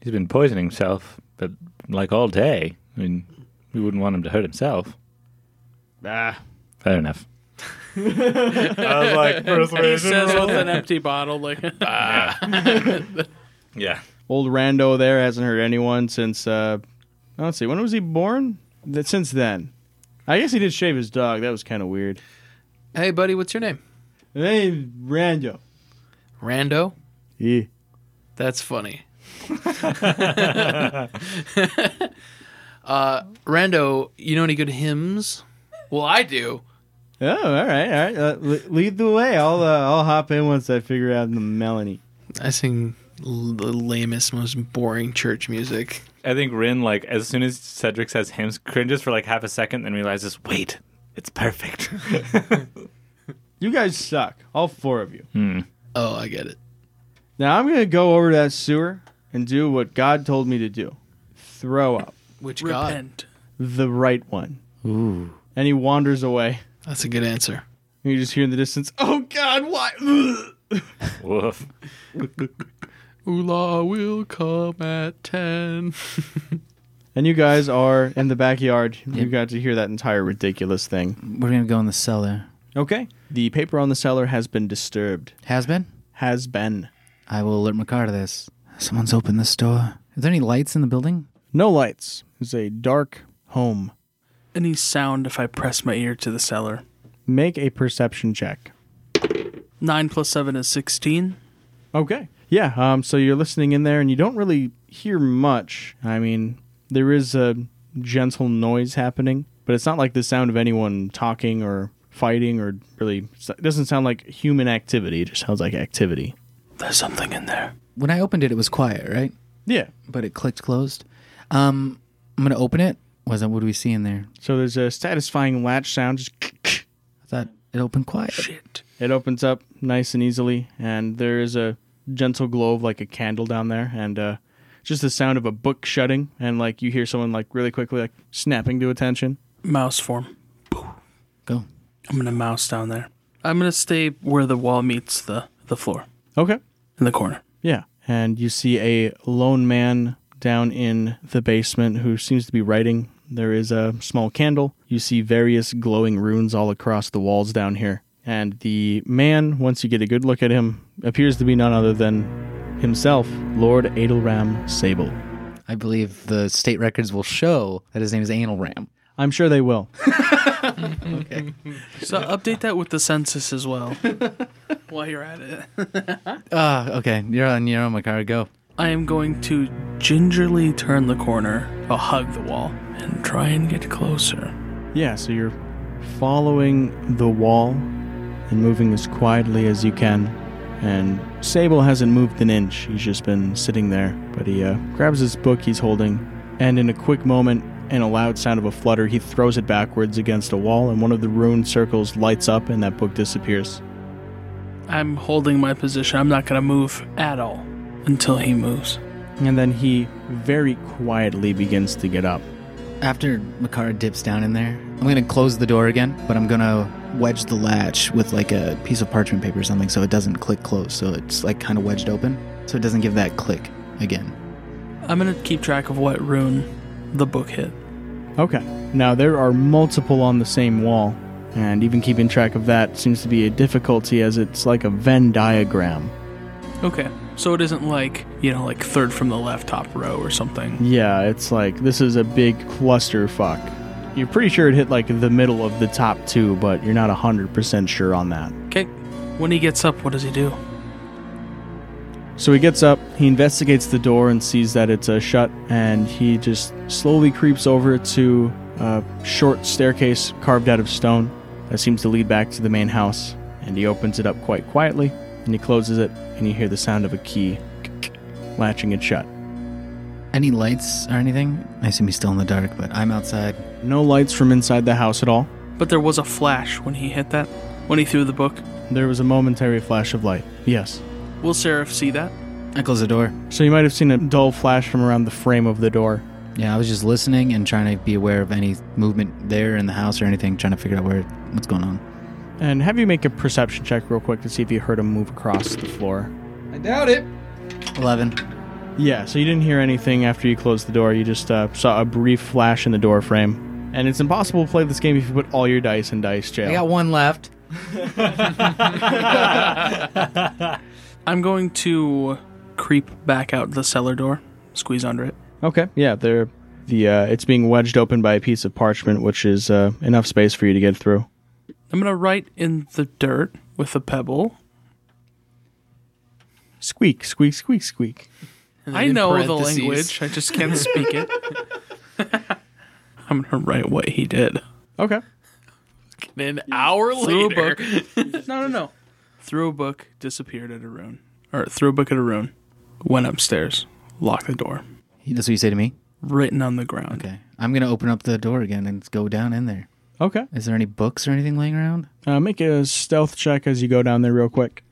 he's been poisoning himself, but like all day. I mean, we wouldn't want him to hurt himself. Ah. Fair enough. I was like, he persuasion. says with an empty bottle, like Yeah. Old Rando there hasn't hurt anyone since. Uh, let's see. When was he born? That since then. I guess he did shave his dog. That was kind of weird. Hey, buddy, what's your name? Hey, Rando. Rando. Yeah. That's funny. uh, Rando, you know any good hymns? Well, I do. Oh, all right, all right. Uh, le- lead the way. I'll uh, I'll hop in once I figure out the melody. I sing l- the lamest, most boring church music. I think Rin, like, as soon as Cedric says hymns, cringes for like half a second, then realizes, wait, it's perfect. You guys suck, all four of you. Oh, I get it. Now I'm gonna go over to that sewer and do what God told me to do: throw up Which god? repent. the right one. Ooh. And he wanders away. That's a good answer. And you just hear in the distance, "Oh God, why?" Woof. Ula will come at ten. And you guys are in the backyard. You got to hear that entire ridiculous thing. We're gonna go in the cellar. Okay. The paper on the cellar has been disturbed. Has been. Has been. I will alert Makar to this. Someone's opened this door. Is there any lights in the building? No lights. It's a dark home. Any sound if I press my ear to the cellar. Make a perception check. Nine plus seven is sixteen. Okay. Yeah. Um. So you're listening in there, and you don't really hear much. I mean, there is a gentle noise happening, but but it's not like the sound of anyone talking or fighting or really. It doesn't sound like human activity. It just sounds like activity. There's something in there. When I opened it, it was quiet, right? Yeah. But it clicked closed. Um, I'm gonna open it. Was that what do we see in there? So there's a satisfying latch sound. Just I thought it opened quiet. Shit. It opens up nice and easily, and there is a gentle glow of like a candle down there, and uh, just the sound of a book shutting, and like you hear someone like really quickly like snapping to attention. Mouse form. Go. I'm gonna mouse down there. I'm gonna stay where the wall meets the the floor Okay. in the corner. Yeah. And you see a lone man down in the basement who seems to be writing. There is a small candle. You see various glowing runes all across the walls down here. And the man, once you get a good look at him, appears to be none other than himself, Lord Adelram Sable. I believe the state records will show that his name is Anal Ram. I'm sure they will. So update that with the census as well. While you're at it, Ah, okay. You're on your own, Makara. Go. I am going to gingerly turn the corner. I'll hug the wall and try and get closer. Yeah, so you're following the wall and moving as quietly as you can. And Sable hasn't moved an inch. He's just been sitting there. But he uh, grabs his book he's holding, and in a quick moment and a loud sound of a flutter, he throws it backwards against a wall, and one of the rune circles lights up, and that book disappears. I'm holding my position. I'm not gonna move at all until he moves. And then he very quietly begins to get up. After Makara dips down in there, I'm gonna close the door again, but I'm gonna wedge the latch with like a piece of parchment paper or something so it doesn't click close. So it's like kind of wedged open, so it doesn't give that click again. I'm gonna keep track of what rune the book hit. Okay. Now, there are multiple on the same wall, and even keeping track of that seems to be a difficulty as it's like a Venn diagram. Okay, so it isn't like you know, like third from the left top row or something. Yeah, it's like this is a big clusterfuck. You're pretty sure it hit like the middle of the top two, but you're not 100% sure on that. Okay, when he gets up, what does he do? So he gets up, he investigates the door and sees that it's uh, shut, and he just slowly creeps over to a short staircase carved out of stone that seems to lead back to the main house. And he opens it up quite quietly, and he closes it, and you hear the sound of a key latching it shut. Any lights or anything? I assume he's still in the dark, but I'm outside. No lights from inside the house at all. But there was a flash when he hit that, when he threw the book. There was a momentary flash of light. Yes. Will Seraph see that? I close the door. So you might have seen a dull flash from around the frame of the door. Yeah, I was just listening and trying to be aware of any movement there in the house or anything, trying to figure out where what's going on. And have you make a perception check real quick to see if you heard him move across the floor. I doubt it. Eleven. Yeah, so you didn't hear anything after you closed the door. You just uh, saw a brief flash in the door frame. And it's impossible to play this game if you put all your dice in dice jail. I got one left. I'm going to creep back out the cellar door, squeeze under it. Okay. Yeah, they're the uh, it's being wedged open by a piece of parchment, which is uh, enough space for you to get through. I'm gonna write in the dirt with a pebble. Squeak, squeak, squeak, squeak. I know the parentheses. language, I just can't speak it. I'm gonna write what he did. Okay. An hour Threw later. a book. no, no, no. Threw a book, disappeared at a rune. Or threw a book at a rune, went upstairs, locked the door, That's what you say to me. written on the ground. Okay, I'm gonna open up the door again and go down in there. Okay. Is there any books or anything laying around? Uh, make a stealth check as you go down there real quick.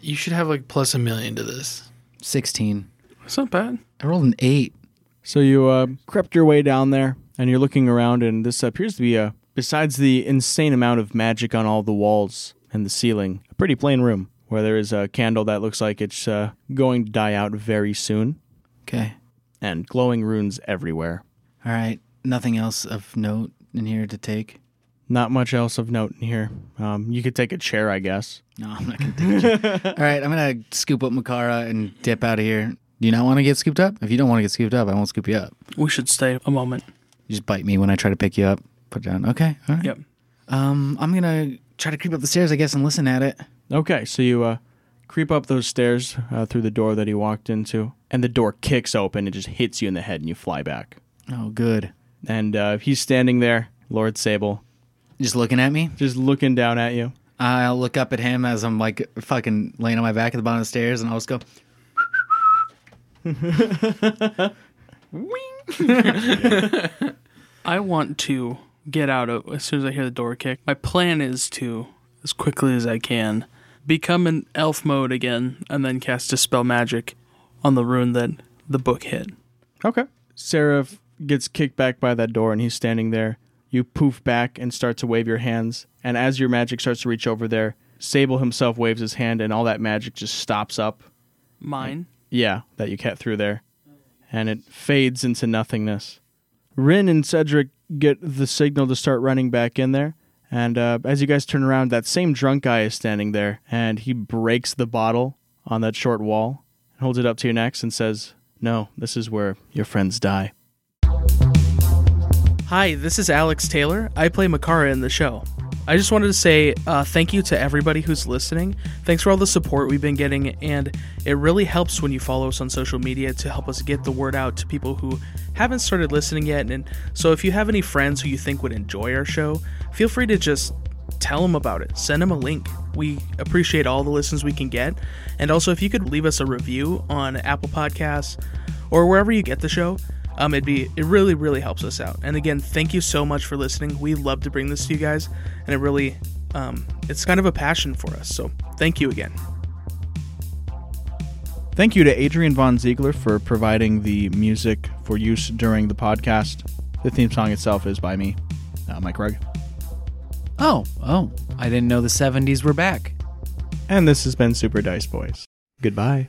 You should have like plus a million to this. Sixteen. It's not bad. I rolled an eight. So you uh, crept your way down there, and you're looking around, and this appears to be a, besides the insane amount of magic on all the walls and the ceiling, a pretty plain room where there is a candle that looks like it's uh, going to die out very soon, Okay. and glowing runes everywhere. All right. Nothing else of note in here to take. Not much else of note in here. Um, you could take a chair, I guess. No, I'm not gonna take it. All right, I'm gonna scoop up Makara and dip out of here. Do you not want to get scooped up? If you don't want to get scooped up, I won't scoop you up. We should stay a moment. You just bite me when I try to pick you up. Put it down. Okay. All right. Yep. Um, I'm gonna try to creep up the stairs, I guess, and listen at it. Okay, so you uh, creep up those stairs uh, through the door that he walked into, and the door kicks open. It just hits you in the head, and you fly back. Oh, good. And uh, he's standing there, Lord Sable, Just looking at me. just looking down at you. I'll look up at him as I'm like fucking laying on my back at the bottom of the stairs, and I'll just go. I want to get out of, as soon as I hear the door kick. My plan is to, as quickly as I can, become in elf mode again and then cast Dispel Magic on the rune that the book hit. Okay. Seraph gets kicked back by that door and he's standing there. You poof back and start to wave your hands. And as your magic starts to reach over there, Sable himself waves his hand and all that magic just stops up. Mine. Yeah, that you cut through there. And it fades into nothingness. Rin and Cedric get the signal to start running back in there. And uh, as you guys turn around, that same drunk guy is standing there and he breaks the bottle on that short wall and holds it up to your necks and says, No, this is where your friends die. Hi, this is Alex Taylor. I play Makara in the show. I just wanted to say uh, thank you to everybody who's listening. Thanks for all the support we've been getting, and it really helps when you follow us on social media to help us get the word out to people who haven't started listening yet. And so, if you have any friends who you think would enjoy our show, feel free to just tell them about it. Send them a link. We appreciate all the listens we can get. And also, if you could leave us a review on Apple Podcasts or wherever you get the show, um, it'd be it really really helps us out. And again, thank you so much for listening. We love to bring this to you guys, and it really um, it's kind of a passion for us. So thank you again. Thank you to Adrian Von Ziegler for providing the music for use during the podcast. The theme song itself is by me, uh, Mike Rugg. Oh, oh, I didn't know the 70s were back. And this has been Super Dice Boys. Goodbye.